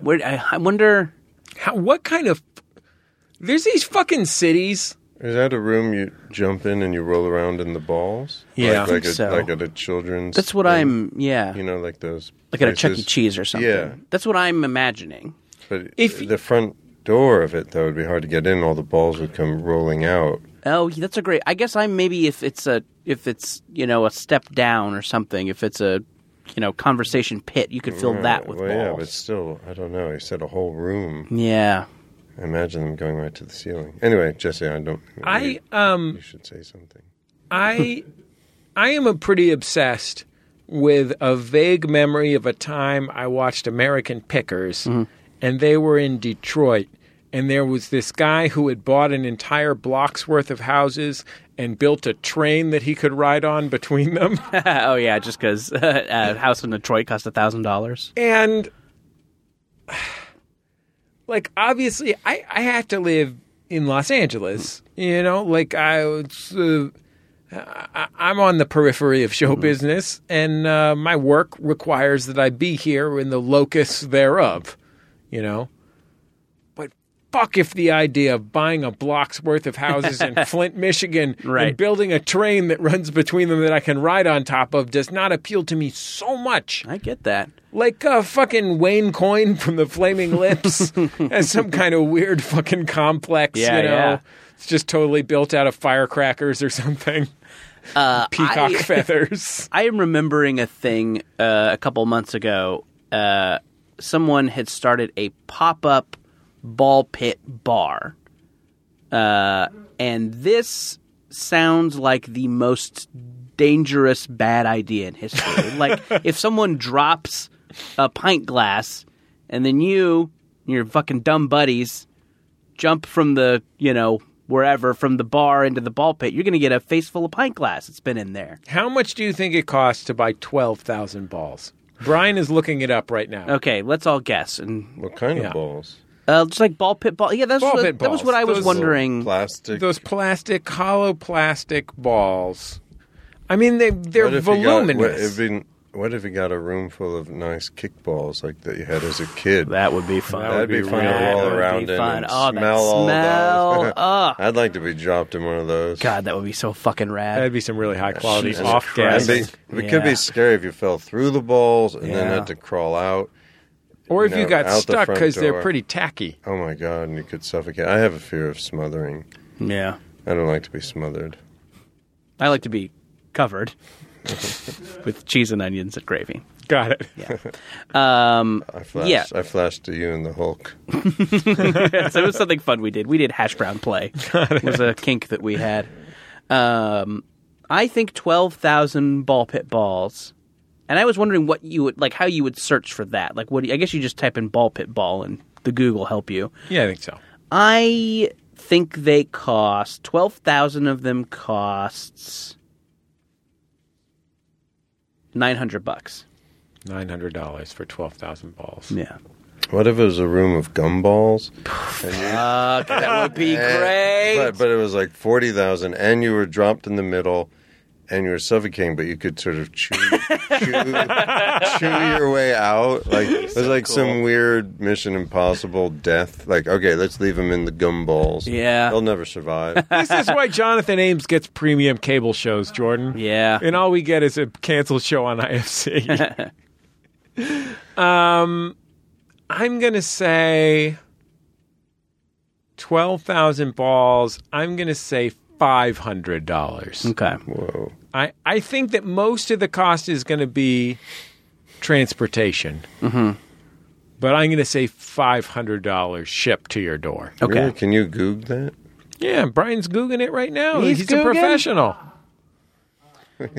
[SPEAKER 3] Where I, I wonder.
[SPEAKER 2] How, what kind of there's these fucking cities.
[SPEAKER 4] Is that a room you jump in and you roll around in the balls?
[SPEAKER 2] Yeah.
[SPEAKER 4] like, like,
[SPEAKER 3] I think so.
[SPEAKER 4] a, like at a children's.
[SPEAKER 3] That's what
[SPEAKER 4] thing?
[SPEAKER 3] I'm. Yeah,
[SPEAKER 4] You know, like those.
[SPEAKER 3] like at a Chuck E.
[SPEAKER 4] places.
[SPEAKER 3] Cheese or something.
[SPEAKER 4] Yeah,
[SPEAKER 3] That's what I'm imagining.
[SPEAKER 4] but
[SPEAKER 2] If-
[SPEAKER 4] the front door of it though would be hard to get in. All the balls would come rolling out.
[SPEAKER 3] Oh, yeah, that's a great. I guess I'm maybe if it's a if it's you know a step down or something. If it's a you know conversation pit, you could fill that with
[SPEAKER 4] well, yeah, but
[SPEAKER 3] balls.
[SPEAKER 4] still, I don't know. He said a whole room.
[SPEAKER 3] Yeah,
[SPEAKER 4] I imagine them going right to the ceiling. Anyway, Jesse, I don't.
[SPEAKER 2] I
[SPEAKER 4] you,
[SPEAKER 2] um
[SPEAKER 4] you should say something.
[SPEAKER 2] I I am a pretty obsessed with a vague memory of a time I watched American Pickers and they were in Detroit and there was this guy who had bought an entire block's worth of houses and built a train that he could ride on between them.
[SPEAKER 3] oh yeah, just because uh, a house in Detroit cost a thousand dollars.
[SPEAKER 2] and like obviously i i had to live in los angeles you know like i was uh, I, i'm on the periphery of show business and uh, my work requires that i be here in the locus thereof you know but fuck if the idea of buying a block's worth of houses in flint michigan
[SPEAKER 3] Right.
[SPEAKER 2] and building a train that runs between them that i can ride on top of does not appeal to me so much
[SPEAKER 3] I get that.
[SPEAKER 2] like uh, fucking Wayne Coyne from the Flaming Lips has some kind of weird fucking complex.
[SPEAKER 3] Yeah,
[SPEAKER 2] you know,
[SPEAKER 3] yeah.
[SPEAKER 2] it's just totally built out of firecrackers or something. Uh, Peacock
[SPEAKER 3] I-
[SPEAKER 2] feathers.
[SPEAKER 3] I am remembering a thing uh, a couple months ago. Uh, someone had started a pop up ball pit bar. Uh, and this sounds like the most dangerous bad idea in history. like, if someone drops a pint glass and then you and your fucking dumb buddies jump from the, you know, wherever from the bar into the ball pit, you're going to get a face full of pint glass that's been in there.
[SPEAKER 2] How much do you think it costs to buy twelve thousand balls? Brian is looking it up right now.
[SPEAKER 3] Okay, let's all guess and
[SPEAKER 4] What kind
[SPEAKER 2] Yeah.
[SPEAKER 4] of balls?
[SPEAKER 3] uh, just like ball pit ball. Yeah, that's
[SPEAKER 2] Ball
[SPEAKER 3] what,
[SPEAKER 2] pit
[SPEAKER 3] that was
[SPEAKER 2] balls.
[SPEAKER 3] what I was
[SPEAKER 2] Those-
[SPEAKER 3] wondering.
[SPEAKER 4] Plastic.
[SPEAKER 2] Those plastic, hollow plastic balls. I mean, they they're
[SPEAKER 4] What if you got- what
[SPEAKER 2] voluminous.
[SPEAKER 4] if you- What if you got a room full of nice kickballs like that you had as a kid?
[SPEAKER 3] That would be fun.
[SPEAKER 4] That'd be fun
[SPEAKER 3] really-
[SPEAKER 4] to roll
[SPEAKER 3] that would be
[SPEAKER 4] around in
[SPEAKER 3] fun.
[SPEAKER 4] and
[SPEAKER 3] Oh, that
[SPEAKER 4] smell all
[SPEAKER 3] smell.
[SPEAKER 4] those.
[SPEAKER 3] Ugh.
[SPEAKER 4] I'd like to be dropped in one of those.
[SPEAKER 3] God, that would be so fucking rad.
[SPEAKER 2] That'd be some really high quality
[SPEAKER 4] Jesus
[SPEAKER 2] off gas.
[SPEAKER 4] It'd be- It could
[SPEAKER 3] Yeah.
[SPEAKER 4] be scary if you fell through the balls and then
[SPEAKER 3] Yeah.
[SPEAKER 4] had to crawl out.
[SPEAKER 2] Or if
[SPEAKER 4] you
[SPEAKER 2] you
[SPEAKER 4] know,
[SPEAKER 2] got
[SPEAKER 4] out the
[SPEAKER 2] stuck
[SPEAKER 4] front
[SPEAKER 2] because they're
[SPEAKER 4] door.
[SPEAKER 2] pretty tacky.
[SPEAKER 4] Oh my God, and you could suffocate. I have a fear of smothering.
[SPEAKER 3] yeah,
[SPEAKER 4] I don't like to be smothered.
[SPEAKER 3] I like to be covered with cheese and onions and gravy.
[SPEAKER 2] Got it.
[SPEAKER 3] Um,
[SPEAKER 4] I flashed,
[SPEAKER 3] Yeah.
[SPEAKER 4] I flashed to you and the Hulk.
[SPEAKER 3] so it was something fun we did. We did hash brown play. It was a kink that we had. Um, I think twelve thousand ball pit balls, and I was wondering what you would like, how you would search for that. Like, what? do you- I guess you just type in ball pit ball, and the Google help you.
[SPEAKER 2] Yeah, I think so.
[SPEAKER 3] I think they cost twelve thousand of them costs nine hundred bucks.
[SPEAKER 2] Nine hundred dollars for twelve thousand balls.
[SPEAKER 3] Yeah,
[SPEAKER 4] What if it was a room of gumballs?
[SPEAKER 3] Uh,
[SPEAKER 4] Eh,
[SPEAKER 3] that would be great.
[SPEAKER 4] But, but it was like 40,000 and you were dropped in the middle and you were suffocating, but you could sort of chew, chew, chew your way out. Like it was like some weird Mission Impossible death. Like okay, let's leave them in the gumballs.
[SPEAKER 3] Yeah.
[SPEAKER 4] they'll never survive.
[SPEAKER 2] This is why Jonathan Ames gets premium cable shows, Jordan.
[SPEAKER 3] Yeah.
[SPEAKER 2] And all we get is a canceled show on IFC. um, I'm going to say 12,000 balls. I'm going to say $500.
[SPEAKER 3] Okay.
[SPEAKER 4] Whoa.
[SPEAKER 2] I, I think that most of the cost is going to be transportation. Mm-hmm. But I'm going to say $500 shipped to your door.
[SPEAKER 3] Okay.
[SPEAKER 4] Really? Can you Google that?
[SPEAKER 2] Yeah, Brian's googing it right now. He's,
[SPEAKER 8] He's
[SPEAKER 2] a
[SPEAKER 8] Googling?
[SPEAKER 2] professional.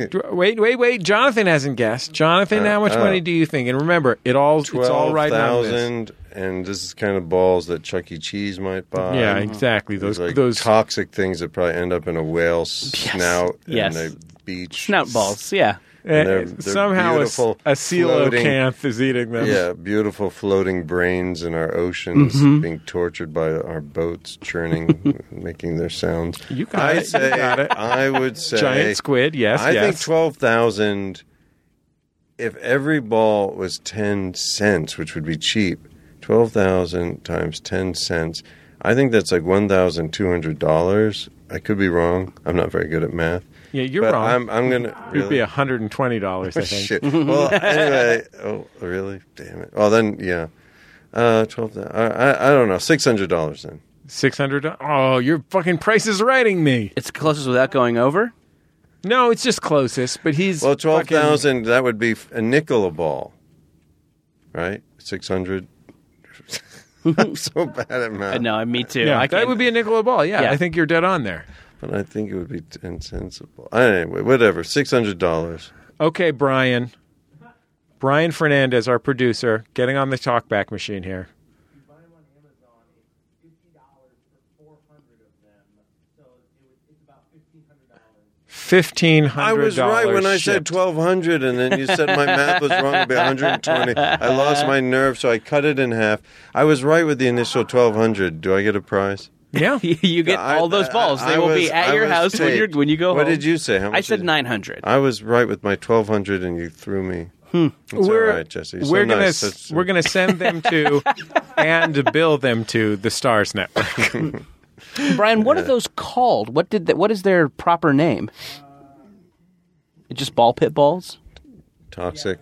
[SPEAKER 2] Dr- wait, wait, wait! Jonathan hasn't guessed. Jonathan, how much
[SPEAKER 4] uh.
[SPEAKER 2] money do you think? And remember, it all it's all
[SPEAKER 4] Twelve
[SPEAKER 2] right now.
[SPEAKER 4] thousand, and this is kind of balls that Chuck E. Cheese might buy.
[SPEAKER 2] Yeah,
[SPEAKER 3] Mm-hmm.
[SPEAKER 2] exactly. Those
[SPEAKER 4] Those like
[SPEAKER 2] those
[SPEAKER 4] toxic things that probably end up in a whale's snout
[SPEAKER 3] Yes.
[SPEAKER 4] in a beach.
[SPEAKER 3] Snout balls. Yeah.
[SPEAKER 2] eh,
[SPEAKER 4] they're- they're
[SPEAKER 2] somehow it's
[SPEAKER 4] beautiful,
[SPEAKER 2] a coelacanth is eating them.
[SPEAKER 4] Yeah, beautiful floating brains in our oceans
[SPEAKER 3] Mm-hmm.
[SPEAKER 4] being tortured by our boats churning, making their sounds.
[SPEAKER 2] You got
[SPEAKER 4] I
[SPEAKER 2] it. You
[SPEAKER 4] say,
[SPEAKER 2] got it.
[SPEAKER 4] I would say
[SPEAKER 2] Giant squid, yes,
[SPEAKER 4] I think
[SPEAKER 2] yes.
[SPEAKER 4] twelve thousand. If every ball was ten cents, which would be cheap, twelve thousand times ten cents, I think that's like one thousand two hundred dollars. I could be wrong. I'm not very good at math.
[SPEAKER 2] Yeah, you're
[SPEAKER 4] but
[SPEAKER 2] wrong.
[SPEAKER 4] I'm, I'm gonna.
[SPEAKER 2] It'd be
[SPEAKER 4] really?
[SPEAKER 2] hundred and twenty dollars. I think.
[SPEAKER 4] Shit. Well, anyway. Oh, really? Damn it. Well, then, yeah. Uh, twelve. thou- I, I I don't know. Six hundred dollars then.
[SPEAKER 2] Six hundred. Oh, your fucking price is writing me.
[SPEAKER 3] It's closest without going over.
[SPEAKER 2] No, it's just closest. But he's
[SPEAKER 4] Well, twelve
[SPEAKER 2] fucking-
[SPEAKER 4] thousand. That would be a nickel a ball, right? Six hundred. I'm so bad
[SPEAKER 3] Uh,
[SPEAKER 4] at math.
[SPEAKER 3] No, me too.
[SPEAKER 2] Yeah,
[SPEAKER 3] I
[SPEAKER 2] that
[SPEAKER 3] can't-
[SPEAKER 2] would be a nickel a ball. Yeah,
[SPEAKER 3] Yeah.
[SPEAKER 2] I think you're dead on there.
[SPEAKER 4] But I think it would be ten cents a ball. Anyway, whatever. Six hundred dollars.
[SPEAKER 2] Okay, Brian. Brian Fernandez, our producer, getting on the talkback machine here. Fifteen
[SPEAKER 4] I
[SPEAKER 2] hundred
[SPEAKER 4] was
[SPEAKER 2] dollars.
[SPEAKER 4] right when I said twelve hundred, and then you said my math was wrong. It'd be one hundred and twenty. I lost my nerve, so I cut it in half. I was right with the initial twelve hundred. Do I get a prize?
[SPEAKER 2] Yeah,
[SPEAKER 3] you get
[SPEAKER 4] I-
[SPEAKER 3] all those
[SPEAKER 4] I-
[SPEAKER 3] balls. They
[SPEAKER 4] I
[SPEAKER 3] will
[SPEAKER 4] was-
[SPEAKER 3] be at
[SPEAKER 4] I
[SPEAKER 3] your
[SPEAKER 4] was
[SPEAKER 3] house when, you're,
[SPEAKER 4] taped.
[SPEAKER 3] when you go home.
[SPEAKER 4] What did you say? Uh, How
[SPEAKER 3] I
[SPEAKER 4] much
[SPEAKER 3] said
[SPEAKER 4] did-
[SPEAKER 3] 900.
[SPEAKER 4] I was right with my twelve hundred, and you threw me. It's
[SPEAKER 2] we're
[SPEAKER 4] all right, Jesse. So
[SPEAKER 2] we're gonna
[SPEAKER 4] nice.
[SPEAKER 2] s
[SPEAKER 4] That's-
[SPEAKER 2] we're gonna send them to and bill them to the Stars Network.
[SPEAKER 3] Brian, what are those called? What did the, what is their proper name? Just ball pit balls?
[SPEAKER 4] toxic.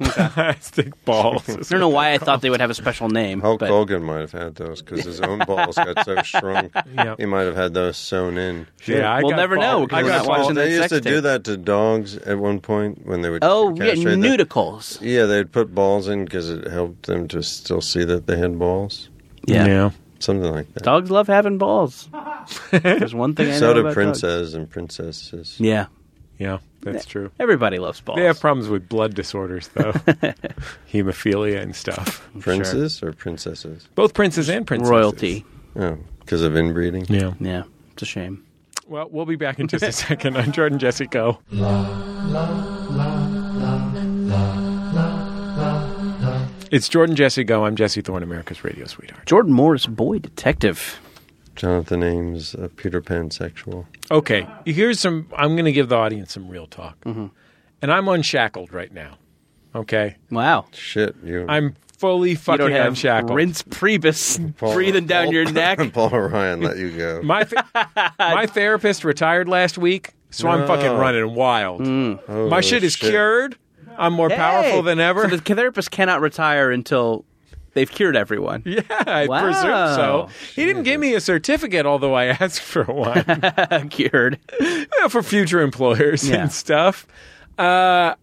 [SPEAKER 2] Plastic balls.
[SPEAKER 3] I don't know why I thought they would have a special name.
[SPEAKER 4] Hulk
[SPEAKER 3] but-
[SPEAKER 4] Hogan might have had those because his own balls got so shrunk.
[SPEAKER 2] Yeah.
[SPEAKER 4] He might have had those sewn in.
[SPEAKER 2] Yeah, I
[SPEAKER 3] We'll
[SPEAKER 2] got
[SPEAKER 3] never
[SPEAKER 2] ball-
[SPEAKER 3] know, 'cause
[SPEAKER 2] I
[SPEAKER 3] we're
[SPEAKER 2] got
[SPEAKER 3] not
[SPEAKER 2] ball-
[SPEAKER 3] watching
[SPEAKER 4] they
[SPEAKER 3] that
[SPEAKER 4] used
[SPEAKER 3] sex
[SPEAKER 4] to do
[SPEAKER 3] tape.
[SPEAKER 4] that to dogs at one point when they would.
[SPEAKER 3] Oh, yeah,
[SPEAKER 4] castrate them.
[SPEAKER 3] nudicles.
[SPEAKER 4] Yeah, they'd put balls in because it helped them to still see that they had balls.
[SPEAKER 3] Yeah.
[SPEAKER 2] Yeah.
[SPEAKER 4] Something like that.
[SPEAKER 3] Dogs love having balls. There's one thing I know
[SPEAKER 4] so do
[SPEAKER 3] about dogs.
[SPEAKER 4] princesses and princesses.
[SPEAKER 3] Yeah.
[SPEAKER 2] Yeah, that's true.
[SPEAKER 3] Everybody loves balls.
[SPEAKER 2] They have problems with blood disorders, though, hemophilia and stuff. I'm sure.
[SPEAKER 4] Princes or princesses?
[SPEAKER 2] both princes and princesses,
[SPEAKER 3] Royalty.
[SPEAKER 4] Oh, because of inbreeding.
[SPEAKER 2] Yeah.
[SPEAKER 3] Yeah. It's a shame.
[SPEAKER 2] Well, we'll be back in just a second. I'm Jordan Jesse Go. It's Jordan Jesse Go. I'm Jesse Thorne, America's radio sweetheart.
[SPEAKER 3] Jordan Morris, boy detective.
[SPEAKER 4] Jonathan Ames, a Peter Pan sexual.
[SPEAKER 2] Okay, here's some. I'm going to give the audience some real talk,
[SPEAKER 3] Mm-hmm.
[SPEAKER 2] and I'm unshackled right now. Okay,
[SPEAKER 3] Wow.
[SPEAKER 4] Shit, you.
[SPEAKER 2] I'm fully fucking
[SPEAKER 3] you don't have
[SPEAKER 2] unshackled.
[SPEAKER 3] rinse Priebus breathing down
[SPEAKER 4] Paul-
[SPEAKER 3] your neck.
[SPEAKER 4] Paul Ryan let you go.
[SPEAKER 2] My th- my therapist retired last week, so I'm fucking
[SPEAKER 4] No.
[SPEAKER 2] running wild. my
[SPEAKER 3] Mm.
[SPEAKER 4] Oh,
[SPEAKER 2] shit is cured. I'm more powerful than ever.
[SPEAKER 3] So the therapist cannot retire until they've cured everyone.
[SPEAKER 2] yeah, I
[SPEAKER 3] Wow.
[SPEAKER 2] presume so. He didn't give me a certificate, although I asked for one you
[SPEAKER 3] cured.
[SPEAKER 2] know, for future employers
[SPEAKER 3] Yeah.
[SPEAKER 2] and stuff. Uh,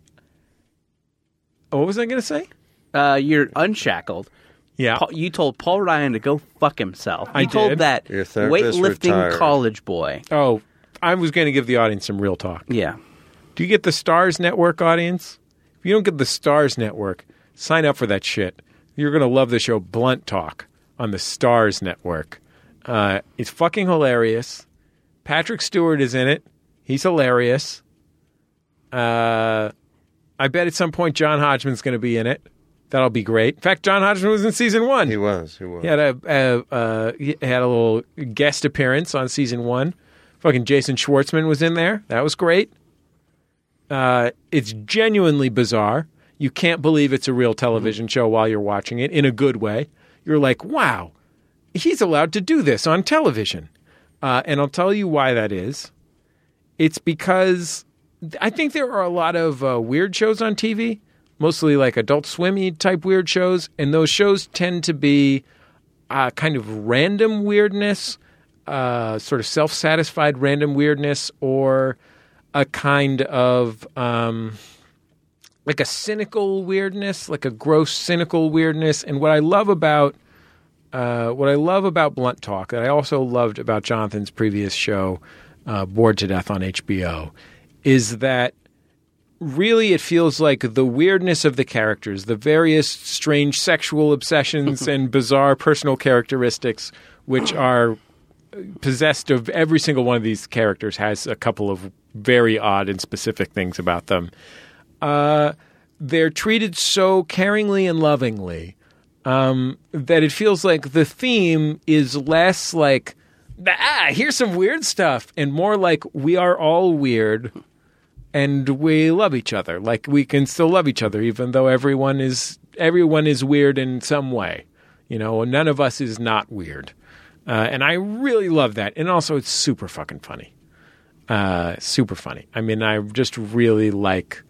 [SPEAKER 2] what was I going to say?
[SPEAKER 3] Uh, you're unshackled.
[SPEAKER 2] Yeah,
[SPEAKER 3] Paul, you told Paul Ryan to go fuck himself. You
[SPEAKER 2] I
[SPEAKER 3] told
[SPEAKER 2] did.
[SPEAKER 3] that
[SPEAKER 4] Your therapist
[SPEAKER 3] weightlifting
[SPEAKER 4] retired.
[SPEAKER 3] college boy.
[SPEAKER 2] Oh, I was going to give the audience some real talk.
[SPEAKER 3] Yeah.
[SPEAKER 2] Do you get the Stars Network audience? If you don't get the Stars Network, sign up for that shit. You're going to love the show Blunt Talk on the Stars Network. Uh, it's fucking hilarious. Patrick Stewart is in it. He's hilarious. Uh, I bet at some point John Hodgman's going to be in it. That'll be great. In fact, John Hodgman was in season one.
[SPEAKER 4] He was. He was.
[SPEAKER 2] He had a, a uh, he had a little guest appearance on season one. Fucking Jason Schwartzman was in there. That was great. Uh, it's genuinely bizarre. You can't believe it's a real television show while you're watching it in a good way. You're like, wow, he's allowed to do this on television. Uh, and I'll tell you why that is. It's because I think there are a lot of uh, weird shows on TV, mostly like adult swimmy type weird shows, and those shows tend to be uh, kind of random weirdness, uh, sort of self satisfied random weirdness, or a kind of um, like a cynical weirdness, like a gross cynical weirdness. And what I love about uh, what I love about Blunt Talk that I also loved about Jonathan's previous show, uh, Bored to Death on HBO, is that really it feels like the weirdness of the characters, the various strange sexual obsessions and bizarre personal characteristics, which are possessed of every single one of these characters, has a couple of very odd and specific things about them. Uh, they're treated so caringly and lovingly um, that it feels like the theme is less like ah here's some weird stuff and more like we are all weird and we love each other like we can still love each other even though everyone is everyone is weird in some way you know none of us is not weird uh, and i really love that and also it's super fucking funny uh, super funny i mean i just really like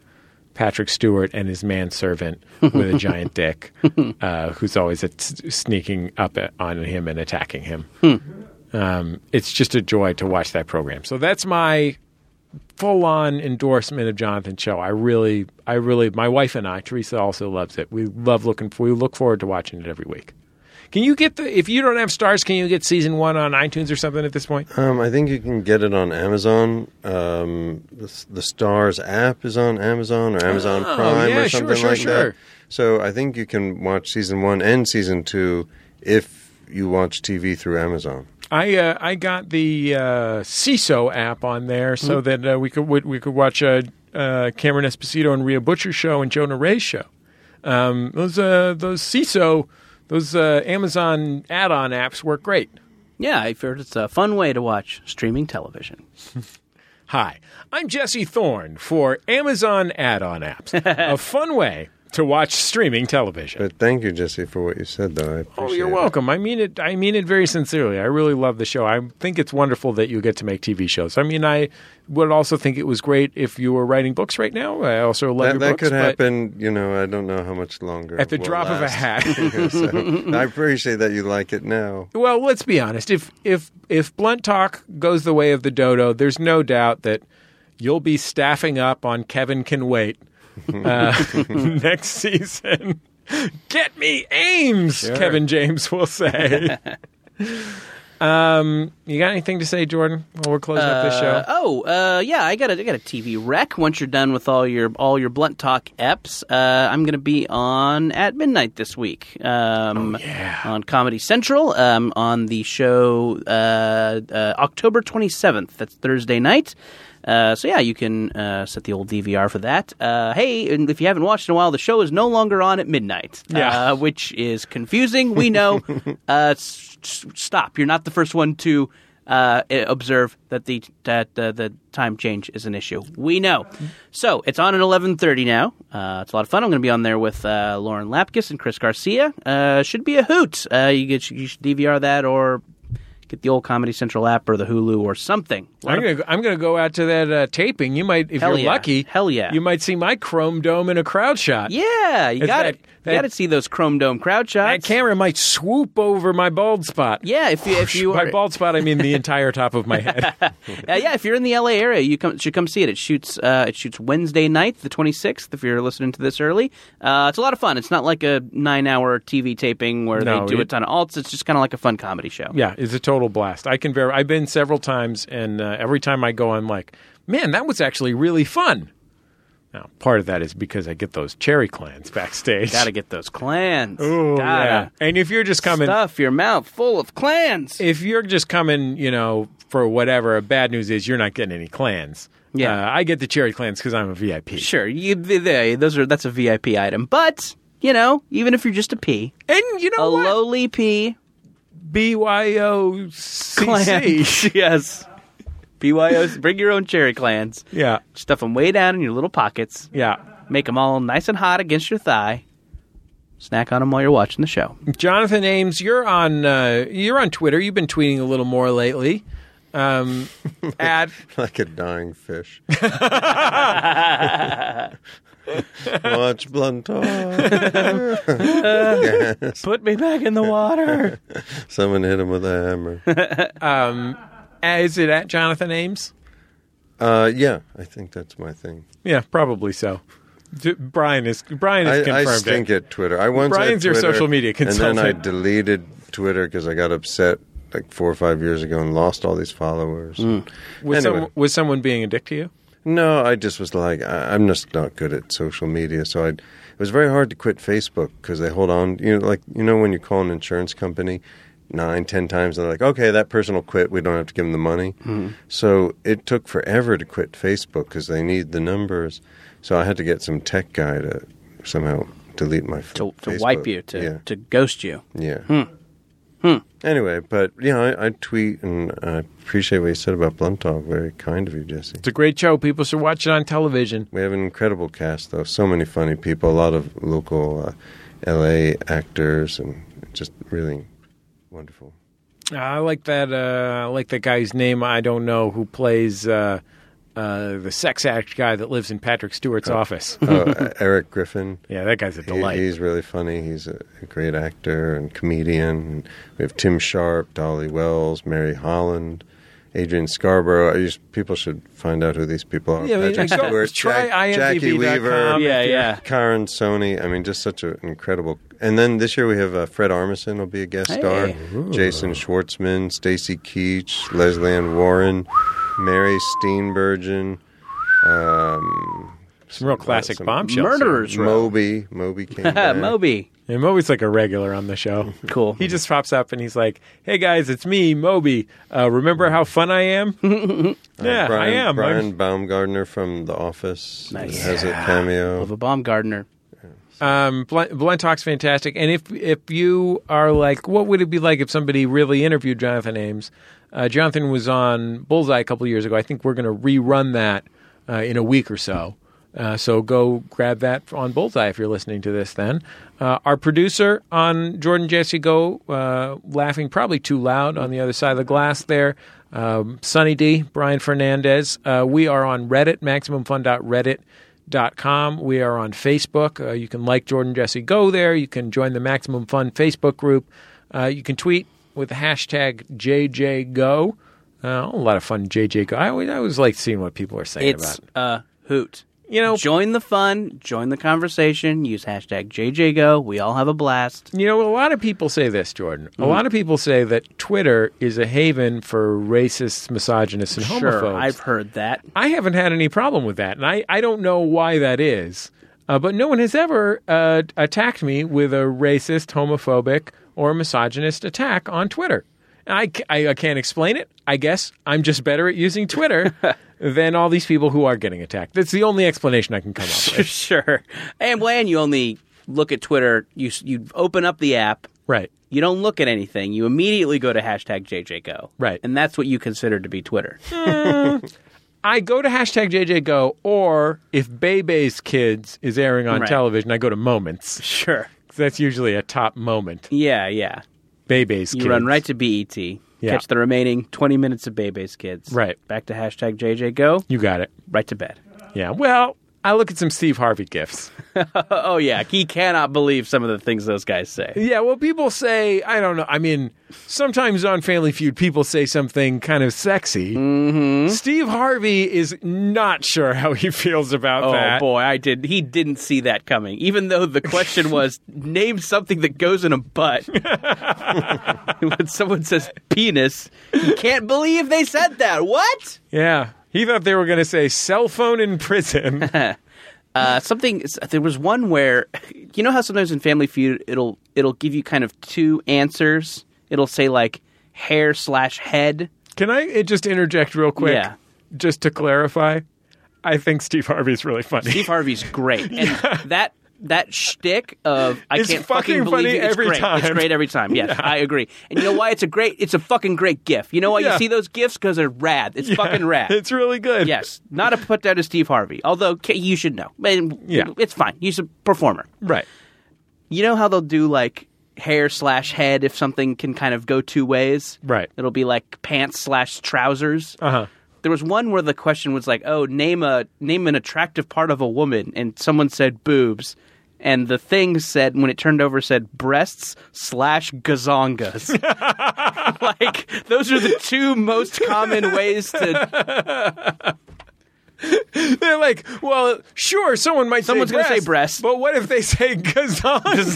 [SPEAKER 2] Patrick Stewart and his manservant with a giant dick, uh, who's always at sneaking up at, on him and attacking him. Um, it's just a joy to watch that program. So that's my full-on endorsement of Jonathan Cho. I really, I really, my wife and I, Teresa also loves it. We love looking for, we look forward to watching it every week. Can you get the, if you don't have stars, can you get season one on iTunes or something at this point?
[SPEAKER 4] Um, I think you can get it on Amazon. Um, the, the Stars app is on Amazon or Amazon
[SPEAKER 2] Oh,
[SPEAKER 4] Prime
[SPEAKER 2] yeah,
[SPEAKER 4] or
[SPEAKER 2] sure,
[SPEAKER 4] something
[SPEAKER 2] sure,
[SPEAKER 4] like
[SPEAKER 2] sure.
[SPEAKER 4] that. So I think you can watch season one and season two if you watch TV through Amazon.
[SPEAKER 2] I uh, I got the uh, CISO app on there so that uh, we could we, we could watch uh, uh, Cameron Esposito and Rhea Butcher's show and Jonah Ray's show. Um, those uh, those CISO those uh, Amazon add-on apps work great.
[SPEAKER 3] Yeah, I've heard it's a fun way to watch streaming television.
[SPEAKER 2] Hi, I'm Jesse Thorne for Amazon add-on apps, a fun way to watch streaming television.
[SPEAKER 4] But thank you, Jesse, for what you said, though. I appreciate
[SPEAKER 2] Oh, you're
[SPEAKER 4] it.
[SPEAKER 2] welcome. I mean it. I mean it very sincerely. I really love the show. I think it's wonderful that you get to make TV shows. I mean, I would also think it was great if you were writing books right now. I also love
[SPEAKER 4] That,
[SPEAKER 2] your
[SPEAKER 4] that
[SPEAKER 2] books,
[SPEAKER 4] could
[SPEAKER 2] but
[SPEAKER 4] happen, you know, I don't know how much longer.
[SPEAKER 2] at the
[SPEAKER 4] it will
[SPEAKER 2] drop of a
[SPEAKER 4] last.
[SPEAKER 2] hat.
[SPEAKER 4] So, I appreciate that you like it now.
[SPEAKER 2] well, let's be honest. If if if blunt talk goes the way of the dodo, there's no doubt that you'll be staffing up on Kevin Can Wait uh, next season. Get me Ames, Kevin James will say. um, you got anything to say, Jordan? While we're closing up this
[SPEAKER 3] Uh,
[SPEAKER 2] show,
[SPEAKER 3] oh, uh, yeah, I got a, I got a TV rec. Once you're done with all your all your blunt talk eps, uh, I'm going to be on at midnight this week um, on Comedy Central um, on the show uh, uh, October 27th. That's Thursday night. Uh, so yeah, you can uh, set the old DVR for that. Uh, hey, and if you haven't watched in a while, the show is no longer on at midnight.
[SPEAKER 2] Yeah.
[SPEAKER 3] uh, which is confusing. We know. uh, s- s- stop! You're not the first one to uh, i- observe that the that uh, the time change is an issue. We know. So it's on at 11:30 now. Uh, it's a lot of fun. I'm going to be on there with uh, Lauren Lapkus and Chris Garcia. Uh, should be a hoot. Uh, you get you should DVR that or. Get the old Comedy Central app or the Hulu or something.
[SPEAKER 2] I'm gonna I'm gonna go out to that uh, taping. You might, if
[SPEAKER 3] Hell
[SPEAKER 2] you're
[SPEAKER 3] yeah.
[SPEAKER 2] lucky,
[SPEAKER 3] Hell yeah.
[SPEAKER 2] you might see my chrome dome in a crowd shot.
[SPEAKER 3] Yeah, you
[SPEAKER 2] It's
[SPEAKER 3] got
[SPEAKER 2] that-
[SPEAKER 3] it.
[SPEAKER 2] that-
[SPEAKER 3] you got to see those Chrome Dome crowd
[SPEAKER 2] That
[SPEAKER 3] shots.
[SPEAKER 2] camera might swoop over my bald spot.
[SPEAKER 3] Yeah, if you if you
[SPEAKER 2] By
[SPEAKER 3] are
[SPEAKER 2] bald spot, I mean the entire top of my head.
[SPEAKER 3] Uh, yeah, if you're in the LA area, you come, should come see it. It shoots uh, it shoots Wednesday night, the 26th. If you're listening to this early, uh, it's a lot of fun. It's not like a nine hour TV taping where
[SPEAKER 2] No,
[SPEAKER 3] they do a
[SPEAKER 2] it-
[SPEAKER 3] ton of alts. It's just kind of like a fun comedy show.
[SPEAKER 2] Yeah, it's a total blast. I can ver- I've been several times, and uh, every time I go, I'm like, man, that was actually really fun. Now, part of that is because I get those cherry clans backstage.
[SPEAKER 3] Gotta get those clans.
[SPEAKER 2] Ooh, yeah.
[SPEAKER 3] Gotta
[SPEAKER 2] And if you're just coming,
[SPEAKER 3] stuff your mouth full of clans.
[SPEAKER 2] if you're just coming, you know, for whatever, bad news is you're not getting any clans.
[SPEAKER 3] Yeah.
[SPEAKER 2] Uh, I get the cherry clans because I'm a VIP.
[SPEAKER 3] Sure, you, they, they, those are that's a VIP item, but you know, even if you're just a P,
[SPEAKER 2] And you know
[SPEAKER 3] a
[SPEAKER 2] what?
[SPEAKER 3] lowly P
[SPEAKER 2] BYOCC.
[SPEAKER 3] clans. yes. BYOs, bring your own cherry clans.
[SPEAKER 2] Yeah.
[SPEAKER 3] Stuff them way down in your little pockets.
[SPEAKER 2] Yeah.
[SPEAKER 3] Make them all nice and hot against your thigh. Snack on them while you're watching the show.
[SPEAKER 2] Jonathan Ames, you're on uh, you're on Twitter. You've been tweeting a little more lately. Um, at
[SPEAKER 4] like a dying fish. Watch Blunt
[SPEAKER 3] Put me back in the water.
[SPEAKER 4] Someone hit him with a hammer.
[SPEAKER 2] um, is it at Jonathan Ames?
[SPEAKER 4] Uh, yeah, I think that's my thing.
[SPEAKER 2] Yeah, probably so. D- Brian is Brian
[SPEAKER 4] I,
[SPEAKER 2] is confirmed.
[SPEAKER 4] I
[SPEAKER 2] it.
[SPEAKER 4] stink at Twitter. I once
[SPEAKER 2] Brian's
[SPEAKER 4] had
[SPEAKER 2] your
[SPEAKER 4] Twitter,
[SPEAKER 2] social media
[SPEAKER 4] and then I
[SPEAKER 2] consultant.
[SPEAKER 4] deleted Twitter because I got upset like four or five years ago and lost all these followers.
[SPEAKER 2] Was,
[SPEAKER 4] Anyway.
[SPEAKER 2] some, was someone being a dick to you?
[SPEAKER 4] No, I just was like, I, I'm just not good at social media, so I. It was very hard to quit Facebook because they hold on. You know, like you know when you call an insurance company nine, ten times, they're like, okay, that person will quit. We don't have to give them the money.
[SPEAKER 3] Mm-hmm.
[SPEAKER 4] So it took forever to quit Facebook because they need the numbers. So I had to get some tech guy to somehow delete my
[SPEAKER 3] To, to
[SPEAKER 4] Facebook.
[SPEAKER 3] wipe you, to, Hmm.
[SPEAKER 4] yeah.
[SPEAKER 3] to ghost you.
[SPEAKER 4] Yeah. Anyway, but you know, I, I tweet and I appreciate what you said about Blunt Dog. Very kind of you, Jesse.
[SPEAKER 2] It's a great show. People should watch it on television.
[SPEAKER 4] We have an incredible cast, though. So many funny people. A lot of local uh, L.A. actors, and just really wonderful.
[SPEAKER 2] I like that. Uh, I like that guy's name. I don't know who plays uh, uh, the sex act guy that lives in Patrick Stewart's office.
[SPEAKER 4] Oh, uh, Eric Griffin.
[SPEAKER 2] Yeah, that guy's a
[SPEAKER 4] He-
[SPEAKER 2] delight.
[SPEAKER 4] he's really funny. He's a, a great actor and comedian. We have Tim Sharp, Dolly Wells, Mary Holland, Adrian Scarborough. I just, people should find out who these people are.
[SPEAKER 2] Yeah, we-
[SPEAKER 4] Patrick
[SPEAKER 2] go-
[SPEAKER 4] Stewart,
[SPEAKER 2] try
[SPEAKER 4] Jack- Jackie
[SPEAKER 2] IMDb.com.
[SPEAKER 4] Weaver,
[SPEAKER 3] Yeah, yeah.
[SPEAKER 4] Karen Sony. I mean, just such an incredible. And then this year we have uh, Fred Armisen will be a guest star.
[SPEAKER 3] Hey.
[SPEAKER 4] Jason Schwartzman, Stacy Keach, Leslie Ann Warren, Mary Steenburgen. Um,
[SPEAKER 2] Some real classic
[SPEAKER 4] some-
[SPEAKER 2] bombshells.
[SPEAKER 3] Murderers Row.
[SPEAKER 4] Moby. Moby came
[SPEAKER 3] Yeah,
[SPEAKER 4] back.
[SPEAKER 3] Moby.
[SPEAKER 2] And Moby's like a regular on the show.
[SPEAKER 3] Cool.
[SPEAKER 2] He just pops up and he's like, "Hey guys, it's me, Moby. Uh, remember how fun I am? yeah,
[SPEAKER 4] Uh, Brian,
[SPEAKER 2] I am.
[SPEAKER 4] Brian
[SPEAKER 2] I'm-
[SPEAKER 4] Baumgartner from The Office
[SPEAKER 3] Nice.
[SPEAKER 4] has a cameo.
[SPEAKER 3] Of a bomb gardener.
[SPEAKER 2] Um, Blunt, Blunt Talk's fantastic. And if if you are like, what would it be like if somebody really interviewed Jonathan Ames? Uh, Jonathan was on Bullseye a couple years ago. I think we're going to rerun that uh, in a week or so. Uh, so go grab that on Bullseye if you're listening to this. Then uh, our producer on Jordan Jesse Go uh, laughing probably too loud on the other side of the glass there. Um, Sunny D, Brian Fernandez. Uh, we are on Reddit, MaximumFun.reddit com. We are on Facebook. Uh, you can like Jordan Jesse Go there. You can join the Maximum Fun Facebook group. Uh, you can tweet with the hashtag JJGo. Uh, a lot of fun JJ Go. I always, I always like seeing what people are saying
[SPEAKER 3] It's
[SPEAKER 2] about.
[SPEAKER 3] a hoot.
[SPEAKER 2] You know,
[SPEAKER 3] Join the fun, join the conversation, use hashtag JJGo. We all have a blast.
[SPEAKER 2] you know, a lot of people say this, Jordan. A lot of people say that Twitter is a haven for racists, misogynists, and
[SPEAKER 3] Sure,
[SPEAKER 2] homophobes.
[SPEAKER 3] I've heard that.
[SPEAKER 2] I haven't had any problem with that, and I, I don't know why that is. Uh, but no one has ever uh, attacked me with a racist, homophobic, or misogynist attack on Twitter. And I, ca- I, I can't explain it. I guess I'm just better at using Twitter than all these people who are getting attacked. That's the only explanation I can come up with.
[SPEAKER 3] sure. And when you only look at Twitter, you s- you open up the app,
[SPEAKER 2] Right.
[SPEAKER 3] you don't look at anything, you immediately go to hashtag JJGo.
[SPEAKER 2] Right.
[SPEAKER 3] And that's what you consider to be Twitter.
[SPEAKER 2] I go to hashtag JJGo, or if Bebe's Kids is airing on
[SPEAKER 3] Right.
[SPEAKER 2] television, I go to Moments. 'Cause
[SPEAKER 3] sure.
[SPEAKER 2] That's usually a top moment.
[SPEAKER 3] Yeah, yeah.
[SPEAKER 2] Bebe's
[SPEAKER 3] You
[SPEAKER 2] Kids.
[SPEAKER 3] run right to BET, catch the remaining 20 minutes of Bebe's Kids.
[SPEAKER 2] Right.
[SPEAKER 3] Back to hashtag JJGo,
[SPEAKER 2] You got it.
[SPEAKER 3] right to bed.
[SPEAKER 2] Yeah. Well, I look at some Steve Harvey gifts.
[SPEAKER 3] Oh, yeah. He cannot believe some of the things those guys say.
[SPEAKER 2] Yeah. Well, people say I don't know. I mean, sometimes on Family Feud, people say something kind of sexy. Mm-hmm. Steve Harvey is not sure how he feels about
[SPEAKER 3] Oh
[SPEAKER 2] that.
[SPEAKER 3] boy, I did. He didn't see that coming. Even though the question was, name something that goes in a butt. when someone says penis, you can't believe they said that. What?
[SPEAKER 2] Yeah. He thought they were going to say cell phone in prison.
[SPEAKER 3] Uh, something. There was one where, you know how sometimes in Family Feud it'll it'll give you kind of two answers. It'll say like hair slash head.
[SPEAKER 2] Can I uh, just interject real quick?
[SPEAKER 3] Yeah.
[SPEAKER 2] Just to clarify, I think Steve Harvey's really funny.
[SPEAKER 3] Steve Harvey's great, and that that shtick of I
[SPEAKER 2] It's
[SPEAKER 3] can't
[SPEAKER 2] fucking
[SPEAKER 3] believe
[SPEAKER 2] funny
[SPEAKER 3] it. It's
[SPEAKER 2] every
[SPEAKER 3] great. It's
[SPEAKER 2] time.
[SPEAKER 3] great every time. Yes, I agree. And you know why it's a great? It's a fucking great gif. You know why
[SPEAKER 2] Yeah.
[SPEAKER 3] you see those gifs? Because they're rad. It's fucking rad.
[SPEAKER 2] It's really good.
[SPEAKER 3] yes, not a put down to Steve Harvey. Although K- you should know. And
[SPEAKER 2] Yeah.
[SPEAKER 3] it's fine. He's a performer.
[SPEAKER 2] Right.
[SPEAKER 3] You know how they'll do like hair slash head if something can kind of go two ways.
[SPEAKER 2] Right.
[SPEAKER 3] It'll be like pants slash trousers.
[SPEAKER 2] Uh huh.
[SPEAKER 3] There was one where the question was like, "Oh, name a name an attractive part of a woman," and someone said boobs, and the thing said when it turned over said breasts slash gazongas. like those are the two most common ways to
[SPEAKER 2] They're like, well, sure, someone might
[SPEAKER 3] Someone's
[SPEAKER 2] say
[SPEAKER 3] gonna say
[SPEAKER 2] breast,
[SPEAKER 3] breast.
[SPEAKER 2] but what if they say gazongas?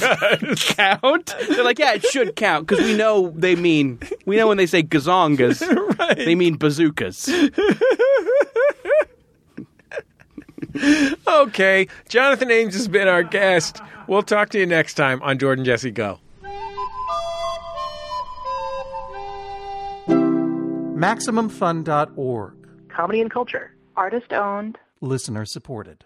[SPEAKER 3] count. They're like, "Yeah, it should count," because we know they mean we know when they say gazongas, they mean bazookas.
[SPEAKER 2] okay, Jonathan Ames has been our guest. We'll talk to you next time on Jordan Jesse Go.
[SPEAKER 11] MaximumFun.org.
[SPEAKER 12] Comedy and culture. Artist owned.
[SPEAKER 11] Listener supported.